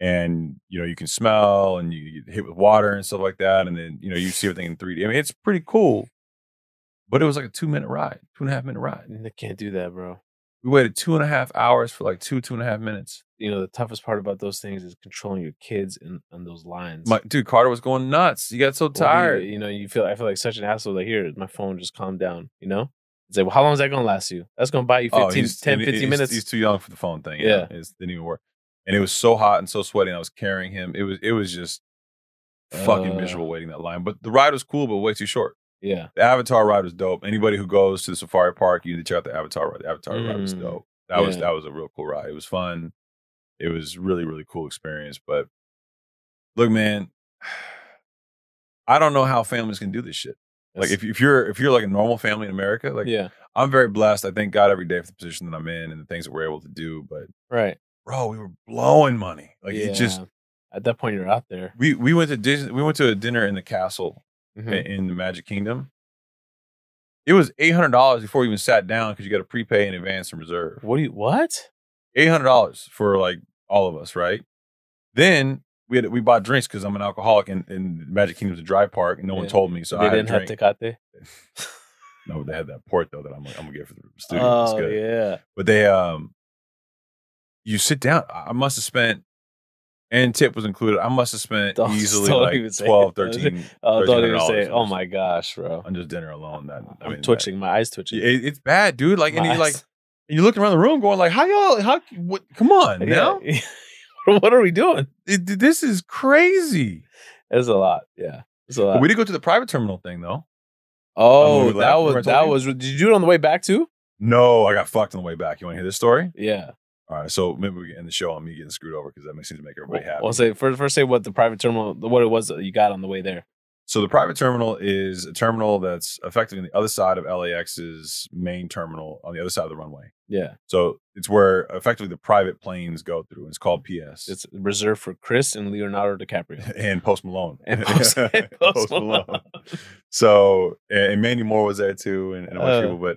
[SPEAKER 5] and you know you can smell and you get hit with water and stuff like that, and then you know you see everything in 3D. I mean, it's pretty cool, but it was like a two minute ride, two and a half minute ride.
[SPEAKER 3] I can't do that, bro.
[SPEAKER 5] We waited two and a half hours for like two two and a half minutes.
[SPEAKER 3] You know, the toughest part about those things is controlling your kids and, and those lines.
[SPEAKER 5] My dude Carter was going nuts. He got so
[SPEAKER 3] Well, do you-
[SPEAKER 5] tired.
[SPEAKER 3] You, know, you feel I feel like such an asshole. Like, here, my phone just calm down, you know? It's like, well, how long is that gonna last you? That's gonna buy you 15,
[SPEAKER 5] Oh, he's-
[SPEAKER 3] 10,
[SPEAKER 5] and
[SPEAKER 3] 15
[SPEAKER 5] he's-
[SPEAKER 3] minutes.
[SPEAKER 5] He's too young for the phone thing.
[SPEAKER 3] Yeah.
[SPEAKER 5] Yeah, it didn't even work. And it was so hot and so sweaty. And I was carrying him. It was it was just fucking
[SPEAKER 3] Uh.
[SPEAKER 5] miserable waiting that line. But the ride was cool, but way too short.
[SPEAKER 3] Yeah.
[SPEAKER 5] The Avatar ride was dope. Anybody who goes to the Safari Park, you need to check out the Avatar ride. The Avatar ride was
[SPEAKER 3] Mm.
[SPEAKER 5] dope. That was
[SPEAKER 3] Yeah.
[SPEAKER 5] that was a real cool ride. It was fun. It was really really cool experience. But look, man, I don't know how families can do this shit. Like if, if you're if you're like a normal family in America, like
[SPEAKER 3] yeah.
[SPEAKER 5] I'm very blessed. I thank God every day for the position that I'm in and the things that we're able to do. But
[SPEAKER 3] Right.
[SPEAKER 5] bro, we were blowing money. Like
[SPEAKER 3] yeah.
[SPEAKER 5] it just
[SPEAKER 3] at that point you're out there.
[SPEAKER 5] we we went to Disney, we went to a dinner in the castle
[SPEAKER 3] Mhm.
[SPEAKER 5] i- in the Magic Kingdom. It was eight hundred dollars before you even sat down because you got to prepay in advance and reserve.
[SPEAKER 3] What do you what?
[SPEAKER 5] Eight hundred dollars for like all of us, right? Then we had we bought drinks because I'm an alcoholic and, and Magic Kingdom's a dry park, and no one
[SPEAKER 3] Yeah.
[SPEAKER 5] told me, so
[SPEAKER 3] they
[SPEAKER 5] I
[SPEAKER 3] didn't
[SPEAKER 5] didn't
[SPEAKER 3] have Tecate.
[SPEAKER 5] No, they had that port though that I'm, I'm gonna get for the studio. It's
[SPEAKER 3] Oh
[SPEAKER 5] good.
[SPEAKER 3] yeah.
[SPEAKER 5] But they um you sit down. I I must have spent and tip was included. I must have spent
[SPEAKER 3] Don't-
[SPEAKER 5] easily
[SPEAKER 3] don't
[SPEAKER 5] like
[SPEAKER 3] even say it.
[SPEAKER 5] 12, 13
[SPEAKER 3] Oh, don't even say.
[SPEAKER 5] $1,300
[SPEAKER 3] Oh my gosh, bro.
[SPEAKER 5] on just dinner alone. That I
[SPEAKER 3] I'm
[SPEAKER 5] mean, that-
[SPEAKER 3] twitching. my eyes twitching.
[SPEAKER 5] it, it's bad, dude. Like, and
[SPEAKER 3] My
[SPEAKER 5] you like,
[SPEAKER 3] eyes-
[SPEAKER 5] you looked around the room, going like, how y'all? How? What, come on, now
[SPEAKER 3] Yeah. what are we doing?
[SPEAKER 5] It- this is crazy.
[SPEAKER 3] It's a lot. Yeah. It's a lot.
[SPEAKER 5] we did go to the private terminal thing though. when
[SPEAKER 3] oh,
[SPEAKER 5] we
[SPEAKER 3] that
[SPEAKER 5] left, remember I
[SPEAKER 3] was that
[SPEAKER 5] told
[SPEAKER 3] was. Did you do it on the way back too?
[SPEAKER 5] No, I got fucked on the way back. You want to hear this story?
[SPEAKER 3] Yeah.
[SPEAKER 5] All right, so maybe we can end the show on me getting screwed over because that makes seems to make everybody happy.
[SPEAKER 3] Well, say first. First, say what the private terminal. What it was that you got on the way there.
[SPEAKER 5] So the private terminal is a terminal that's effectively on the other side of LAX's main terminal on the other side of the runway.
[SPEAKER 3] Yeah.
[SPEAKER 5] So it's where effectively the private planes go through. It's called PS.
[SPEAKER 3] It's reserved for Chris and Leonardo DiCaprio.
[SPEAKER 5] and Post Malone.
[SPEAKER 3] And Post- and Post Malone.
[SPEAKER 5] So and, and Mandy Moore was there too, and, and a bunch of
[SPEAKER 3] Uh.
[SPEAKER 5] people. But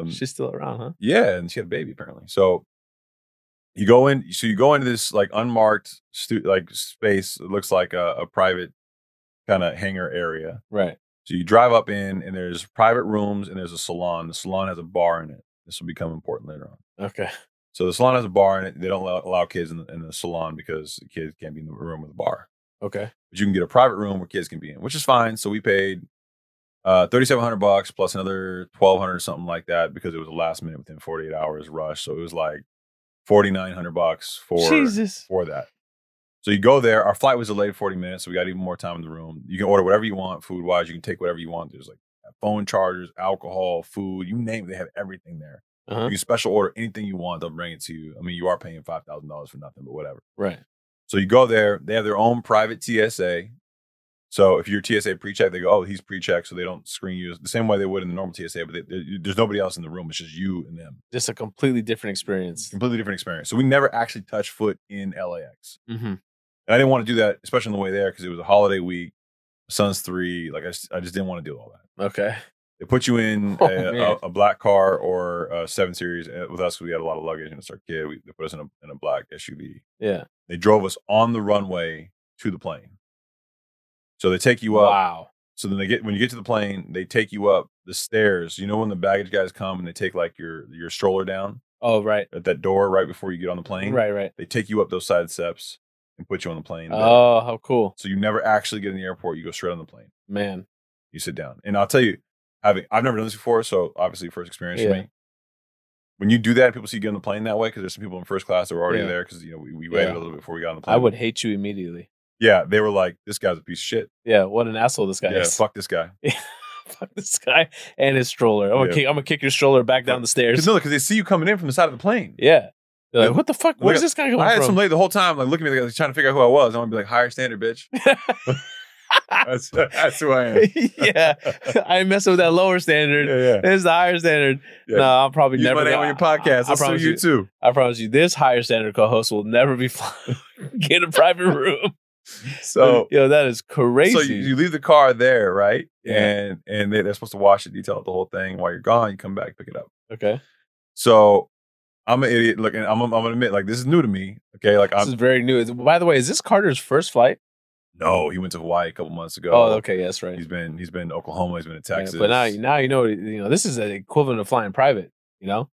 [SPEAKER 5] um,
[SPEAKER 3] She's still around, huh?
[SPEAKER 5] yeah, and she had a baby apparently. So you go in. So you go into this like unmarked stu- like space. It looks like a, a private kind of hangar area.
[SPEAKER 3] Right.
[SPEAKER 5] So you drive up in, and there's private rooms, and there's a salon. The salon has a bar in it. This will become important later on.
[SPEAKER 3] Okay.
[SPEAKER 5] So the salon has a bar in it. They don't allow, allow kids in the, in the salon because the kids can't be in the room with a bar.
[SPEAKER 3] Okay.
[SPEAKER 5] But you can get a private room where kids can be in, which is fine. So we paid uh, thirty seven hundred bucks plus another twelve hundred or something like that because it was a last minute within forty eight hours rush. So it was like forty nine hundred bucks for
[SPEAKER 3] Jesus.
[SPEAKER 5] for that. So you go there. Our flight was delayed 40 minutes, so we got even more time in the room. You can order whatever you want, food wise. You can take whatever you want. There's like uh, phone chargers, alcohol, food, you name it. They have everything there.
[SPEAKER 3] Uh-huh.
[SPEAKER 5] You can special order anything you want. They'll bring it to you. I mean, you are paying five thousand dollars for nothing, but whatever.
[SPEAKER 3] Right.
[SPEAKER 5] So you go there. They have their own private TSA. So if you're TSA pre-check, they go, "Oh, he's pre-check," so they don't screen you the same way they would in the normal TSA. But they, there- there's nobody else in the room. It's just you and them.
[SPEAKER 3] Just a completely different
[SPEAKER 5] It's a
[SPEAKER 3] experience.
[SPEAKER 5] completely different experience. So we never actually touched foot in LAX.
[SPEAKER 3] Mm-hmm.
[SPEAKER 5] And I didn't want to do that, especially on the way there, because it was a holiday week. Sun's three. Like I, just- I just didn't want to do all that.
[SPEAKER 3] Okay.
[SPEAKER 5] They put you in
[SPEAKER 3] Oh,
[SPEAKER 5] a, a,
[SPEAKER 3] man.
[SPEAKER 5] a black car or a seven series uh, with us. 'cause We had a lot of luggage, and it's our kid. We, they put us in a, in a black SUV.
[SPEAKER 3] Yeah.
[SPEAKER 5] They drove us on the runway to the plane. So they take you up.
[SPEAKER 3] wow.
[SPEAKER 5] So then they get when you get to the plane, they take you up the stairs. You know when the baggage guys come and they take like your your stroller down
[SPEAKER 3] Oh, right.
[SPEAKER 5] at that door right before you get on the plane.
[SPEAKER 3] Right, right.
[SPEAKER 5] They take you up those side steps and put you on the plane.
[SPEAKER 3] Oh, how cool.
[SPEAKER 5] So you never actually get in the airport. You go straight on the plane.
[SPEAKER 3] Man.
[SPEAKER 5] You sit down. And I'll tell you, having I've never done this before, so obviously first experience for
[SPEAKER 3] Yeah.
[SPEAKER 5] me. When you do that, people see you get on the plane that way because there's some people in first class that were already
[SPEAKER 3] Yeah.
[SPEAKER 5] there because you know we, we waited
[SPEAKER 3] Yeah.
[SPEAKER 5] a little bit before we got on the plane.
[SPEAKER 3] I would hate you immediately.
[SPEAKER 5] Yeah, they were like, "This guy's a piece of shit."
[SPEAKER 3] Yeah, what an asshole this guy
[SPEAKER 5] Yeah,
[SPEAKER 3] is.
[SPEAKER 5] fuck this guy.
[SPEAKER 3] Fuck this guy and his stroller. I'm, gonna,
[SPEAKER 5] Yeah.
[SPEAKER 3] kick, I'm gonna kick your stroller back down the stairs.
[SPEAKER 5] Because no, because they see you coming in from the side of the plane.
[SPEAKER 3] yeah. They're
[SPEAKER 5] Yeah.
[SPEAKER 3] like, what the fuck?
[SPEAKER 5] Look
[SPEAKER 3] Where's
[SPEAKER 5] at-
[SPEAKER 3] this guy
[SPEAKER 5] I
[SPEAKER 3] going
[SPEAKER 5] had some
[SPEAKER 3] from?
[SPEAKER 5] lady the whole time, like looking at me, like trying to figure out who I was. I want to be like higher standard, bitch. that's, that's who I am.
[SPEAKER 3] yeah. I mess with that lower
[SPEAKER 5] Yeah,
[SPEAKER 3] standard.
[SPEAKER 5] yeah.
[SPEAKER 3] This is the higher standard.
[SPEAKER 5] Yeah.
[SPEAKER 3] No, I'll probably
[SPEAKER 5] Use
[SPEAKER 3] never.
[SPEAKER 5] my name
[SPEAKER 3] go-
[SPEAKER 5] on your podcast.
[SPEAKER 3] I, I
[SPEAKER 5] I'll sue
[SPEAKER 3] promise
[SPEAKER 5] you,
[SPEAKER 3] you.
[SPEAKER 5] too.
[SPEAKER 3] I promise you, this higher standard co-host will never be flying. Get a private room.
[SPEAKER 5] So
[SPEAKER 3] yo, that is crazy.
[SPEAKER 5] So you, you leave the car there, right?
[SPEAKER 3] Yeah.
[SPEAKER 5] And and they, they're supposed to wash it, detail it, the whole thing. While you're gone, you come back, pick it up.
[SPEAKER 3] okay,
[SPEAKER 5] So I'm an idiot. Look, and I'm I'm gonna admit, like this is new to me. Okay, like
[SPEAKER 3] this is
[SPEAKER 5] I'm
[SPEAKER 3] very new. Is- By the way, is this Carter's first flight?
[SPEAKER 5] no. He went to Hawaii a couple months ago.
[SPEAKER 3] Oh, okay, yes, right.
[SPEAKER 5] He's been he's been to Oklahoma. He's been to
[SPEAKER 3] Yeah,
[SPEAKER 5] Texas.
[SPEAKER 3] but now, now you know, you know, this is the equivalent of flying private. You know,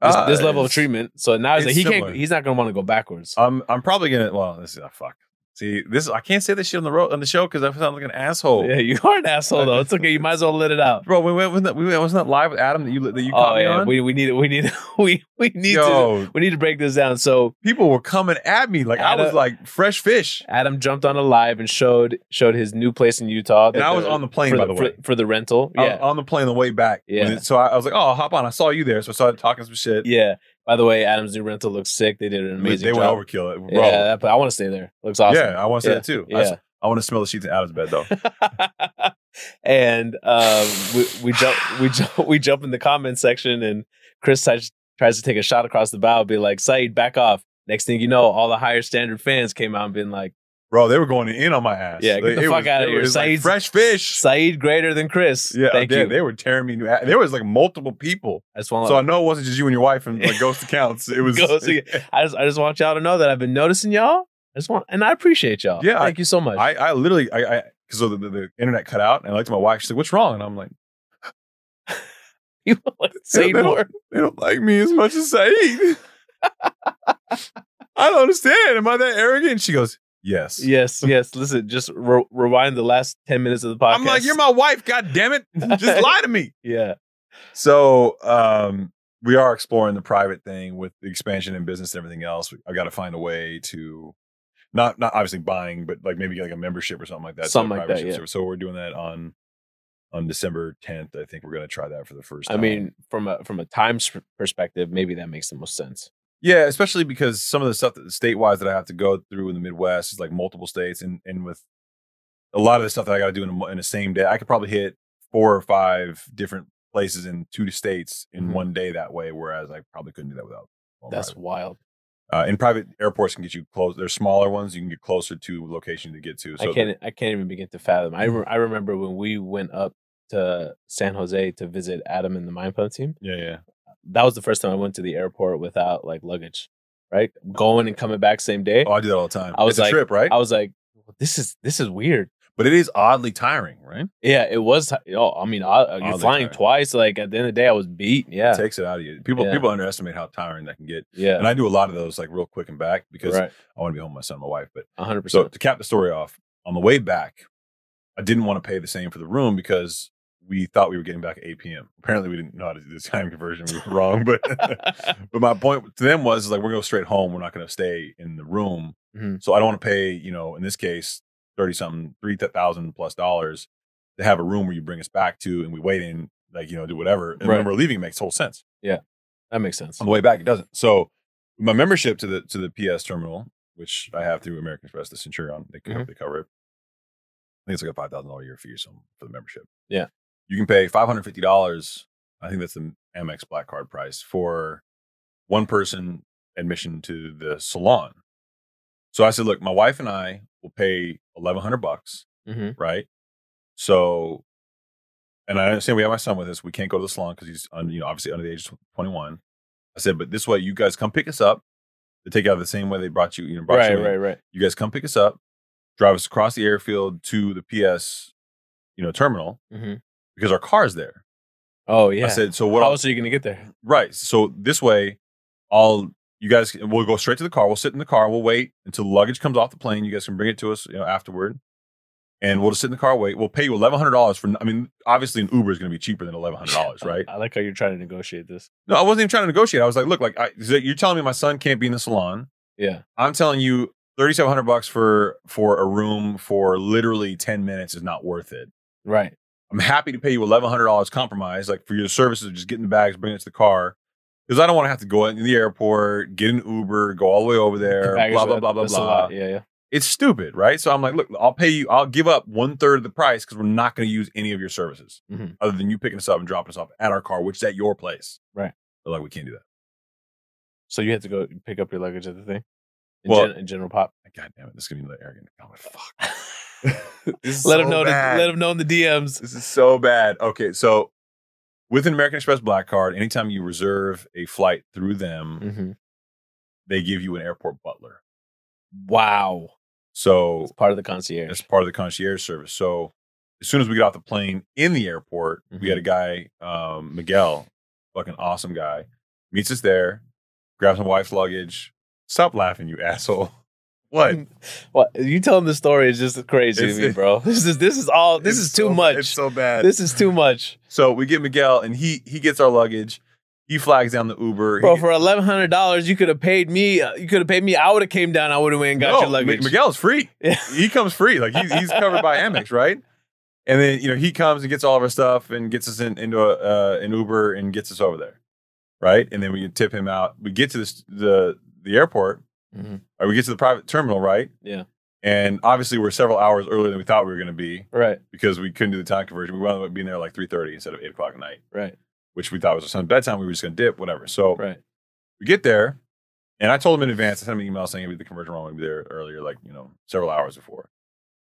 [SPEAKER 3] this,
[SPEAKER 5] Uh,
[SPEAKER 3] this level of
[SPEAKER 5] it's-
[SPEAKER 3] treatment. So now it's,
[SPEAKER 5] it's
[SPEAKER 3] like he
[SPEAKER 5] similar.
[SPEAKER 3] can't. He's not going to want to go backwards.
[SPEAKER 5] I'm I'm probably gonna. Well, this is ah, fuck. See, this I can't say this shit on the road on the show because I sound like an asshole.
[SPEAKER 3] Yeah, you are an asshole though. It's okay. You might as well let it out.
[SPEAKER 5] Bro, we went, wasn't that, we went, wasn't that live with Adam that you that you caught
[SPEAKER 3] oh
[SPEAKER 5] me
[SPEAKER 3] yeah,
[SPEAKER 5] on?
[SPEAKER 3] we we need we need we we need
[SPEAKER 5] Yo.
[SPEAKER 3] to we need to break this down. So
[SPEAKER 5] People were coming at me like I was
[SPEAKER 3] Adam-
[SPEAKER 5] like fresh fish,
[SPEAKER 3] Adam jumped on a live and showed showed his new place in Utah.
[SPEAKER 5] and I was on the plane
[SPEAKER 3] Uh, for
[SPEAKER 5] by the way.
[SPEAKER 3] for, for the Oh, rental.
[SPEAKER 5] I was
[SPEAKER 3] yeah,
[SPEAKER 5] on the plane on the way back.
[SPEAKER 3] Yeah.
[SPEAKER 5] When it- So I, I was like, oh, I'll hop on. I saw you there, so I started talking some shit.
[SPEAKER 3] yeah. By the way, Adam's new rental looks sick. They did an
[SPEAKER 5] They-
[SPEAKER 3] amazing.
[SPEAKER 5] they
[SPEAKER 3] job.
[SPEAKER 5] went overkill. It, bro.
[SPEAKER 3] Yeah, that- but I want to stay there. Looks awesome.
[SPEAKER 5] Yeah, I want to say
[SPEAKER 3] Yeah.
[SPEAKER 5] that too. I,
[SPEAKER 3] Yeah.
[SPEAKER 5] want to smell the sheets in Adam's bed though.
[SPEAKER 3] and um, we, we jump we jump we jump in the comment section and Chris tries, tries to take a shot across the bow, be like, Saeed, back off. Next thing you know, all the higher standard fans came out and been like,
[SPEAKER 5] Bro, they were going in on my ass.
[SPEAKER 3] Yeah, get
[SPEAKER 5] Like,
[SPEAKER 3] the
[SPEAKER 5] it
[SPEAKER 3] fuck
[SPEAKER 5] was-
[SPEAKER 3] outta
[SPEAKER 5] it
[SPEAKER 3] here.
[SPEAKER 5] was like
[SPEAKER 3] Saeed's-
[SPEAKER 5] fresh fish.
[SPEAKER 3] Saeed greater than Chris.
[SPEAKER 5] Yeah,
[SPEAKER 3] Thank
[SPEAKER 5] they,
[SPEAKER 3] you.
[SPEAKER 5] they were tearing me. new ass. There was like multiple people,
[SPEAKER 3] I just want
[SPEAKER 5] so I know it wasn't just you and your wife and like ghost accounts. It was
[SPEAKER 3] Ghost account. I just I just want y'all to know that I've been noticing y'all. I just want and I appreciate y'all.
[SPEAKER 5] Yeah,
[SPEAKER 3] Thank you so much.
[SPEAKER 5] I, I literally, I, I because the, the, the internet cut out, and I looked at my wife. She's like, "What's wrong?" And I'm like,
[SPEAKER 3] you want to say
[SPEAKER 5] they don't-
[SPEAKER 3] more.
[SPEAKER 5] "They don't like me as much as Saeed." I don't understand. Am I that arrogant? And she goes, "Yes."
[SPEAKER 3] Yes, yes. Listen, just re- rewind the last ten minutes of the podcast.
[SPEAKER 5] I'm like, "You're my wife. God damn it! Just lie to me."
[SPEAKER 3] yeah,
[SPEAKER 5] So um, we are exploring the private thing with the expansion in business and everything else. I got to find a way to not not obviously buying, but like maybe like a membership or something like that. to
[SPEAKER 3] Something
[SPEAKER 5] the
[SPEAKER 3] like
[SPEAKER 5] private
[SPEAKER 3] that,
[SPEAKER 5] ship
[SPEAKER 3] yeah.
[SPEAKER 5] service. So we're doing that on on December 10th. I think we're going to try that for the first.
[SPEAKER 3] I
[SPEAKER 5] time.
[SPEAKER 3] mean, from a from a time sp- perspective, maybe that makes the most sense.
[SPEAKER 5] yeah, especially because some of the stuff that statewise that I have to go through in the Midwest is like multiple states, and and with a lot of the stuff that I got to do in a, mo- in the same day, I could probably hit four or five different places in two states in
[SPEAKER 3] Mhm.
[SPEAKER 5] one day that way. Whereas I probably couldn't do that without. going
[SPEAKER 3] That's
[SPEAKER 5] private.
[SPEAKER 3] wild.
[SPEAKER 5] Uh, and private airports can get you close. There's smaller ones you can get closer to location to get to. So Mm.
[SPEAKER 3] I can't I can't even begin to fathom. I re- I remember when we went up to San Jose to visit Adam and the Mind Pump team.
[SPEAKER 5] yeah, yeah.
[SPEAKER 3] That was the first time I went to the airport without like luggage. Right, going and coming back same day.
[SPEAKER 5] Oh, I do that all the time.
[SPEAKER 3] I was
[SPEAKER 5] it's a
[SPEAKER 3] like-
[SPEAKER 5] trip, right?
[SPEAKER 3] I was like, this is this is weird.
[SPEAKER 5] but it is oddly tiring, right?
[SPEAKER 3] Yeah, it was. You know, I mean, I, you're
[SPEAKER 5] Oddly
[SPEAKER 3] flying
[SPEAKER 5] tired.
[SPEAKER 3] twice. Like at the end of the day, I was beat. Yeah,
[SPEAKER 5] It takes it out of you. People
[SPEAKER 3] Yeah.
[SPEAKER 5] people underestimate how tiring that can get.
[SPEAKER 3] yeah,
[SPEAKER 5] And I do a lot of those like real quick and back because
[SPEAKER 3] right,
[SPEAKER 5] I want to be home with my son and my wife. But
[SPEAKER 3] one hundred
[SPEAKER 5] so
[SPEAKER 3] percent.
[SPEAKER 5] to cap the story off, on the way back, I didn't want to pay the same for the room because we thought we were getting back at 8 p.m. Apparently, we didn't know how to do the time conversion. We were wrong, but but my point to them was like we're going to straight home. We're not going to stay in the room.
[SPEAKER 3] Mhm.
[SPEAKER 5] So I don't want to pay you know in this case thirty something three thousand plus dollars to have a room where you bring us back to and we wait in like you know do whatever and
[SPEAKER 3] Right.
[SPEAKER 5] when we're leaving it makes whole sense.
[SPEAKER 3] That makes sense.
[SPEAKER 5] On the way back it doesn't. So my membership to the to the PS terminal, which I have through American Express, the Centurion, they, co-
[SPEAKER 3] Mhm.
[SPEAKER 5] they cover it. I think it's like a five thousand dollar year fee or something for the membership.
[SPEAKER 3] Yeah.
[SPEAKER 5] you can pay five hundred fifty dollars. I think that's the Amex Black Card price for one person admission to the salon. So I said, look, my wife and I will pay eleven hundred bucks,
[SPEAKER 3] hmm
[SPEAKER 5] right? So, and I understand we have my son with us. We can't go to the salon because he's, un, you know, obviously under the age of twenty one. I said, but this way, you guys come pick us up. They take you out the same way they brought you, you know, brought
[SPEAKER 3] Right,
[SPEAKER 5] you in
[SPEAKER 3] right, right.
[SPEAKER 5] you guys come pick us up, drive us across the airfield to the PS, you know, terminal
[SPEAKER 3] hmm
[SPEAKER 5] because our car's there.
[SPEAKER 3] Oh yeah.
[SPEAKER 5] I said, so what?
[SPEAKER 3] How
[SPEAKER 5] I'll-
[SPEAKER 3] else are you gonna get there?
[SPEAKER 5] right. So this way, I'll you guys we'll go straight to the car. We'll sit in the car. We'll wait until the luggage comes off the plane. You guys can bring it to us, you know, afterward. And we'll just sit in the car, wait. We'll pay you eleven hundred dollars for. I mean, obviously, an Uber is going to be cheaper than eleven hundred dollars, right?
[SPEAKER 3] I like how you're trying to negotiate this.
[SPEAKER 5] No, I wasn't even trying to negotiate. I was like, look, like I, you're telling me my son can't be in the salon.
[SPEAKER 3] Yeah.
[SPEAKER 5] I'm telling you, thirty seven hundred bucks for for a room for literally ten minutes is not worth it.
[SPEAKER 3] Right.
[SPEAKER 5] I'm happy to pay you eleven hundred dollars compromise, like for your services, just get in the bags, bring it to the car, because I don't want to have to go in the airport, get an Uber, go all the way over there,
[SPEAKER 3] Baggage,
[SPEAKER 5] blah blah
[SPEAKER 3] that-
[SPEAKER 5] blah blah
[SPEAKER 3] that's a
[SPEAKER 5] blah.
[SPEAKER 3] lot. Yeah, yeah.
[SPEAKER 5] It's stupid, right? So I'm like, look, I'll pay you, I'll give up one third of the price because we're not going to use any of your services
[SPEAKER 3] Mhm.
[SPEAKER 5] other than you picking us up and dropping us off at our car, which is at your place.
[SPEAKER 3] Right.
[SPEAKER 5] They're like, we can't do that.
[SPEAKER 3] So you had to go pick up your luggage at the thing. In,
[SPEAKER 5] Well-
[SPEAKER 3] gen- in general pop.
[SPEAKER 5] Like, God damn it, this is gonna be another arrogant. Oh, fuck.
[SPEAKER 3] let him know. To, let him know in the DMs.
[SPEAKER 5] This is so bad. Okay, so with an American Express Black Card, anytime you reserve a flight through them,
[SPEAKER 3] hmm
[SPEAKER 5] they give you an airport butler.
[SPEAKER 3] Wow.
[SPEAKER 5] So
[SPEAKER 3] It's part of the concierge.
[SPEAKER 5] that's part of the concierge service. So as soon as we got off the plane in the airport, we
[SPEAKER 3] Mhm.
[SPEAKER 5] had a guy, um, Miguel, fucking awesome guy, meets us there, grabs my wife's luggage. Stop laughing, you asshole. What?
[SPEAKER 3] Well, you telling the story is just crazy
[SPEAKER 5] It's-
[SPEAKER 3] to me, bro. This is this is all. This
[SPEAKER 5] It's
[SPEAKER 3] is too
[SPEAKER 5] so-
[SPEAKER 3] much.
[SPEAKER 5] It's so bad.
[SPEAKER 3] this is too much,
[SPEAKER 5] so we get Miguel, and he he gets our luggage. He flags down the Uber.
[SPEAKER 3] bro.
[SPEAKER 5] He-
[SPEAKER 3] For eleven hundred dollars, you could have paid me. uh, You could have paid me. I would have came down. I would have went and got
[SPEAKER 5] No,
[SPEAKER 3] your luggage.
[SPEAKER 5] M- Miguel's free.
[SPEAKER 3] Yeah.
[SPEAKER 5] He comes free. Like he's, he's covered by Amex, right? And then you know he comes and gets all of our stuff and gets us in, into a, uh, an Uber and gets us over there, right? And then we tip him out. We get to this, the the airport.
[SPEAKER 3] Mhm.
[SPEAKER 5] Or we get to the private terminal, right?
[SPEAKER 3] Yeah.
[SPEAKER 5] And obviously we're several hours earlier than we thought we were going to be
[SPEAKER 3] Right,
[SPEAKER 5] because we couldn't do the time conversion. We wound up being there like three thirty instead of eight o'clock at night,
[SPEAKER 3] right,
[SPEAKER 5] which we thought was our son's bedtime. We were just going to dip, whatever. So
[SPEAKER 3] right.
[SPEAKER 5] we get there, and I told him in advance. I sent him an email saying "Hey, the conversion room would be there earlier, like you know, several hours before.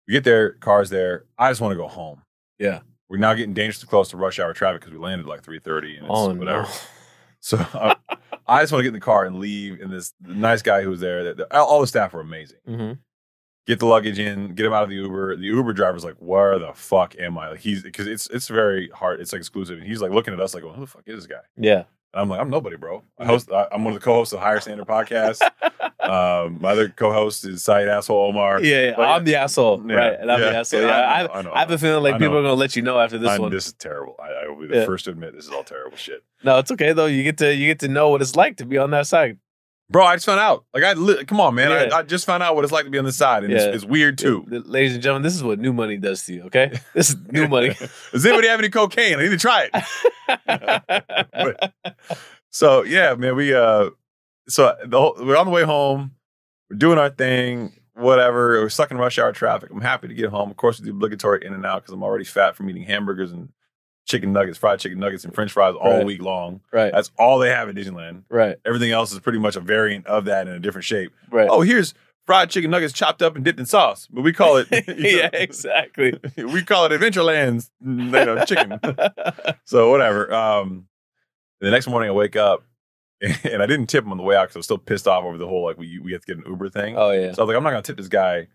[SPEAKER 5] We get there, car's there. I just want to go home.
[SPEAKER 3] Yeah.
[SPEAKER 5] we're now getting dangerously close to rush hour traffic because we landed at like three thirty and it's
[SPEAKER 3] Oh
[SPEAKER 5] whatever.
[SPEAKER 3] no.
[SPEAKER 5] So I, I just want to get in the car and leave. And this nice guy who was there, that that- all the staff were amazing.
[SPEAKER 3] Mhm.
[SPEAKER 5] Get the luggage in, get him out of the Uber. The Uber driver's like, "Where the fuck am I?" Like he's because it's it's very hard. It's like exclusive, and he's like looking at us like, well, "Who the fuck is this guy?"
[SPEAKER 3] Yeah.
[SPEAKER 5] And I'm like, I'm nobody, bro. I host. I, I'm one of the co-hosts of the Higher Standard Podcast. um, my other co-host is Saeed Asshole Omar.
[SPEAKER 3] Yeah, yeah.
[SPEAKER 5] But-
[SPEAKER 3] I'm the asshole,
[SPEAKER 5] Yeah,
[SPEAKER 3] right? And I'm
[SPEAKER 5] yeah,
[SPEAKER 3] the asshole.
[SPEAKER 5] yeah,
[SPEAKER 3] Yeah,
[SPEAKER 5] I
[SPEAKER 3] I,
[SPEAKER 5] know, I know,
[SPEAKER 3] I have a feeling like
[SPEAKER 5] I
[SPEAKER 3] people
[SPEAKER 5] know.
[SPEAKER 3] are gonna let you know after this
[SPEAKER 5] I'm-
[SPEAKER 3] one.
[SPEAKER 5] this is terrible. I, I will be the
[SPEAKER 3] Yeah.
[SPEAKER 5] first to admit this is all terrible shit,
[SPEAKER 3] No, it's okay though. You get to you get to know what it's like to be on that side.
[SPEAKER 5] bro. I just found out. Like, I li- come on, man.
[SPEAKER 3] Yeah.
[SPEAKER 5] I, I just found out what it's like to be on this side, and
[SPEAKER 3] Yeah.
[SPEAKER 5] it's, it's weird too.
[SPEAKER 3] L- Ladies and gentlemen, this is what new money does to you. Okay, this is new money.
[SPEAKER 5] Does anybody have any cocaine? I need to try it. So yeah, man. We uh, so the whole, we're on the way home. We're doing our thing. Whatever. We're stuck in rush hour traffic. I'm happy to get home. Of course, with the obligatory in and out because I'm already fat from eating hamburgers and chicken nuggets, fried chicken nuggets, and French fries all
[SPEAKER 3] Right.
[SPEAKER 5] week long.
[SPEAKER 3] right,
[SPEAKER 5] That's all they have at Disneyland.
[SPEAKER 3] right,
[SPEAKER 5] Everything else is pretty much a variant of that in a different shape.
[SPEAKER 3] right.
[SPEAKER 5] Oh, here's fried chicken nuggets chopped up and dipped in sauce, but we call it
[SPEAKER 3] yeah, exactly.
[SPEAKER 5] we call it Adventureland's you know, chicken. so whatever. Um, the next morning I wake up and I didn't tip him on the way out because I was still pissed off over the whole like we we have to get an Uber thing.
[SPEAKER 3] Oh yeah.
[SPEAKER 5] So I was like, I'm not gonna tip this guy.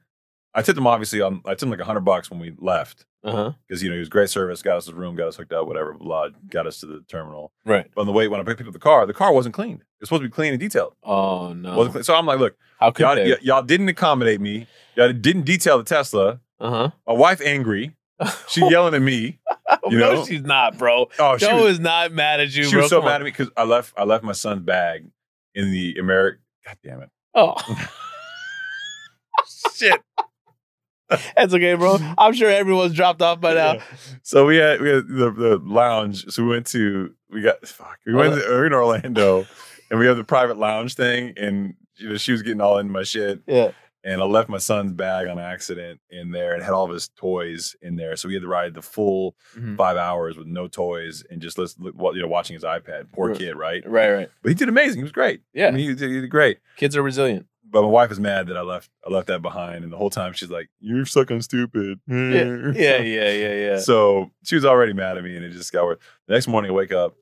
[SPEAKER 5] I tipped him obviously on I tipped him like hundred bucks when we left
[SPEAKER 3] Uh huh.
[SPEAKER 5] because you know he was great service, got us his room, got us hooked up, whatever, blah, got us to the terminal.
[SPEAKER 3] Right.
[SPEAKER 5] But on the way when I picked up the car, the car wasn't cleaned. It's supposed to be clean and detailed.
[SPEAKER 3] Oh
[SPEAKER 5] It
[SPEAKER 3] no.
[SPEAKER 5] Wasn't clean. So I'm like, look,
[SPEAKER 3] How could
[SPEAKER 5] y'all,
[SPEAKER 3] they?
[SPEAKER 5] y- y'all didn't accommodate me. Y'all didn't detail the Tesla.
[SPEAKER 3] Uh
[SPEAKER 5] My wife angry.
[SPEAKER 3] huh.
[SPEAKER 5] She yelling at me. you
[SPEAKER 3] no,
[SPEAKER 5] know?
[SPEAKER 3] she's not, bro.
[SPEAKER 5] Oh, she
[SPEAKER 3] Joe
[SPEAKER 5] was,
[SPEAKER 3] is not mad at you,
[SPEAKER 5] she
[SPEAKER 3] bro.
[SPEAKER 5] was so
[SPEAKER 3] Come on.
[SPEAKER 5] mad at me because I left I left my son's bag in the American. God damn it!
[SPEAKER 3] Oh,
[SPEAKER 5] Shit.
[SPEAKER 3] that's okay, bro. I'm sure everyone's dropped off by now.
[SPEAKER 5] Yeah. So we had we had the, the lounge. So we went to we got fuck. We went to, we were in Orlando, and we have the private lounge thing. And you know she was getting all into my shit,
[SPEAKER 3] Yeah.
[SPEAKER 5] and I left my son's bag on accident in there, and had all of his toys in there. So we had to ride the full
[SPEAKER 3] Mhm.
[SPEAKER 5] five hours with no toys and just listen, look- wa- you know, watching his iPad. Poor
[SPEAKER 3] Right.
[SPEAKER 5] kid, right?
[SPEAKER 3] Right, right.
[SPEAKER 5] But he did amazing. He was great. I
[SPEAKER 3] Yeah.
[SPEAKER 5] mean, he did, he did great.
[SPEAKER 3] Kids are resilient.
[SPEAKER 5] but my wife is mad that I left I left that behind, and the whole time she's like, "You're fucking stupid."
[SPEAKER 3] Yeah, yeah, yeah, yeah, yeah.
[SPEAKER 5] So she was already mad at me, and it just got worse. The next morning, I wake up,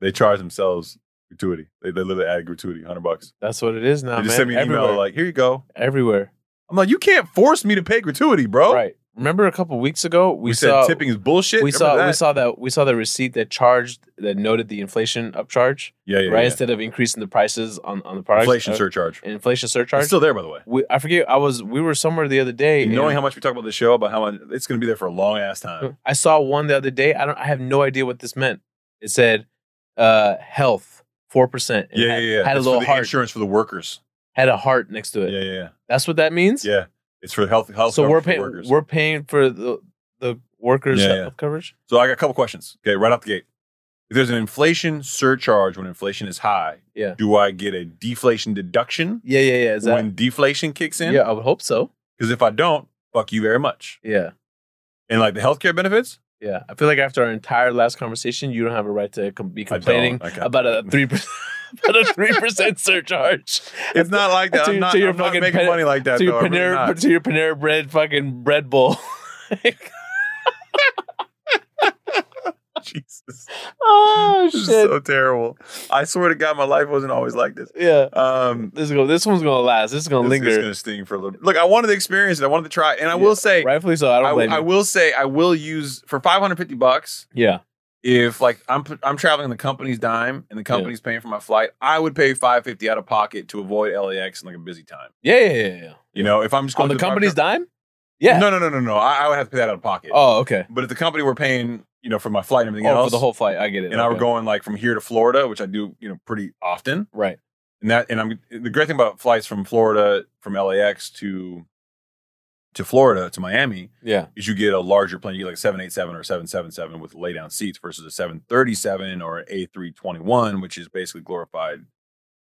[SPEAKER 5] they charge themselves gratuity. They, they literally added gratuity, hundred bucks.
[SPEAKER 3] That's what it is now,
[SPEAKER 5] they
[SPEAKER 3] man.
[SPEAKER 5] just sent me an
[SPEAKER 3] Everywhere.
[SPEAKER 5] email like, "Here you go."
[SPEAKER 3] everywhere.
[SPEAKER 5] I'm like, "You can't force me to pay gratuity, bro."
[SPEAKER 3] Right. Remember a couple weeks ago we,
[SPEAKER 5] Oh. We, said
[SPEAKER 3] saw
[SPEAKER 5] tipping is bullshit.
[SPEAKER 3] we
[SPEAKER 5] Remember
[SPEAKER 3] saw we
[SPEAKER 5] that?
[SPEAKER 3] saw that we saw the receipt that charged that noted the inflation upcharge,
[SPEAKER 5] yeah, yeah,
[SPEAKER 3] right?
[SPEAKER 5] yeah.
[SPEAKER 3] Instead of increasing the prices on on the products.
[SPEAKER 5] inflation
[SPEAKER 3] uh,
[SPEAKER 5] surcharge.
[SPEAKER 3] Inflation surcharge.
[SPEAKER 5] It's still there, by the way.
[SPEAKER 3] we, I forget. I was we were somewhere the other day.
[SPEAKER 5] And knowing
[SPEAKER 3] and
[SPEAKER 5] how much we talk about the show, about how much, it's going to be there for a long ass time.
[SPEAKER 3] I saw one the other day. I don't. I have no idea what this meant. It said uh, health four percent.
[SPEAKER 5] Yeah, yeah,
[SPEAKER 3] had,
[SPEAKER 5] yeah.
[SPEAKER 3] Had a
[SPEAKER 5] It's
[SPEAKER 3] little
[SPEAKER 5] for the
[SPEAKER 3] heart.
[SPEAKER 5] insurance for the workers.
[SPEAKER 3] Had a heart next to
[SPEAKER 5] Yeah,
[SPEAKER 3] it.
[SPEAKER 5] yeah, yeah.
[SPEAKER 3] That's what that means.
[SPEAKER 5] Yeah, it's for health health.
[SPEAKER 3] so we're
[SPEAKER 5] coverage for
[SPEAKER 3] paying.
[SPEAKER 5] workers.
[SPEAKER 3] We're paying for the the workers'
[SPEAKER 5] Yeah,
[SPEAKER 3] health
[SPEAKER 5] yeah.
[SPEAKER 3] coverage.
[SPEAKER 5] So I got a couple questions. Okay, right out the gate. If there's an inflation surcharge when inflation is high,
[SPEAKER 3] Yeah.
[SPEAKER 5] do I get a deflation deduction
[SPEAKER 3] Yeah, yeah, yeah. Is that?
[SPEAKER 5] when deflation kicks in?
[SPEAKER 3] yeah, I would hope so.
[SPEAKER 5] Because if I don't, fuck you very much.
[SPEAKER 3] Yeah,
[SPEAKER 5] And like the healthcare benefits,
[SPEAKER 3] yeah. I feel like after our entire last conversation, you don't have a right to com- be
[SPEAKER 5] I don't.
[SPEAKER 3] complaining
[SPEAKER 5] I got
[SPEAKER 3] about a
[SPEAKER 5] that.
[SPEAKER 3] three percent about a three percent surcharge.
[SPEAKER 5] It's not like that.
[SPEAKER 3] To-
[SPEAKER 5] I'm not,
[SPEAKER 3] to your
[SPEAKER 5] I'm not
[SPEAKER 3] fucking
[SPEAKER 5] making
[SPEAKER 3] pen-
[SPEAKER 5] money like that.
[SPEAKER 3] to your
[SPEAKER 5] though. I'm really
[SPEAKER 3] Panera
[SPEAKER 5] not.
[SPEAKER 3] to your Panera Bread fucking bread bowl.
[SPEAKER 5] Jesus,
[SPEAKER 3] oh
[SPEAKER 5] this is
[SPEAKER 3] shit!
[SPEAKER 5] so terrible. I swear to God, my life wasn't always like this.
[SPEAKER 3] yeah,
[SPEAKER 5] Um,
[SPEAKER 3] this is go. This one's gonna last. This is gonna
[SPEAKER 5] it's,
[SPEAKER 3] linger.
[SPEAKER 5] going to sting for a little. bit. Look, I wanted to experience it. I wanted to try, it. and I
[SPEAKER 3] Yeah,
[SPEAKER 5] will say,
[SPEAKER 3] Rightfully so. I
[SPEAKER 5] I,
[SPEAKER 3] don't blame
[SPEAKER 5] I
[SPEAKER 3] you.
[SPEAKER 5] will say, I will use for 550 bucks.
[SPEAKER 3] Yeah,
[SPEAKER 5] if like I'm p- I'm traveling the company's dime and the company's paying for my flight, I would pay five fifty out of pocket to avoid LAX in like a busy time.
[SPEAKER 3] Yeah, yeah, yeah, yeah.
[SPEAKER 5] You know, if I'm just
[SPEAKER 3] On
[SPEAKER 5] going
[SPEAKER 3] the
[SPEAKER 5] to park-
[SPEAKER 3] company's dime? Yeah.
[SPEAKER 5] No, no, no, no, no. I, I would have to pay that out of pocket.
[SPEAKER 3] Oh, okay.
[SPEAKER 5] But if the company were paying, you know, for my flight and everything
[SPEAKER 3] Oh,
[SPEAKER 5] else,
[SPEAKER 3] for the whole flight, I get it.
[SPEAKER 5] and I were
[SPEAKER 3] Okay.
[SPEAKER 5] going like from here to Florida, which I do, you know, pretty often.
[SPEAKER 3] right.
[SPEAKER 5] And that, and I'm the great thing about flights from Florida, from LAX to to Florida to Miami
[SPEAKER 3] Yeah,
[SPEAKER 5] is you get a larger plane. You get like seven eight seven or seven seven seven with lay down seats versus a seven thirty seven or a three twenty one, which is basically glorified,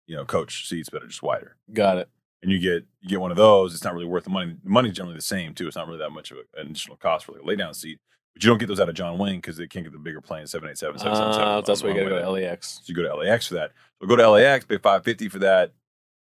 [SPEAKER 5] you know, coach seats but are just wider.
[SPEAKER 3] got it.
[SPEAKER 5] And you get you get one of those. It's not really worth the money. The money's generally the same too. It's not really that much of a, an additional cost for like a lay down seat. But you don't get those out of John Wing because they can't get the bigger plane seven eight seven seven seven seven.
[SPEAKER 3] Uh, that's why you got to go to
[SPEAKER 5] LAX.
[SPEAKER 3] LAX.
[SPEAKER 5] So you go to LAX for that. So go to LAX, pay five fifty for that,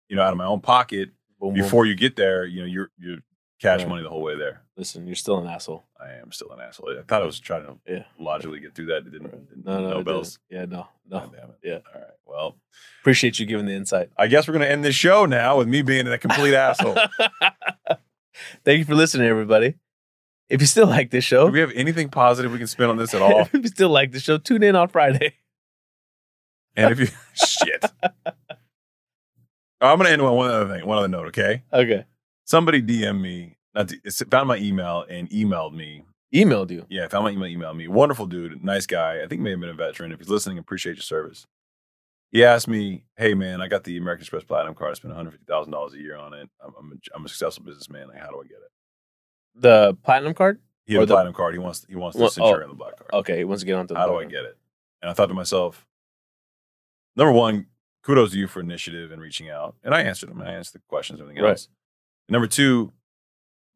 [SPEAKER 5] you know, out of my own pocket.
[SPEAKER 3] Boom, boom.
[SPEAKER 5] Before you get there, you know, you're you're cash
[SPEAKER 3] Mm-hmm. Right.
[SPEAKER 5] money the whole way there.
[SPEAKER 3] Listen, you're still an asshole.
[SPEAKER 5] I am still an asshole. I thought I was trying to
[SPEAKER 3] Yeah.
[SPEAKER 5] logically get through that. It didn't, didn't
[SPEAKER 3] No, no, it
[SPEAKER 5] bells.
[SPEAKER 3] didn't. Yeah, no, no.
[SPEAKER 5] God damn it.
[SPEAKER 3] Yeah.
[SPEAKER 5] All right. Well,
[SPEAKER 3] Appreciate you giving the insight.
[SPEAKER 5] I guess we're gonna end this show now with me being a complete asshole. Do
[SPEAKER 3] Thank you for listening, everybody. If you still like this show,
[SPEAKER 5] we have anything positive we can spin on this at all?
[SPEAKER 3] if you still like the show, tune in on Friday.
[SPEAKER 5] And if you shit. I'm gonna end with one other thing, one other note, okay?
[SPEAKER 3] Okay.
[SPEAKER 5] Somebody DM me, not d- found my email and emailed me
[SPEAKER 3] Emailed you.
[SPEAKER 5] Yeah, found my email, email me. Wonderful dude, nice guy. I think may have been a veteran. If he's listening, appreciate your service. He asked me, "Hey man, I got the American Express Platinum card. I spent one hundred fifty thousand dollars a year on it. I'm, I'm, a, I'm a successful businessman. Like, how do I get it?"
[SPEAKER 3] The platinum card?
[SPEAKER 5] He had
[SPEAKER 3] Or
[SPEAKER 5] a
[SPEAKER 3] the-
[SPEAKER 5] platinum card. He wants he wants the
[SPEAKER 3] Well, oh.
[SPEAKER 5] Centurion and the black card.
[SPEAKER 3] Okay, once again on the
[SPEAKER 5] How do I get it? And I thought to myself, number one, kudos to you for initiative and reaching out. And I answered them. I answered the questions, and everything
[SPEAKER 3] Right.
[SPEAKER 5] else. And number two,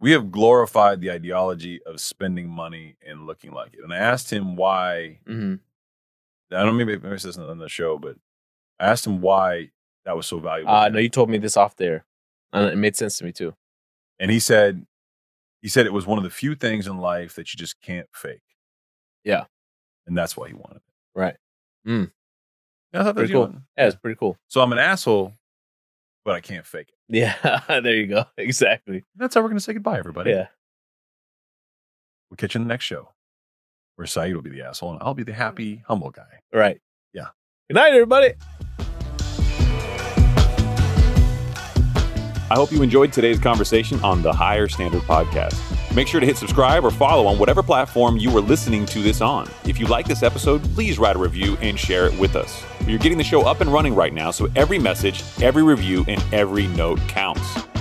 [SPEAKER 5] we have glorified the ideology of spending money and looking like it. And I asked him why
[SPEAKER 3] Mm-hmm.
[SPEAKER 5] I don't maybe maybe I said this on the show, but I asked him why that was so valuable.
[SPEAKER 3] Uh,
[SPEAKER 5] to
[SPEAKER 3] no,
[SPEAKER 5] him.
[SPEAKER 3] you told me this off there. And it made sense to me too.
[SPEAKER 5] and he said he said it was one of the few things in life that you just can't fake.
[SPEAKER 3] Yeah.
[SPEAKER 5] And that's why he wanted it.
[SPEAKER 3] Right. Mm.
[SPEAKER 5] Yeah, I thought that was
[SPEAKER 3] Pretty cool.
[SPEAKER 5] good.
[SPEAKER 3] Yeah, it's pretty cool.
[SPEAKER 5] So I'm an asshole, but I can't fake it.
[SPEAKER 3] Yeah, there you go. Exactly.
[SPEAKER 5] That's how we're gonna say goodbye, everybody.
[SPEAKER 3] Yeah.
[SPEAKER 5] We'll catch you in the next show. Where Saeed will be the asshole and I'll be the happy, humble guy.
[SPEAKER 3] Right.
[SPEAKER 5] Yeah.
[SPEAKER 3] Good night, everybody.
[SPEAKER 4] I hope you enjoyed today's conversation on the Higher Standard Podcast. Make sure to hit subscribe or follow on whatever platform you are listening to this on. If you like this episode, please write a review and share it with us. You're getting the show up and running right now, so every message, every review, and every note counts.